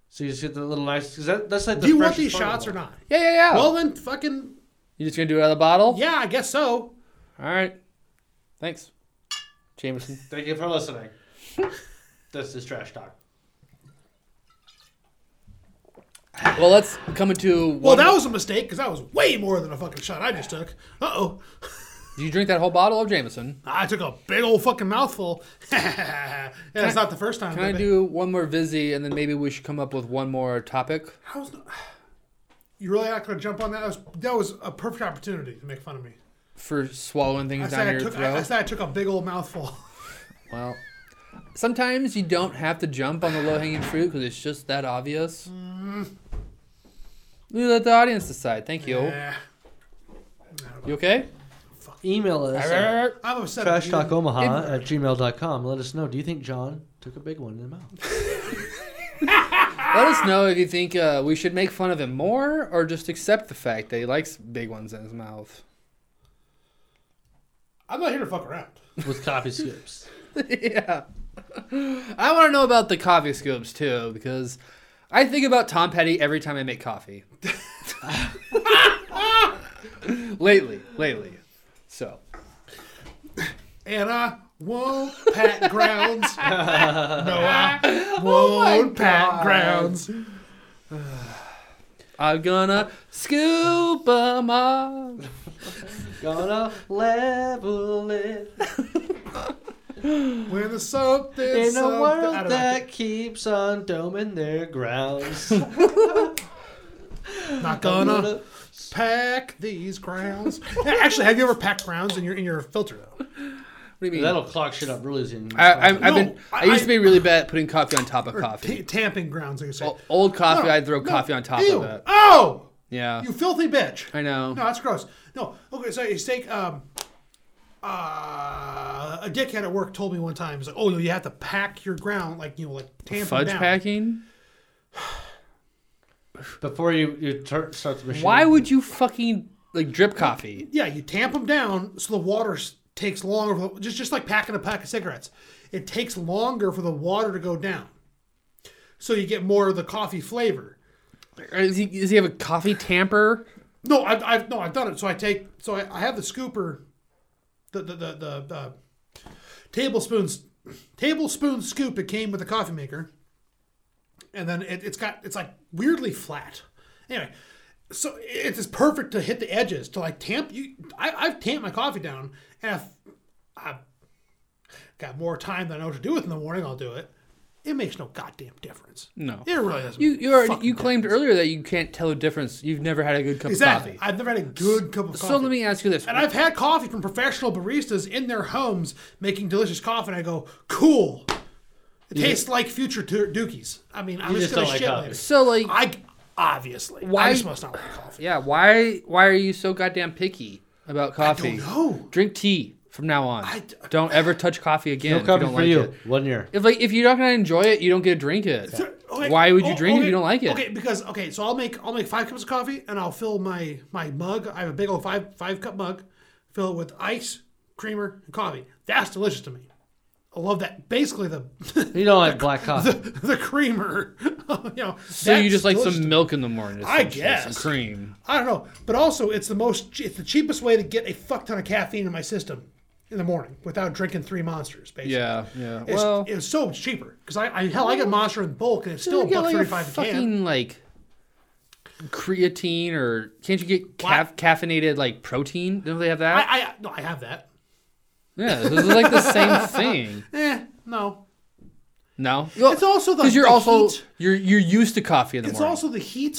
Speaker 2: So you just get the little nice. Cause that, that's like the
Speaker 3: Do you want
Speaker 2: freshest
Speaker 3: these
Speaker 2: part of
Speaker 3: shots or
Speaker 2: it.
Speaker 3: not?
Speaker 1: Yeah, yeah, yeah.
Speaker 3: Well, then, fucking
Speaker 1: you just gonna do it out of the bottle?
Speaker 3: yeah, I guess so.
Speaker 1: All right. Thanks, Jameson.
Speaker 2: Thank you for listening. this is trash talk.
Speaker 1: Well, let's come into. One
Speaker 3: Well, that was a mistake because that was way more than a fucking shot I just took. Uh oh.
Speaker 1: Did you drink that whole bottle of Jameson?
Speaker 3: I took a big old fucking mouthful. and it's not the first time.
Speaker 1: Can I
Speaker 3: but-
Speaker 1: do one more Vizzy and then maybe we should come up with one more topic?
Speaker 3: How's the- you really not going to jump on that? That was, that was a perfect opportunity to make fun of me.
Speaker 1: for swallowing things
Speaker 3: I
Speaker 1: down
Speaker 3: said I,
Speaker 1: your
Speaker 3: took,
Speaker 1: throat.
Speaker 3: I, I said I took a big old mouthful.
Speaker 1: Well, sometimes you don't have to jump on the low hanging fruit because it's just that obvious.
Speaker 3: Mm.
Speaker 1: We let the audience decide. Thank you.
Speaker 3: Eh,
Speaker 1: You okay?
Speaker 2: Email us at
Speaker 3: I'm upset. at you.
Speaker 2: trashtalkomaha at gmail.com. Let us know. Do you think John took a big one in the mouth?
Speaker 1: Let us know if you think uh, we should make fun of him more or just accept the fact that he likes big ones in his mouth.
Speaker 3: I'm not here to fuck around.
Speaker 2: With copy skips.
Speaker 1: yeah. I want to know about the coffee scoops too because I think about Tom Petty every time I make coffee. lately, lately. So.
Speaker 3: And I won't pat grounds. no, I
Speaker 1: Oh
Speaker 3: won't pat grounds.
Speaker 1: I'm gonna scoop 'em up.
Speaker 2: Gonna level it
Speaker 3: When there's something,
Speaker 2: in a
Speaker 3: something- I don't
Speaker 2: world
Speaker 3: know.
Speaker 2: that keeps on doming their grounds.
Speaker 3: not
Speaker 2: Gonna
Speaker 3: gonna pack these grounds. Actually, have you ever packed grounds in your in your filter though?
Speaker 1: What do you mean?
Speaker 2: That'll clock shit up really soon.
Speaker 1: I, I, I've been.
Speaker 3: No,
Speaker 1: I,
Speaker 3: I-
Speaker 1: used to be really bad at putting coffee on top of coffee.
Speaker 3: T- tamping grounds, like you say.
Speaker 1: O- Old coffee,
Speaker 3: No,
Speaker 1: I'd throw
Speaker 3: no,
Speaker 1: coffee on top
Speaker 3: ew.
Speaker 1: of it.
Speaker 3: Oh,
Speaker 1: Yeah,
Speaker 3: you filthy bitch!
Speaker 1: I know.
Speaker 3: No, that's gross. No, okay, so you take um, uh, a dickhead at work told me one time, he's like, "Oh no, you have to pack your ground, like you know, like tamp
Speaker 1: Fudge
Speaker 3: down.
Speaker 1: packing.
Speaker 2: Before you, you tur- start the machine.
Speaker 1: Why would you fucking like drip coffee?
Speaker 3: Yeah, you tamp them down so the water s- takes longer. For the, just just like packing a pack of cigarettes, it takes longer for the water to go down, so you get more of the coffee flavor.
Speaker 1: Is he, does he have a coffee tamper?
Speaker 3: No, I've, I've no, I've done it. So I take, so I, I have the scooper, the the the the, the tablespoons, tablespoon scoop. It came with the coffee maker, and then it, it's got it's like weirdly flat. Anyway, so it's just perfect to hit the edges to like tamp you. I, I've tamped my coffee down, and if I've got more time than I know what to do with in the morning, I'll do it. It makes no goddamn difference.
Speaker 1: No.
Speaker 3: it really doesn't.
Speaker 1: You you already,
Speaker 3: fucking
Speaker 1: you claimed earlier that you can't tell the difference. You've never had a good cup
Speaker 3: exactly.
Speaker 1: of coffee.
Speaker 3: I've never had a good cup of coffee.
Speaker 1: So let me ask you this.
Speaker 3: And I've had coffee from professional baristas in their homes making delicious coffee, and I go, cool. It tastes like future do- Dookies. I mean, I'm
Speaker 2: You
Speaker 3: just,
Speaker 2: just
Speaker 3: gonna
Speaker 2: don't like
Speaker 3: shit
Speaker 2: coffee.
Speaker 3: later.
Speaker 1: so like
Speaker 3: I obviously.
Speaker 1: Why-
Speaker 3: I just must not like coffee.
Speaker 1: yeah, why why are you so goddamn picky about coffee?
Speaker 3: know.
Speaker 1: Drink tea from now on.
Speaker 3: d-
Speaker 1: don't ever touch coffee again.
Speaker 2: No
Speaker 1: if you
Speaker 2: copy
Speaker 1: don't
Speaker 2: for
Speaker 1: like
Speaker 2: you.
Speaker 1: It.
Speaker 2: One year.
Speaker 1: If like if you're not gonna enjoy it, you don't get to drink it.
Speaker 3: Okay, like,
Speaker 1: Why would you
Speaker 3: oh,
Speaker 1: drink it if
Speaker 3: okay,
Speaker 1: you don't like it?
Speaker 3: Okay, because okay, so I'll make I'll make five cups of coffee and I'll fill my my mug. I have a big old five five cup mug, fill it with ice, creamer, and coffee. That's delicious to me. I love that. Basically, the
Speaker 2: You don't like black coffee.
Speaker 3: the, the creamer. you know,
Speaker 1: So you
Speaker 3: that's
Speaker 1: just like
Speaker 3: delicious to
Speaker 1: some
Speaker 3: me.
Speaker 1: milk in the morning.
Speaker 3: I
Speaker 1: essentially, some
Speaker 3: guess.
Speaker 1: cream.
Speaker 3: I don't know, but also it's the most it's the cheapest way to get a fuck ton of caffeine in my system in the morning without drinking three monsters. Basically,
Speaker 1: Yeah, yeah.
Speaker 3: It's,
Speaker 1: well,
Speaker 3: it's so much cheaper because I, I hell I get Monster in bulk and it's still a
Speaker 1: you get
Speaker 3: buck
Speaker 1: like a
Speaker 3: thirty five a can.
Speaker 1: fucking like creatine or can't you get caf- caffeinated like protein? Don't they have that?
Speaker 3: I, I no, I have that.
Speaker 1: yeah, this is like the same thing.
Speaker 3: Eh, no.
Speaker 1: No,
Speaker 3: It's also the
Speaker 1: because you're
Speaker 3: the
Speaker 1: also
Speaker 3: heat.
Speaker 1: you're you're used to coffee in the
Speaker 3: It's
Speaker 1: morning.
Speaker 3: also the heat.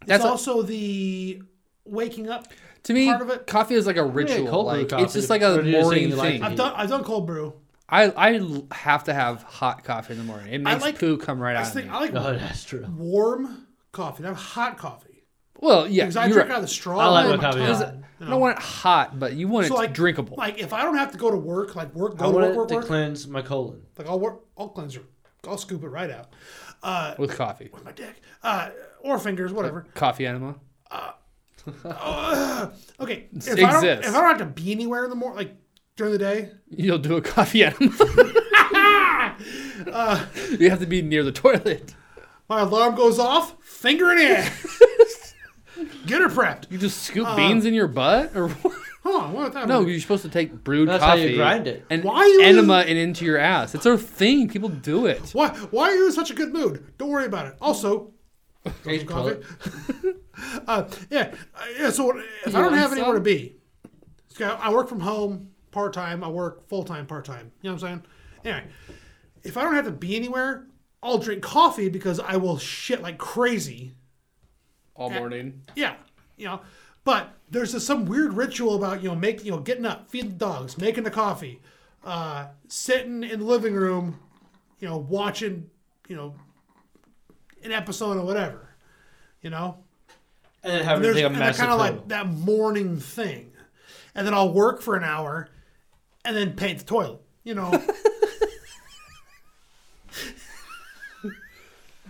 Speaker 3: It's
Speaker 1: That's a-
Speaker 3: also the waking up.
Speaker 1: to me,
Speaker 3: part of it-
Speaker 1: coffee is like a ritual.
Speaker 2: cold brew
Speaker 1: like
Speaker 2: coffee,
Speaker 1: it's just like a
Speaker 2: or do you say
Speaker 1: morning
Speaker 2: you like
Speaker 1: thing.
Speaker 2: it?
Speaker 3: I've done I've done cold brew.
Speaker 1: I I l- have to have hot coffee in the morning. It makes
Speaker 3: like-
Speaker 1: poo come right
Speaker 3: I
Speaker 1: out. Of
Speaker 3: just
Speaker 1: me.
Speaker 3: think I like
Speaker 2: Oh, that's true.
Speaker 3: warm coffee, not hot coffee.
Speaker 1: well, yeah,
Speaker 3: Because I
Speaker 1: you're
Speaker 3: drink
Speaker 1: right.
Speaker 3: out of the straw. Oh
Speaker 2: I like
Speaker 3: all
Speaker 2: my
Speaker 3: the
Speaker 2: coffee
Speaker 3: time,
Speaker 2: hot.
Speaker 3: you
Speaker 1: I
Speaker 3: know?
Speaker 1: don't want it hot, but you want it
Speaker 3: So, like-
Speaker 1: drinkable.
Speaker 3: Like if I don't have to go to work, like work,
Speaker 2: I
Speaker 3: go to
Speaker 2: want
Speaker 3: work,
Speaker 2: it
Speaker 3: work,
Speaker 2: to
Speaker 3: work.
Speaker 2: cleanse my colon.
Speaker 3: like I'll work, I'll cleanser, I'll scoop it right out. Uh,
Speaker 1: with coffee.
Speaker 3: my dick, uh, or fingers, whatever.
Speaker 1: Coffee enema.
Speaker 3: Okay, if I, don't, if
Speaker 1: exists.
Speaker 3: I don't have to be anywhere in the morning, like during the day,
Speaker 1: You'll do a coffee enema. you have to be near the toilet.
Speaker 3: my alarm goes off, finger in air. Get her prepped.
Speaker 1: You just scoop
Speaker 2: Uh,
Speaker 1: beans in your butt, or what?
Speaker 3: Huh? What that?
Speaker 1: no? You're supposed to take brewed
Speaker 2: That's how
Speaker 1: coffee
Speaker 2: you grind it.
Speaker 1: and
Speaker 3: Why you-
Speaker 1: enema and into your ass. It's a thing. People do it.
Speaker 3: Why? Why are you in such a good mood? Don't worry about it. Also,
Speaker 2: Age
Speaker 3: coffee.
Speaker 2: colon.
Speaker 3: uh, yeah, uh, yeah. So if I
Speaker 1: You
Speaker 3: don't
Speaker 1: want
Speaker 3: have anywhere to
Speaker 1: some?
Speaker 3: be, so I work from home part time. I work full time part time. You know what I'm saying? Anyway, if I don't have to be anywhere, I'll drink coffee because I will shit like crazy.
Speaker 1: All morning.
Speaker 3: Yeah, you know. But there's this, some weird ritual about you know making you know getting up, feeding the dogs, making the coffee, uh, sitting in the living room, you know, watching you know an episode or whatever. You know,
Speaker 2: And then having
Speaker 3: there's
Speaker 2: to take a
Speaker 3: and they're
Speaker 2: massive
Speaker 3: kind of like
Speaker 2: pill.
Speaker 3: that morning thing, and then I'll work for an hour, and then paint the toilet. You know,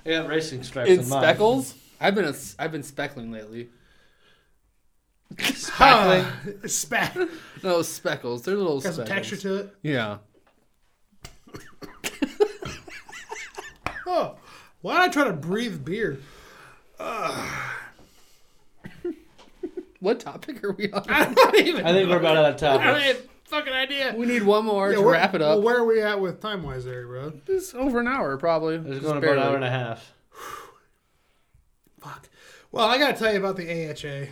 Speaker 2: I got racing stripes
Speaker 1: In
Speaker 2: on mine.
Speaker 1: speckles. I've been a, I've been speckling lately.
Speaker 2: Speckling.
Speaker 3: spat
Speaker 1: No speckles. They're little
Speaker 3: has some
Speaker 1: speckles.
Speaker 3: texture to it.
Speaker 1: Yeah.
Speaker 3: Oh, why did I try to breathe beer?
Speaker 1: What topic are we on?
Speaker 3: I'm not even.
Speaker 2: I think we're about out of
Speaker 3: I don't
Speaker 2: time.
Speaker 3: have a fucking idea.
Speaker 1: We need one more
Speaker 3: Yeah,
Speaker 1: to
Speaker 3: where-
Speaker 1: wrap it up.
Speaker 3: Well, where are we at with time wise there, bro?
Speaker 1: It's over an hour, probably.
Speaker 2: It's
Speaker 1: Just
Speaker 2: going about an
Speaker 1: barely.
Speaker 2: hour and a half.
Speaker 3: Fuck. Well, I gotta tell you about the AHA.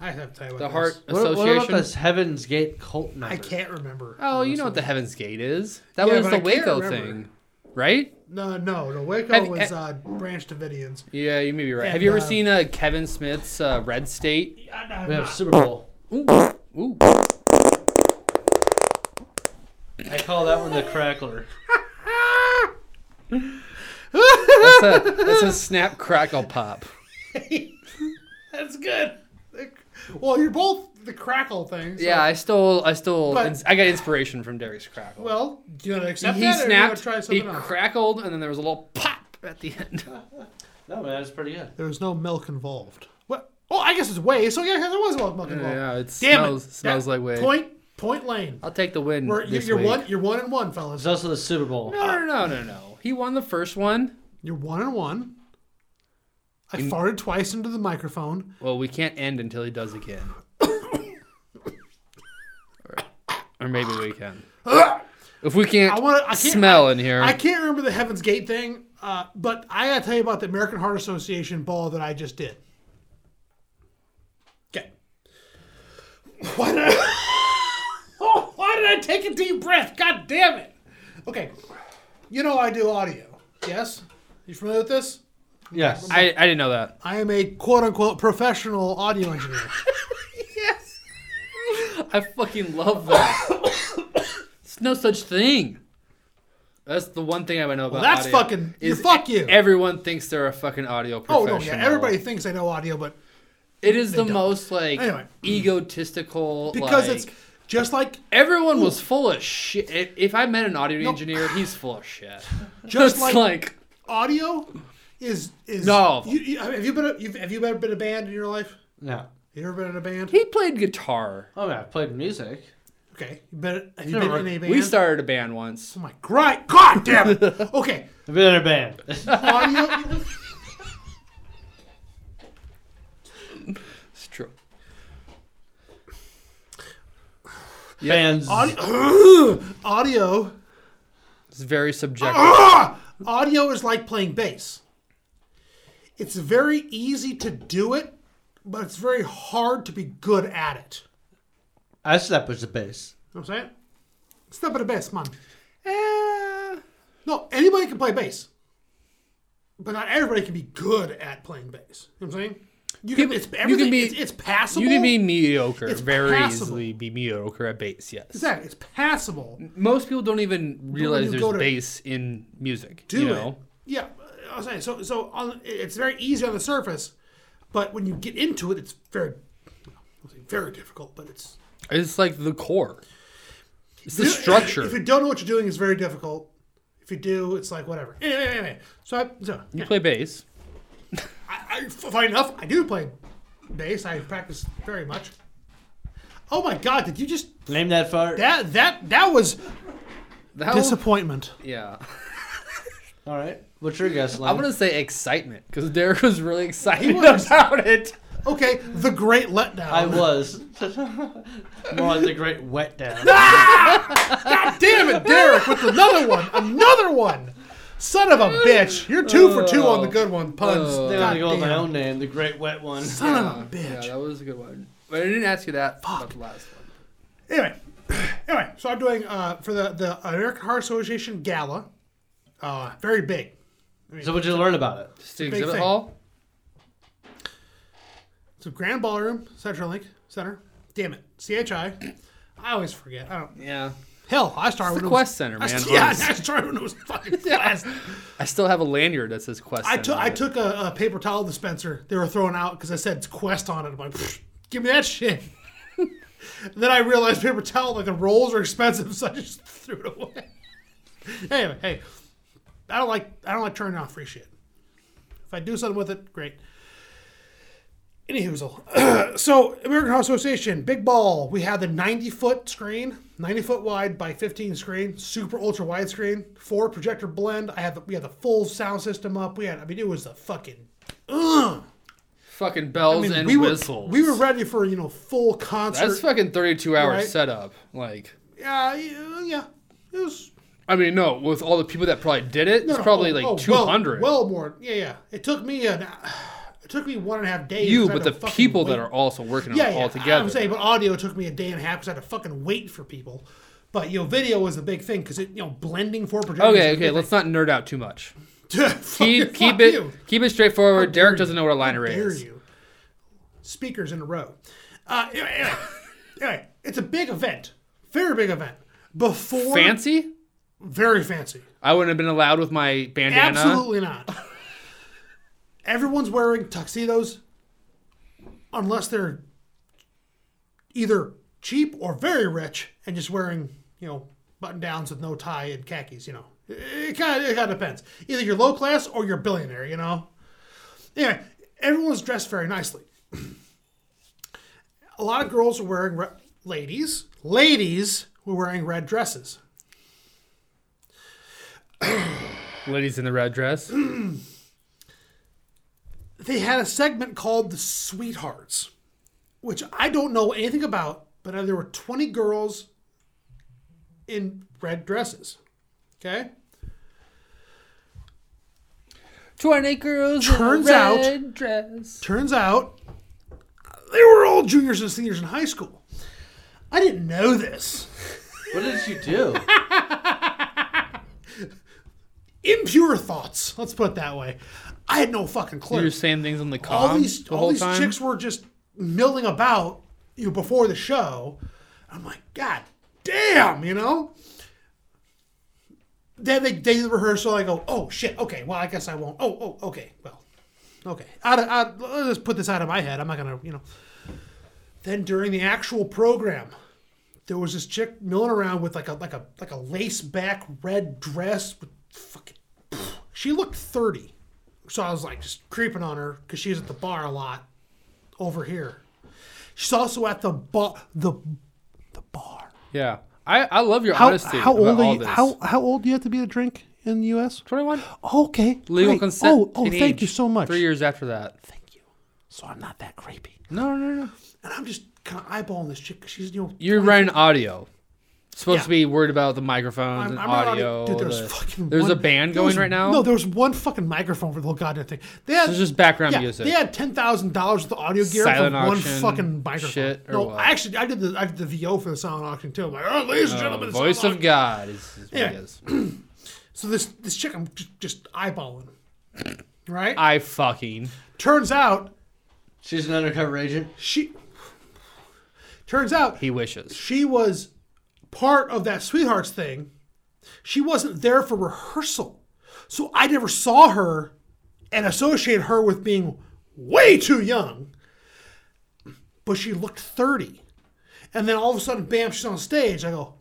Speaker 3: I have to tell you about
Speaker 1: The
Speaker 3: this.
Speaker 1: Heart
Speaker 2: What, what
Speaker 1: Association.
Speaker 2: about this Heaven's Gate cult number?
Speaker 3: I can't remember.
Speaker 1: Oh, you know what the Heaven's Gate is? That
Speaker 3: Yeah,
Speaker 1: was
Speaker 3: but
Speaker 1: the
Speaker 3: I can't
Speaker 1: Waco
Speaker 3: remember.
Speaker 1: thing, right?
Speaker 3: No, no, no. Waco
Speaker 1: Have-
Speaker 3: was
Speaker 1: eh-
Speaker 3: uh, Branch Davidians.
Speaker 1: Yeah, you may be right.
Speaker 3: And,
Speaker 1: Have you ever
Speaker 3: uh,
Speaker 1: seen uh, Kevin Smith's uh, Red State?
Speaker 2: We have Super Bowl.
Speaker 1: Ooh, ooh.
Speaker 2: I call that one the crackler.
Speaker 1: That's a that's a snap crackle pop.
Speaker 3: That's good. Well, you're both the crackle things.
Speaker 1: Yeah, I stole I stole
Speaker 3: But-
Speaker 1: ins- I got inspiration from Darius Crackle.
Speaker 3: Well, do you want to accept
Speaker 1: he
Speaker 3: that, or you want
Speaker 1: snapped,
Speaker 3: to try
Speaker 1: he
Speaker 3: something else?
Speaker 1: crackled, and then there was a little pop at the end.
Speaker 2: No, man, that's pretty good.
Speaker 3: There was no milk involved. What? Oh, I guess it's whey. So yeah, there was milk involved.
Speaker 1: yeah, it
Speaker 3: Damn
Speaker 1: smells
Speaker 3: it.
Speaker 1: smells
Speaker 3: Yeah,
Speaker 1: like way.
Speaker 3: Point. Point lane.
Speaker 1: I'll take the win.
Speaker 3: We're, you're,
Speaker 1: this
Speaker 3: you're
Speaker 1: week.
Speaker 3: one. You're one and one, fellas.
Speaker 2: It's also the Super Bowl.
Speaker 1: No, no, no, no, no. He won the first one.
Speaker 3: You're one and one. I farted twice into the microphone.
Speaker 1: Well, we can't end until he does again. or, or maybe we can. If we can't,
Speaker 3: I want. I can't
Speaker 1: smell
Speaker 3: I-
Speaker 1: in here.
Speaker 3: I can't remember the Heaven's Gate thing, uh, but I gotta tell you about the American Heart Association ball that I just did. Okay. Why did I? oh, why did I take a deep breath? God damn it! Okay, you know I do audio. Yes, you familiar with this?
Speaker 2: Yes.
Speaker 1: I, I didn't know that.
Speaker 3: I am a quote unquote professional audio engineer.
Speaker 1: Yes. I fucking love that. it's no such thing. That's the one thing I know about.
Speaker 3: that's
Speaker 1: audio,
Speaker 3: fucking- you-
Speaker 1: is
Speaker 3: fuck you.
Speaker 1: Everyone thinks they're a fucking audio
Speaker 3: oh
Speaker 1: professional.
Speaker 3: no, yeah, everybody thinks I know audio, but
Speaker 1: It is the
Speaker 3: don't.
Speaker 1: most like
Speaker 3: Anyway.
Speaker 1: egotistical.
Speaker 3: because
Speaker 1: like-
Speaker 3: it's just like
Speaker 1: everyone was full of shit. If I met an audio engineer, he's full of shit.
Speaker 3: just
Speaker 1: It's
Speaker 3: like
Speaker 1: like
Speaker 3: audio is is
Speaker 1: No.
Speaker 3: You, you, have you been a, you've, have you ever been in a band in your life?
Speaker 2: No.
Speaker 3: You ever been in a band?
Speaker 1: He played guitar.
Speaker 2: Oh, yeah, I played music.
Speaker 3: Okay, you been, have you
Speaker 2: Never
Speaker 3: been in
Speaker 2: heard-
Speaker 3: a band?
Speaker 1: We started a band once.
Speaker 3: Oh my god! God damn it! Okay,
Speaker 2: I've been in a band.
Speaker 3: audio.
Speaker 1: It's true.
Speaker 2: Bands.
Speaker 3: audio, audio,
Speaker 1: It's very subjective.
Speaker 3: ah! audio is like playing bass. It's very easy to do it, but it's very hard to be good at it.
Speaker 2: I slept with the bass.
Speaker 3: You know what I'm saying? Step at a bass, man.
Speaker 1: Eh,
Speaker 3: No, anybody can play bass, but not everybody can be good at playing bass. You know what I'm saying? You can,
Speaker 1: People-
Speaker 3: it's,
Speaker 1: you can
Speaker 3: everything,
Speaker 1: be-
Speaker 3: it's, it's passable.
Speaker 1: you can be mediocre.
Speaker 3: It's
Speaker 1: very
Speaker 3: passable.
Speaker 1: easily be mediocre at bass, yes.
Speaker 3: exactly. It's passable.
Speaker 1: Most people don't even realize
Speaker 3: you
Speaker 1: there's
Speaker 3: go to-
Speaker 1: bass in music.
Speaker 3: do
Speaker 1: you
Speaker 3: it.
Speaker 1: know?
Speaker 3: Yeah, I was saying so. So on, it's very easy on the surface, but when you get into it, it's very, I'll say very difficult. But it's
Speaker 1: It's like the core. It's the structure.
Speaker 3: If you don't know what you're doing, it's very difficult. If you do, it's like whatever. Anyway, anyway, anyway. So I, so
Speaker 1: you
Speaker 3: yeah,
Speaker 1: play bass.
Speaker 3: I, I- f- funny enough, I do play bass. I practice very much. Oh my god! Did you just
Speaker 2: Name that fart.
Speaker 3: that that that was
Speaker 1: That was-
Speaker 3: disappointment?
Speaker 1: yeah.
Speaker 2: All right. What's your guess,
Speaker 1: I'm
Speaker 2: Len?
Speaker 1: gonna say excitement because Derek was really excited
Speaker 3: was.
Speaker 1: about it.
Speaker 3: Okay, the great letdown.
Speaker 2: I was. Um, More like the great wet down.
Speaker 3: Damn it, Derek, with another one, another one. Son of a bitch! You're two for two on the good one puns.
Speaker 1: Oh.
Speaker 2: I'm gonna go with my
Speaker 3: Goddamn.
Speaker 2: own name, the great wet one.
Speaker 3: Son of a
Speaker 1: Yeah,
Speaker 3: bitch.
Speaker 1: that was a good one. But I didn't ask you that about the last one.
Speaker 3: anyway, anyway, so I'm doing uh, for the the American Heart Association gala. Uh, very big.
Speaker 2: So what'd you learn about it?
Speaker 1: Just the
Speaker 3: big
Speaker 1: exhibit
Speaker 3: thing.
Speaker 1: hall.
Speaker 3: It's a grand ballroom, CenturyLink Center. Damn it, CHI. I always forget. I don't.
Speaker 1: Yeah.
Speaker 3: Hell, I started
Speaker 1: The
Speaker 3: when it
Speaker 1: Quest
Speaker 3: was,
Speaker 1: Center,
Speaker 3: I,
Speaker 1: man.
Speaker 3: yeah, I
Speaker 1: honest.
Speaker 3: started when it was fucking last.
Speaker 1: I still have a lanyard that says Quest.
Speaker 3: I
Speaker 1: Center
Speaker 3: took
Speaker 1: on
Speaker 3: I
Speaker 1: it.
Speaker 3: took a, a paper towel dispenser they were throwing out because I said Quest on it. I'm like, "Pfft, give me that shit. And then I realized paper towel like the rolls are expensive, so I just threw it away. anyway, hey, I don't like I don't like turning off free shit. If I do something with it, great. Anywhoozle. so American Heart Association, big ball. We had the 90 foot screen, 90 foot wide by 15 screen, super ultra wide screen, four projector blend. I had the, we had the full sound system up. We had I mean it was the fucking ugh.
Speaker 1: fucking
Speaker 3: I
Speaker 1: bells
Speaker 3: mean
Speaker 1: and
Speaker 3: we
Speaker 1: whistles.
Speaker 3: were we were ready for you know full concert.
Speaker 1: That's fucking 32 hour
Speaker 3: Right.
Speaker 1: setup. Like,
Speaker 3: yeah yeah, yeah. It was
Speaker 1: I mean, no, with all the people that probably did it,
Speaker 3: no,
Speaker 1: it's
Speaker 3: no,
Speaker 1: probably
Speaker 3: oh,
Speaker 1: like
Speaker 3: oh, well-
Speaker 1: 200.
Speaker 3: Well, more yeah yeah. It took me an it took me one and a half days.
Speaker 1: you,
Speaker 3: 'cause I had
Speaker 1: but the
Speaker 3: to fucking
Speaker 1: people that
Speaker 3: wait.
Speaker 1: are also working on
Speaker 3: yeah,
Speaker 1: it all
Speaker 3: yeah.
Speaker 1: together.
Speaker 3: I'm saying, but audio took me a day and a half because I had to fucking wait for people. But you know, video was the big thing because it you know blending for projectors.
Speaker 1: okay, okay, let's not nerd out too much. Keep, keep it,
Speaker 3: You.
Speaker 1: keep it straightforward.
Speaker 3: dare
Speaker 1: Derek
Speaker 3: you.
Speaker 1: doesn't know what a liner
Speaker 3: Dare
Speaker 1: is.
Speaker 3: you? Speakers in a row. Uh, anyway, anyway, anyway, it's a big event, very big event. Before
Speaker 1: Fancy?
Speaker 3: very fancy.
Speaker 1: I wouldn't have been allowed with my bandana.
Speaker 3: Absolutely not. Everyone's wearing tuxedos unless they're either cheap or very rich and just wearing, you know, button downs with no tie and khakis, you know. It kind of it kind of depends. Either you're low class or you're a billionaire, you know. Anyway, everyone's dressed very nicely. a lot of girls were wearing re- ladies. Ladies were wearing red dresses.
Speaker 1: Ladies in the red dress.
Speaker 3: they had a segment called the Sweethearts, which I don't know anything about, but there were 20 girls in red dresses. Okay?
Speaker 1: 20 girls
Speaker 3: Turns
Speaker 1: in a
Speaker 3: out-
Speaker 1: red dress.
Speaker 3: Turns out they were all juniors and seniors in high school. I didn't know this.
Speaker 2: What did you do?
Speaker 3: Impure thoughts, let's put it that way. I had no fucking clue.
Speaker 1: You were saying things on the com
Speaker 3: all these
Speaker 1: the
Speaker 3: all
Speaker 1: whole
Speaker 3: these
Speaker 1: time.
Speaker 3: chicks were just milling about you know, before the show. I'm like, God damn, you know. Then they they rehearsal. I go, oh shit, okay. Well, I guess I won't. Oh, oh, okay. Well, okay. Out of, out, let's put this out of my head. I'm not gonna, you know. Then during the actual program, there was this chick milling around with like a like a like a lace back red dress with fucking. She looked thirty. So I was like just creeping on her because she's at the bar a lot over here. She's also at the bar. The the bar.
Speaker 1: Yeah. I, I love your
Speaker 4: How,
Speaker 1: honesty.
Speaker 4: how
Speaker 1: about
Speaker 4: old
Speaker 1: all
Speaker 4: are you,
Speaker 1: this.
Speaker 4: how how old do you have to be to drink in the U.S.?
Speaker 1: 21.
Speaker 4: Okay,
Speaker 1: Legal
Speaker 4: great.
Speaker 1: consent.
Speaker 4: Oh, oh,
Speaker 1: teenage,
Speaker 4: thank you so much.
Speaker 1: Three years after that.
Speaker 4: Thank you. So I'm not that creepy.
Speaker 1: No, no, no.
Speaker 3: And I'm just kind of eyeballing this chick because she's, you know,
Speaker 1: You're running audio. Supposed
Speaker 3: Yeah.
Speaker 1: to be worried about the microphones
Speaker 3: I'm,
Speaker 1: and
Speaker 3: I'm not
Speaker 1: audio.
Speaker 3: Dude, there's
Speaker 1: the-
Speaker 3: fucking
Speaker 1: there's
Speaker 3: one-
Speaker 1: a band
Speaker 3: there
Speaker 1: going
Speaker 3: was-
Speaker 1: right now.
Speaker 3: No, there was one fucking microphone for the whole goddamn thing. They had,
Speaker 1: There's just background
Speaker 3: yeah,
Speaker 1: music.
Speaker 3: They had ten thousand dollars worth of audio gear
Speaker 1: Silent
Speaker 3: for one
Speaker 1: auction
Speaker 3: fucking microphone.
Speaker 1: shit or
Speaker 3: no,
Speaker 1: what?
Speaker 3: I actually I did the I did the VO for the sound auction too. I'm like, oh, ladies and gentlemen,
Speaker 1: Oh,
Speaker 3: the sound
Speaker 1: voice of
Speaker 3: auction."
Speaker 1: God is, is what
Speaker 3: Yeah.
Speaker 1: it is.
Speaker 3: So this this chick I'm just, just eyeballing, right?
Speaker 1: I fucking.
Speaker 3: Turns out
Speaker 2: She's an undercover agent.
Speaker 3: she. Turns out
Speaker 1: He wishes.
Speaker 3: she was part of that sweethearts thing. She wasn't there for rehearsal. So I never saw her and associated her with being way too young. But she looked 30. And then all of a sudden, bam, she's on stage. I go,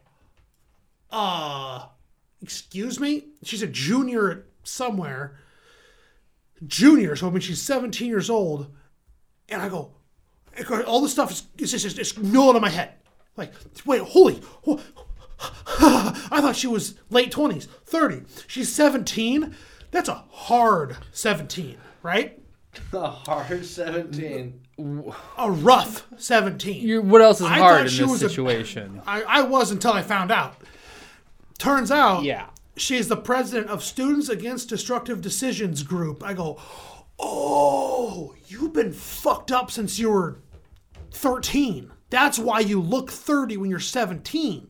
Speaker 3: uh, excuse me? She's a junior at somewhere. Junior, so I mean, she's 17 years old. And I go, it go- all this stuff is it's just it's, it's gnawing on my head. Like, wait, holy, ho- I thought she was late twenties, thirty. She's seventeen. That's a hard seventeen, right?
Speaker 2: The hard 17.
Speaker 3: A rough 17
Speaker 1: You're, what else is
Speaker 3: I
Speaker 1: hard in
Speaker 3: thought she
Speaker 1: this
Speaker 3: was a-
Speaker 1: situation?
Speaker 3: I, I was until I found out. Turns out,
Speaker 1: Yeah.
Speaker 3: she's the president of Students Against Destructive Decisions Group. I go, oh, you've been fucked up since you were 13. That's why you look 30 when you're 17.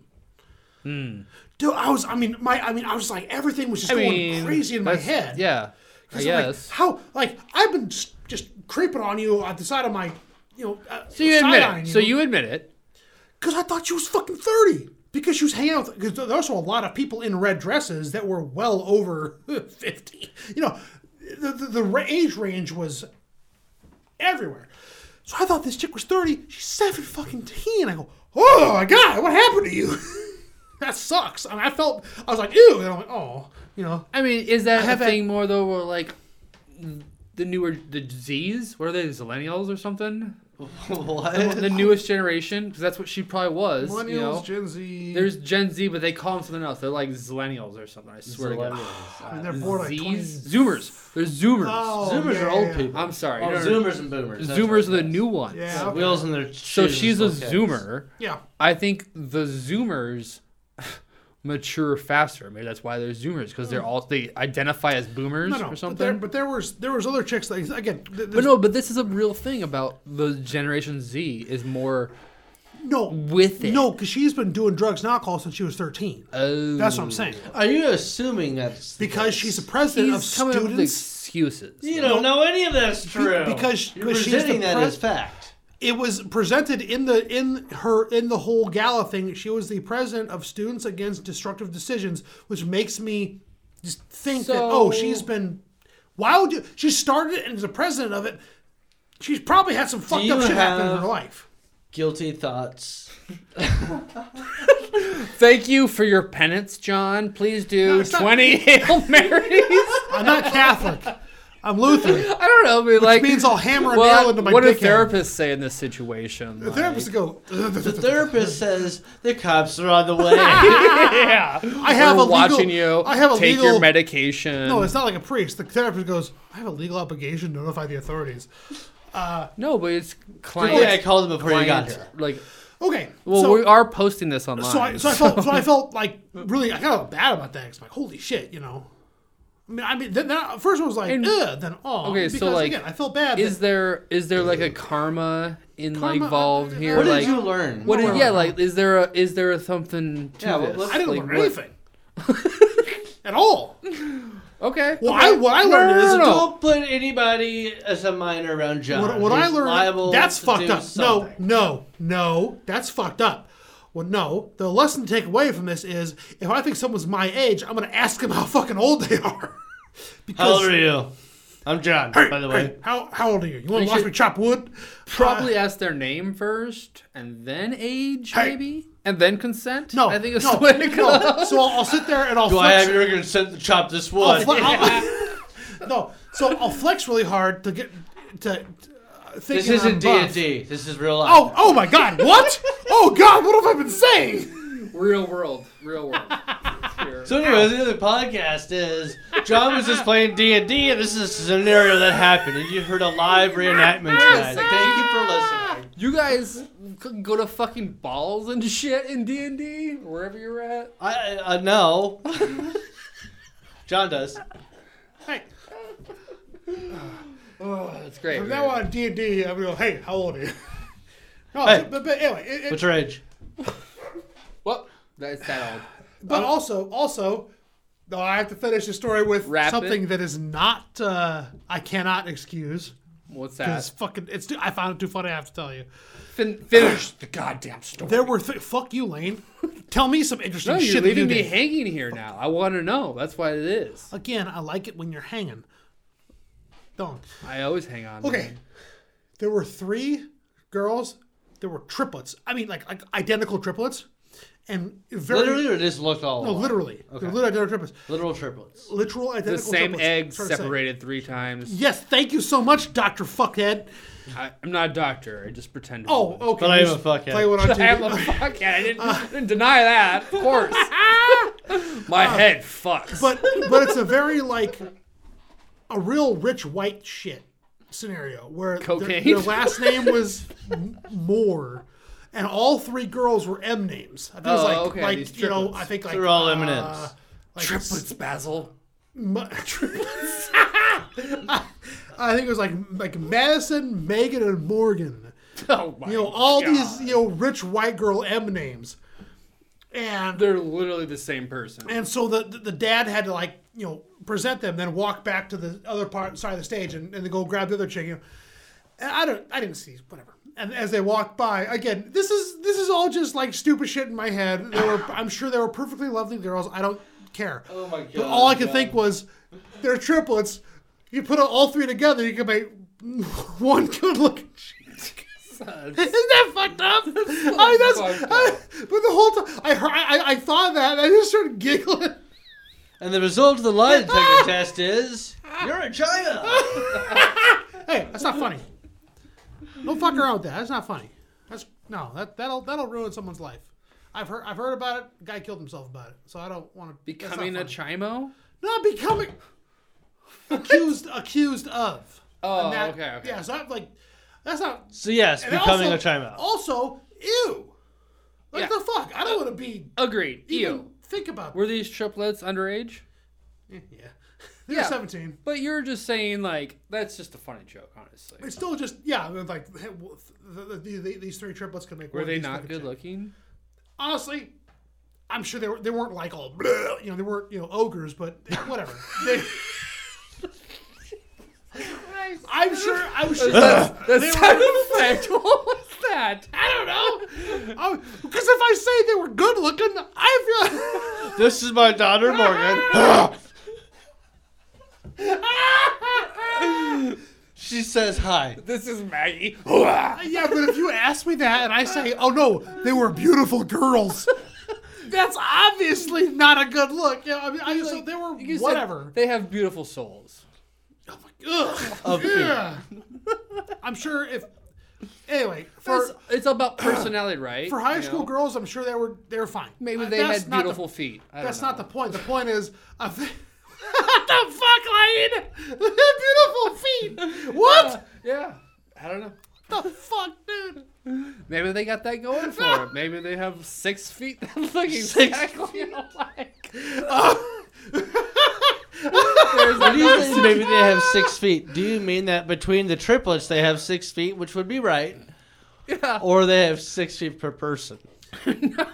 Speaker 3: Dude, I was, I mean, my, I mean, I was like, everything was just
Speaker 1: Hmm. I
Speaker 3: going
Speaker 1: mean,
Speaker 3: crazy in my
Speaker 1: that's-
Speaker 3: head.
Speaker 1: Yeah. I
Speaker 3: 'Cause I'm like,
Speaker 1: guess.
Speaker 3: how, like, I've been s- just creeping on you at the side of my, you know, uh,
Speaker 1: so you admit it. So you admit it.
Speaker 3: because I thought she was fucking 30. Because she was hanging out with, because there's also a lot of people in red dresses that were well over 50. You know, the, the, the ra- age range was everywhere. So I thought this chick was 30. She's 7 fucking 10. I go, oh my God, what happened to you? that sucks. I, mean, I felt, I was like, ew. And I'm like, oh, you know.
Speaker 1: I mean, is that a
Speaker 3: have had-
Speaker 1: thing more though? Where like the newer the Z's, what are they, the millennials or something?
Speaker 2: what?
Speaker 1: The newest generation, because that's what she probably was.
Speaker 4: Millennials,
Speaker 1: you know?
Speaker 4: Gen Z.
Speaker 1: There's Gen Z, but they call them something else. They're like Zillennials or something. I swear
Speaker 3: And they're
Speaker 1: to
Speaker 3: born
Speaker 1: God.
Speaker 3: like
Speaker 1: Z's,
Speaker 3: 20.
Speaker 1: Zoomers. They're Zoomers.
Speaker 3: Oh,
Speaker 2: Zoomers
Speaker 3: yeah,
Speaker 2: are old
Speaker 3: yeah.
Speaker 2: people.
Speaker 1: I'm sorry.
Speaker 2: Oh,
Speaker 1: No, no, no.
Speaker 2: Zoomers and boomers. that's
Speaker 1: Zoomers
Speaker 2: what
Speaker 1: are the
Speaker 2: it is.
Speaker 1: new ones.
Speaker 3: Yeah.
Speaker 2: The Wheels in their
Speaker 1: So
Speaker 2: shoes,
Speaker 1: she's a
Speaker 2: okay.
Speaker 1: Zoomer.
Speaker 3: Yeah.
Speaker 1: I think the Zoomers mature faster. Maybe that's why they're Zoomers because they're all they identify as Boomers
Speaker 3: Hmm.
Speaker 1: or
Speaker 3: No, no. But there,
Speaker 1: something.
Speaker 3: but there was there was other chicks that again. th-
Speaker 1: But
Speaker 3: there's-
Speaker 1: no, but this is a real thing about the Generation Z is more
Speaker 3: no,
Speaker 1: with it.
Speaker 3: no, because she's been doing drugs and alcohol since she was 13.
Speaker 1: Oh.
Speaker 3: That's what I'm saying. Uh,
Speaker 2: Are you assuming that's the
Speaker 3: because
Speaker 2: case?
Speaker 3: she's the president of
Speaker 1: He's coming up with
Speaker 3: students.
Speaker 1: excuses.
Speaker 2: You don't know any of that's true.
Speaker 3: because-
Speaker 2: you're
Speaker 3: because she's
Speaker 2: presenting
Speaker 3: the
Speaker 2: that
Speaker 3: pre-
Speaker 2: as fact.
Speaker 3: It was presented in the in her in the whole gala thing. She was the president of Students Against Destructive Decisions, which makes me just think that oh,
Speaker 1: So-
Speaker 3: she's been. Why would you? She started it and is the president of it. She's probably had some fucked
Speaker 2: you
Speaker 3: up shit happen in
Speaker 2: have-
Speaker 3: her life.
Speaker 2: Guilty thoughts.
Speaker 1: Thank you for your penance, John. Please do
Speaker 3: No, it's not-
Speaker 1: 20 Hail Marys. I
Speaker 3: I'm not Catholic. I'm Lutheran.
Speaker 1: don't know. But like,
Speaker 3: Which means I'll hammer a
Speaker 1: well,
Speaker 3: nail into my
Speaker 1: what do
Speaker 3: dickhead.
Speaker 1: therapists say in this situation?
Speaker 3: The therapist go.
Speaker 2: The therapist says the cops are on the way.
Speaker 1: yeah.
Speaker 3: I have
Speaker 1: We're
Speaker 3: a legal,
Speaker 1: watching you.
Speaker 3: I have a
Speaker 1: take
Speaker 3: legal.
Speaker 1: your medication.
Speaker 3: no, it's not like a priest. The therapist goes. I have a legal obligation to notify the authorities.
Speaker 1: No, but it's client.
Speaker 2: oh, yeah, I called him before you got
Speaker 1: client-
Speaker 2: here.
Speaker 1: Like,
Speaker 3: Okay.
Speaker 1: well,
Speaker 3: so,
Speaker 1: we are posting this online.
Speaker 3: so I, so I felt so I felt like really I kind of felt bad about that. 'cause I'm like holy shit, you know. I mean, I mean, then, then I- first it was like,
Speaker 1: And-
Speaker 3: Ugh, then oh,
Speaker 1: okay, so,
Speaker 3: because
Speaker 1: like,
Speaker 3: again, I felt bad.
Speaker 1: is there is there like a karma in
Speaker 3: Karma,
Speaker 1: involved
Speaker 3: I- I-
Speaker 1: here?
Speaker 2: What did
Speaker 1: like,
Speaker 2: you learn?
Speaker 1: what?
Speaker 2: What
Speaker 1: Is, yeah, like, is there a is there a something to
Speaker 2: Yeah, well,
Speaker 1: this?
Speaker 2: let's-
Speaker 3: that I didn't
Speaker 1: like,
Speaker 3: learn
Speaker 1: what-
Speaker 3: anything at all.
Speaker 1: Okay.
Speaker 3: Well, I, what I
Speaker 1: No,
Speaker 3: learned
Speaker 1: no,
Speaker 3: is
Speaker 1: no, no.
Speaker 2: Don't put anybody as a minor around John.
Speaker 3: what, what I
Speaker 2: He's
Speaker 3: learned
Speaker 2: liable
Speaker 3: that's
Speaker 2: to
Speaker 3: fucked
Speaker 2: do
Speaker 3: up.
Speaker 2: something.
Speaker 3: No, no, no, that's fucked up. Well, no. The lesson to take away from this is if I think someone's my age, I'm gonna ask them how fucking old they are.
Speaker 2: How old are you? I'm John, by the way.
Speaker 3: Hey, how how old are you? You want
Speaker 1: You
Speaker 3: to watch
Speaker 1: should-
Speaker 3: me chop wood? Uh,
Speaker 1: Probably ask their name first and then age,
Speaker 3: Hey.
Speaker 1: maybe, and then consent.
Speaker 3: No,
Speaker 1: I think it's
Speaker 3: no,
Speaker 1: the way to go.
Speaker 3: no. So I'll, I'll sit there and I'll
Speaker 2: Do I
Speaker 3: flex-
Speaker 2: have your consent to chop this
Speaker 3: I'll,
Speaker 2: wood?
Speaker 3: fle- I'll, No, so I'll flex really hard to get to. to think
Speaker 2: This isn't D and
Speaker 3: buff.
Speaker 2: D. This is real life.
Speaker 3: Oh, oh my God! What? oh God! What have I been saying?
Speaker 1: Real world, real world. Here.
Speaker 2: So, anyways, the other podcast is John was just playing D and D, and this is a scenario that happened, and you heard a live reenactment
Speaker 1: Ah,
Speaker 2: tonight. Thank you for listening.
Speaker 1: you guys c- go to fucking balls and shit in D and D wherever you're at.
Speaker 2: I, I no. John does.
Speaker 3: Hey,
Speaker 1: Oh, that's great.
Speaker 3: from now on, D and D. I'm gonna go. Hey, how old are you? No,
Speaker 2: Hey.
Speaker 3: but, but anyway, it, it,
Speaker 2: What's your age?
Speaker 1: Well, that's that old.
Speaker 2: um,
Speaker 3: but also, also, no, I have to finish the story with
Speaker 1: Wrap it.
Speaker 3: something that is not. Uh, I cannot excuse.
Speaker 1: What's
Speaker 3: It's
Speaker 1: that?
Speaker 3: fucking. It's. too- I found it too funny. I have to tell you.
Speaker 1: Fin- finish the goddamn story.
Speaker 3: There were. Th- fuck you, Lane. Tell me some interesting
Speaker 1: No,
Speaker 3: shit.
Speaker 1: you're
Speaker 3: that
Speaker 1: leaving
Speaker 3: you
Speaker 1: me
Speaker 3: did.
Speaker 1: hanging here now. I want to know. That's what it is.
Speaker 3: Again, I like it when you're hanging. Don't.
Speaker 1: I always hang on. to
Speaker 3: Okay.
Speaker 1: them.
Speaker 3: There were three girls. There were triplets. I mean, like, like identical triplets, and very
Speaker 2: Literally, or just looked all
Speaker 3: no,
Speaker 2: alike?
Speaker 3: literally, They're literally identical triplets.
Speaker 2: literal triplets.
Speaker 3: Literal identical.
Speaker 1: The same
Speaker 3: triplets.
Speaker 1: egg
Speaker 3: Trying to say.
Speaker 1: separated three times.
Speaker 3: Yes, thank you so much, Doctor Fuckhead.
Speaker 1: I, I'm not a doctor. I just pretend. to be
Speaker 3: Oh,
Speaker 1: one.
Speaker 3: okay.
Speaker 2: But I am a
Speaker 3: just
Speaker 2: fuckhead.
Speaker 3: Play one on
Speaker 1: I am a
Speaker 3: TV.
Speaker 1: fuckhead. I didn't,
Speaker 3: Uh,
Speaker 1: didn't deny that. Of course. My head fucks.
Speaker 3: Uh, but but it's a very like a real rich white shit scenario where their-
Speaker 1: Cocaine.
Speaker 3: Their, last name was M- Moore, and all three girls were M names. I think it was
Speaker 1: Oh,
Speaker 3: like
Speaker 1: okay,
Speaker 3: like
Speaker 1: these
Speaker 3: you know
Speaker 1: triplets.
Speaker 3: I think like
Speaker 2: They're all
Speaker 3: uh,
Speaker 2: M&Ms.
Speaker 3: like
Speaker 1: triplets, Basil.
Speaker 3: Ma- triplets. I think it was like like Madison, Megan, and Morgan.
Speaker 1: Oh my.
Speaker 3: You know all
Speaker 1: God.
Speaker 3: these you know rich white girl M names, and
Speaker 1: They're literally the same person.
Speaker 3: and so the the dad had to like you know present them, then walk back to the other part side of the stage and, and then go grab the other chick. You know. And I don't, I didn't see whatever. And as they walked by, again, this is this is all just like stupid shit in my head. They were, I'm sure they were perfectly lovely girls. I don't care. Oh
Speaker 2: my
Speaker 3: But all I
Speaker 2: God,
Speaker 3: could
Speaker 2: no.
Speaker 3: think was, they're triplets. You put all three together, you can make one good looking. Isn't that fucked up? I mean, that's.
Speaker 1: fucked up.
Speaker 3: I, but the whole time, I, heard, I I- I thought that, and I just started giggling.
Speaker 2: And the result of the lie detector test is you're a China.
Speaker 3: Hey, that's not funny. Don't fuck around with that. That's not funny. That's no. That that'll that'll ruin someone's life. I've heard I've heard about it. Guy killed himself about it, so I don't want to
Speaker 1: Becoming a chimo.
Speaker 3: not becoming accused accused of.
Speaker 1: Oh,
Speaker 3: And that-
Speaker 1: okay, okay.
Speaker 3: Yeah, so I'm like, that's not
Speaker 2: So yes,
Speaker 3: and
Speaker 2: becoming
Speaker 3: also,
Speaker 2: a China.
Speaker 3: Also, ew. Like
Speaker 1: Yeah.
Speaker 3: the fuck. I don't want to be
Speaker 1: Agreed.
Speaker 3: even
Speaker 1: Ew.
Speaker 3: think about.
Speaker 1: Were these triplets underage?
Speaker 3: yeah, they're
Speaker 1: Yeah.
Speaker 3: seventeen.
Speaker 1: But you're just saying like that's just a funny joke, honestly.
Speaker 3: It's still just yeah. I mean, like hey, well, th- th- th- these three triplets could make.
Speaker 1: Were
Speaker 3: one
Speaker 1: they
Speaker 3: decent
Speaker 1: not
Speaker 3: chick.
Speaker 1: good looking?
Speaker 3: honestly, I'm sure they were. They weren't like all, bleh, you know, they weren't you know ogres, but they- whatever. They, I'm sure. I'm sure.
Speaker 1: That sound effect. What was that?
Speaker 3: I don't know. Because if I say they were good looking, I feel.
Speaker 2: This is my daughter Morgan. she says hi.
Speaker 1: This is Maggie.
Speaker 3: yeah, but if you ask me that and I say, "Oh no, they were beautiful girls," that's obviously not a good look. Yeah, I mean, I just they were
Speaker 1: You said
Speaker 3: whatever.
Speaker 1: They have beautiful souls.
Speaker 3: Ugh.
Speaker 2: Of
Speaker 3: Yeah. I'm sure if. Anyway, for
Speaker 1: It's, it's about personality, right?
Speaker 3: for high
Speaker 1: You
Speaker 3: school
Speaker 1: know?
Speaker 3: girls, I'm sure they were they were fine.
Speaker 1: maybe
Speaker 3: Uh,
Speaker 1: they
Speaker 3: that's
Speaker 1: had
Speaker 3: not the-
Speaker 1: beautiful feet. I don't
Speaker 3: that's not the
Speaker 1: know.
Speaker 3: point. The point is, I thi- what the fuck, Lane? beautiful feet. What
Speaker 1: Yeah, I don't know.
Speaker 3: the fuck, dude?
Speaker 1: Maybe they got that going for them. Maybe they have six feet that look exactly alike. There's
Speaker 2: What do you think? Maybe they have six feet. Do you mean that between the triplets they have six feet, which would be right,
Speaker 1: Yeah.
Speaker 3: Oh.
Speaker 2: or they have six feet per person?
Speaker 1: Not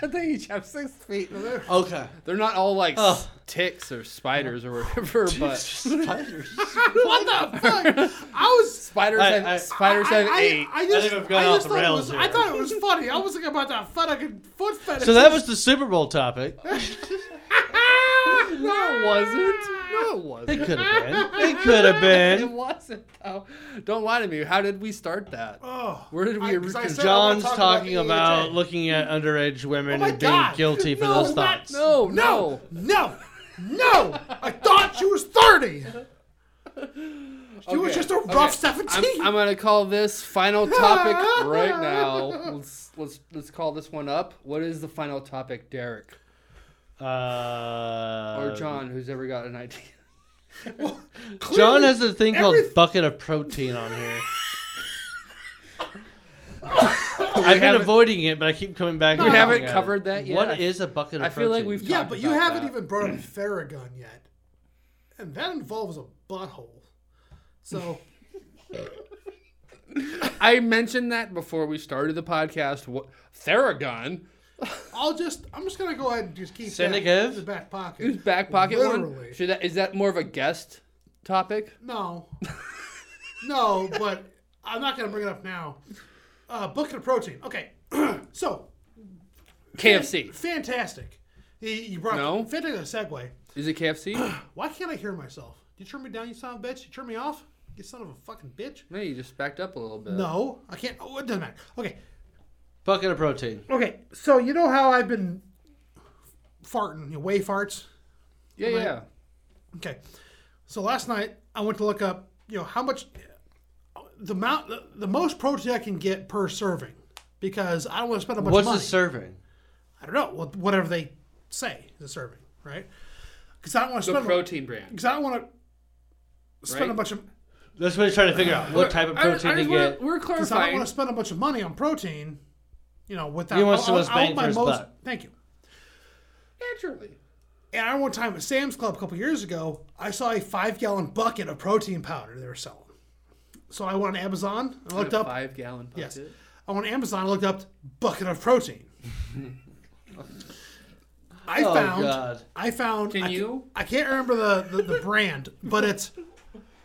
Speaker 1: that they each have six feet.
Speaker 2: Okay.
Speaker 1: They're not all like
Speaker 2: Ugh.
Speaker 1: s- ticks or spiders or whatever, but
Speaker 2: Spiders.
Speaker 3: What the fuck? I was.
Speaker 1: spiders
Speaker 2: I-
Speaker 1: have
Speaker 2: I-
Speaker 1: spiders have
Speaker 3: I,
Speaker 1: eight.
Speaker 3: I, I just,
Speaker 2: think I've gone
Speaker 3: I
Speaker 2: off
Speaker 3: just
Speaker 2: the
Speaker 3: thought it
Speaker 2: rails
Speaker 3: was,
Speaker 2: here.
Speaker 3: I thought it was funny. I was thinking about that fucking foot fetish.
Speaker 2: So that was the Super Bowl topic.
Speaker 1: no, it wasn't. No, it wasn't.
Speaker 2: It could have been. It could have
Speaker 1: It
Speaker 2: been.
Speaker 1: wasn't. Though. Don't lie to me. How did we start that?
Speaker 3: Oh,
Speaker 1: Where did we?
Speaker 3: I- 'cause I
Speaker 1: origin-
Speaker 3: said-
Speaker 2: John's
Speaker 3: Talk
Speaker 1: E
Speaker 3: about
Speaker 2: talking
Speaker 3: the
Speaker 2: about
Speaker 3: AHA.
Speaker 2: looking at underage women
Speaker 3: Oh my
Speaker 2: and being
Speaker 3: God.
Speaker 2: guilty for
Speaker 3: No,
Speaker 2: those
Speaker 3: not-
Speaker 2: thoughts.
Speaker 1: no, no.
Speaker 3: no, no, no! I thought she was thirty. She was just a rough 17.
Speaker 1: I'm, I'm gonna call this final topic right now. Let's let's let's call this one up. What is the final topic, Derek
Speaker 2: Uh,
Speaker 1: or John, who's ever got an idea?
Speaker 2: John
Speaker 3: Clearly-
Speaker 2: has a thing called
Speaker 3: everyth-
Speaker 2: bucket of protein on here. I've been
Speaker 1: haven't-
Speaker 2: avoiding it, but I keep coming back.
Speaker 1: We
Speaker 2: and
Speaker 1: haven't
Speaker 2: looking at
Speaker 1: covered
Speaker 2: it.
Speaker 1: that yet.
Speaker 2: What is a bucket of
Speaker 1: I feel like
Speaker 2: protein?
Speaker 1: we've
Speaker 3: Yeah,
Speaker 1: talked
Speaker 3: but you
Speaker 1: about
Speaker 3: haven't
Speaker 1: that.
Speaker 3: even brought up Theragun yet. And that involves a butthole. So,
Speaker 1: I mentioned that before we started the podcast. What Theragun,
Speaker 3: I'll just, I'm just going to go ahead and just keep that
Speaker 2: Senegev?
Speaker 3: in the back pocket.
Speaker 1: whose back pocket one?
Speaker 3: Literally.
Speaker 1: Should that is that more of a guest topic?
Speaker 3: No. no, but I'm not going to bring it up now. Uh, bucket of protein. Okay. so,
Speaker 1: KFC.
Speaker 3: fantastic. You- You brought
Speaker 1: No.
Speaker 3: fantastic segue.
Speaker 1: Is it KFC?
Speaker 3: Why can't I hear myself? You turn me down, you son of a bitch. You turn me off, you son of a fucking bitch.
Speaker 1: no, you just backed up a little bit.
Speaker 3: No, I can't. Oh, it doesn't matter. Okay,
Speaker 2: bucket of protein.
Speaker 3: Okay, so you know how I've been farting, you know, way farts.
Speaker 1: Yeah, yeah.
Speaker 3: Okay, so last night I went to look up, you know, how much the amount, the, the most protein I can get per serving, because I don't want to spend a bunch
Speaker 2: What's
Speaker 3: of
Speaker 2: the
Speaker 3: money.
Speaker 2: serving?
Speaker 3: I don't know what- whatever they say is a serving, right? Because I don't want to
Speaker 1: The
Speaker 3: spend
Speaker 1: protein brand.
Speaker 3: because I don't want to spend a
Speaker 1: Right.
Speaker 3: bunch of
Speaker 2: That's what he's trying to figure out. What type of
Speaker 1: I- I
Speaker 2: protein to
Speaker 1: just wanna-
Speaker 2: get?
Speaker 1: We're
Speaker 3: because I don't
Speaker 1: clarifying.
Speaker 3: want to spend a bunch of money on protein. You know, without
Speaker 2: He wants
Speaker 3: I-
Speaker 2: the
Speaker 3: I-
Speaker 2: most
Speaker 3: I want
Speaker 2: bang
Speaker 3: my
Speaker 2: for his
Speaker 3: most-
Speaker 2: buck.
Speaker 3: Thank you.
Speaker 1: Naturally.
Speaker 3: And I remember one time at Sam's Club a couple years ago, I saw a five gallon bucket of protein powder they were selling. So I went on Amazon and looked
Speaker 1: a
Speaker 3: up.
Speaker 1: five gallon bucket.
Speaker 3: Yes. I went on Amazon and looked up bucket of protein. I
Speaker 2: Oh,
Speaker 3: found.
Speaker 2: God.
Speaker 3: I found.
Speaker 1: Can
Speaker 3: I
Speaker 1: you?
Speaker 3: I can't remember the, the, the brand, but it's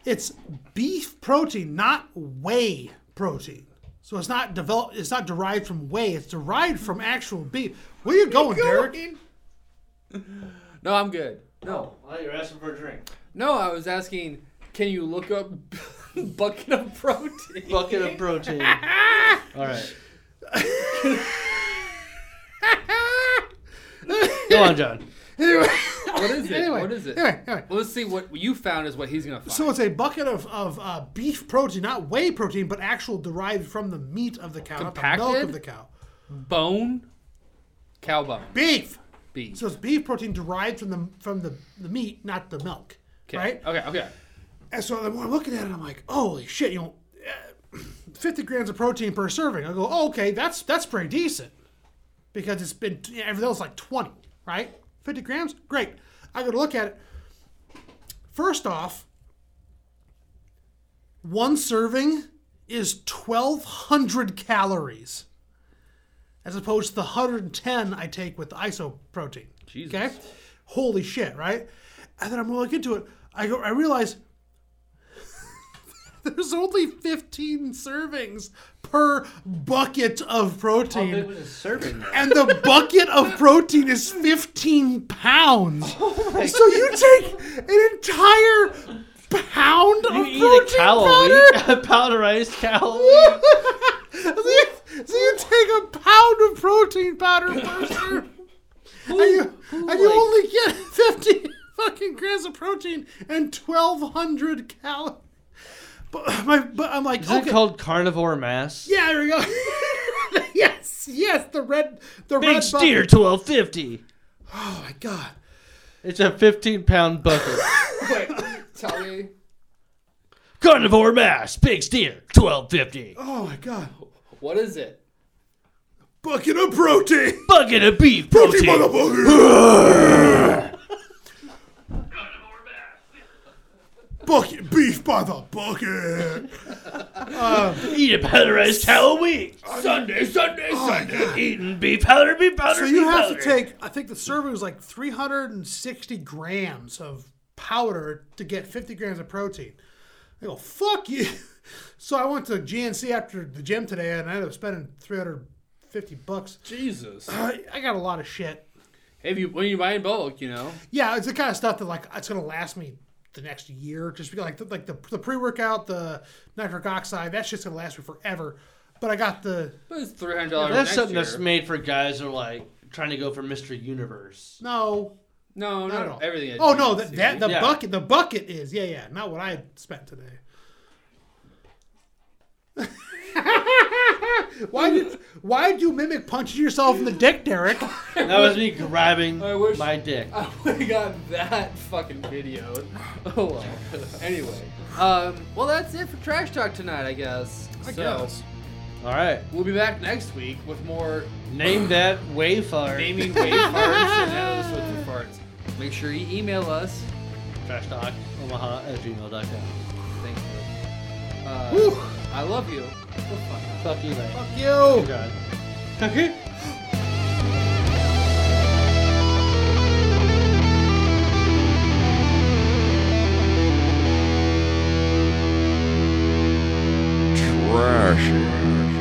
Speaker 3: it's beef protein, not whey protein. So it's not developed. It's not derived from whey. It's derived from actual beef. Where you going, Derek?
Speaker 1: No, I'm good. No.
Speaker 2: Well, you're asking for a drink.
Speaker 1: No, I was asking, can you look up bucket of protein?
Speaker 2: Bucket of protein. All right. Go on, John.
Speaker 1: What is it?
Speaker 3: Anyway,
Speaker 1: what is it?
Speaker 3: Anyway, anyway.
Speaker 1: Well, let's see what you found is what he's gonna find.
Speaker 3: So it's a bucket of, of uh, beef protein, not whey protein, but actual derived from the meat of the cow, not the milk
Speaker 1: Compacted?
Speaker 3: of the cow.
Speaker 1: bone, cow bone,
Speaker 3: Beef.
Speaker 1: beef.
Speaker 3: So it's beef protein derived from the from the, the meat, not the milk.
Speaker 1: okay.
Speaker 3: Right.
Speaker 1: Okay. Okay.
Speaker 3: And so then when I'm looking at it, I'm like, holy shit, you know, uh, 50 grams of protein per serving. I go, oh, okay, that's that's pretty decent because it's been yeah, everything else is like 20, right? 50 grams, great. I go to look at it. First off, one serving is 1,200 calories, as opposed to the 110 I take with the iso protein.
Speaker 1: Jesus.
Speaker 3: Okay, holy shit, right? And then I'm looking into it. I go, I realize there's only 15 servings per bucket of protein
Speaker 2: Oh, It was a serving.
Speaker 3: and the bucket of protein is 15 pounds.
Speaker 2: Oh
Speaker 3: so you take an entire pound
Speaker 2: You
Speaker 3: of
Speaker 2: eat a
Speaker 3: protein
Speaker 2: cow a
Speaker 3: powder.
Speaker 2: week? A powderized cow. a week?
Speaker 3: so, you, so you take a pound of protein powder per serve. And you, and you only get 50 fucking grams of protein and 1,200 calories. But, my, but I'm like,
Speaker 2: Is
Speaker 3: okay.
Speaker 2: it called carnivore mass?
Speaker 3: yeah, there we go. yes, yes, the red, the
Speaker 2: Big
Speaker 3: red
Speaker 2: steer,
Speaker 3: bucket.
Speaker 2: twelve fifty.
Speaker 3: Oh my god.
Speaker 2: It's a fifteen pound bucket.
Speaker 1: Wait. Tell me.
Speaker 2: carnivore mass, big steer, twelve fifty.
Speaker 3: Oh my god.
Speaker 1: What is it?
Speaker 3: Bucket of protein.
Speaker 2: Bucket of beef protein.
Speaker 3: bucket beef by the bucket.
Speaker 2: Eat a powderized cow a week. Sunday, Sunday,
Speaker 3: Oh,
Speaker 2: Sunday. Eating beef powder, beef powder.
Speaker 3: So
Speaker 2: beef
Speaker 3: you have
Speaker 2: powder.
Speaker 3: to take. I think the serving was like 360 grams of powder to get 50 grams of protein. I go fuck you. So I went to GNC after the gym today, and I ended up spending 350 bucks.
Speaker 1: Jesus.
Speaker 3: I I got a lot of shit.
Speaker 1: Hey, if you when you buy in bulk, you know.
Speaker 3: Yeah, it's the kind of stuff that like it's gonna last me the next year. Just because like the, like the, the pre workout, the nitric oxide, that shit's gonna last me forever. But I got the
Speaker 1: But it's three hundred dollars.
Speaker 2: That's something that's made for guys who are like trying to go for Mr. Universe.
Speaker 3: no,
Speaker 1: No,
Speaker 3: Not
Speaker 1: not,
Speaker 3: at all.
Speaker 1: everything.
Speaker 3: Oh no, that, that the
Speaker 2: Yeah.
Speaker 3: bucket the bucket is yeah yeah not what I had spent today. why did why did you mimic punching yourself in the dick, Derek?
Speaker 2: That was me grabbing
Speaker 1: I wish-
Speaker 2: my dick.
Speaker 1: I would have gotten that fucking video. Oh well. anyway, um, well that's it for trash talk tonight, I guess. so
Speaker 3: guess.
Speaker 2: All right.
Speaker 1: we'll be back next week with more
Speaker 2: Name that wayfarer.
Speaker 1: naming wave farts and episodes of farts. Make sure you email us.
Speaker 2: Trash talk Omaha at gmail.com.
Speaker 1: Thank you.
Speaker 3: Whew.
Speaker 1: Uh, I love you. Go fuck off.
Speaker 2: Fuck you, man.
Speaker 3: Fuck you.
Speaker 2: God.
Speaker 5: Trash.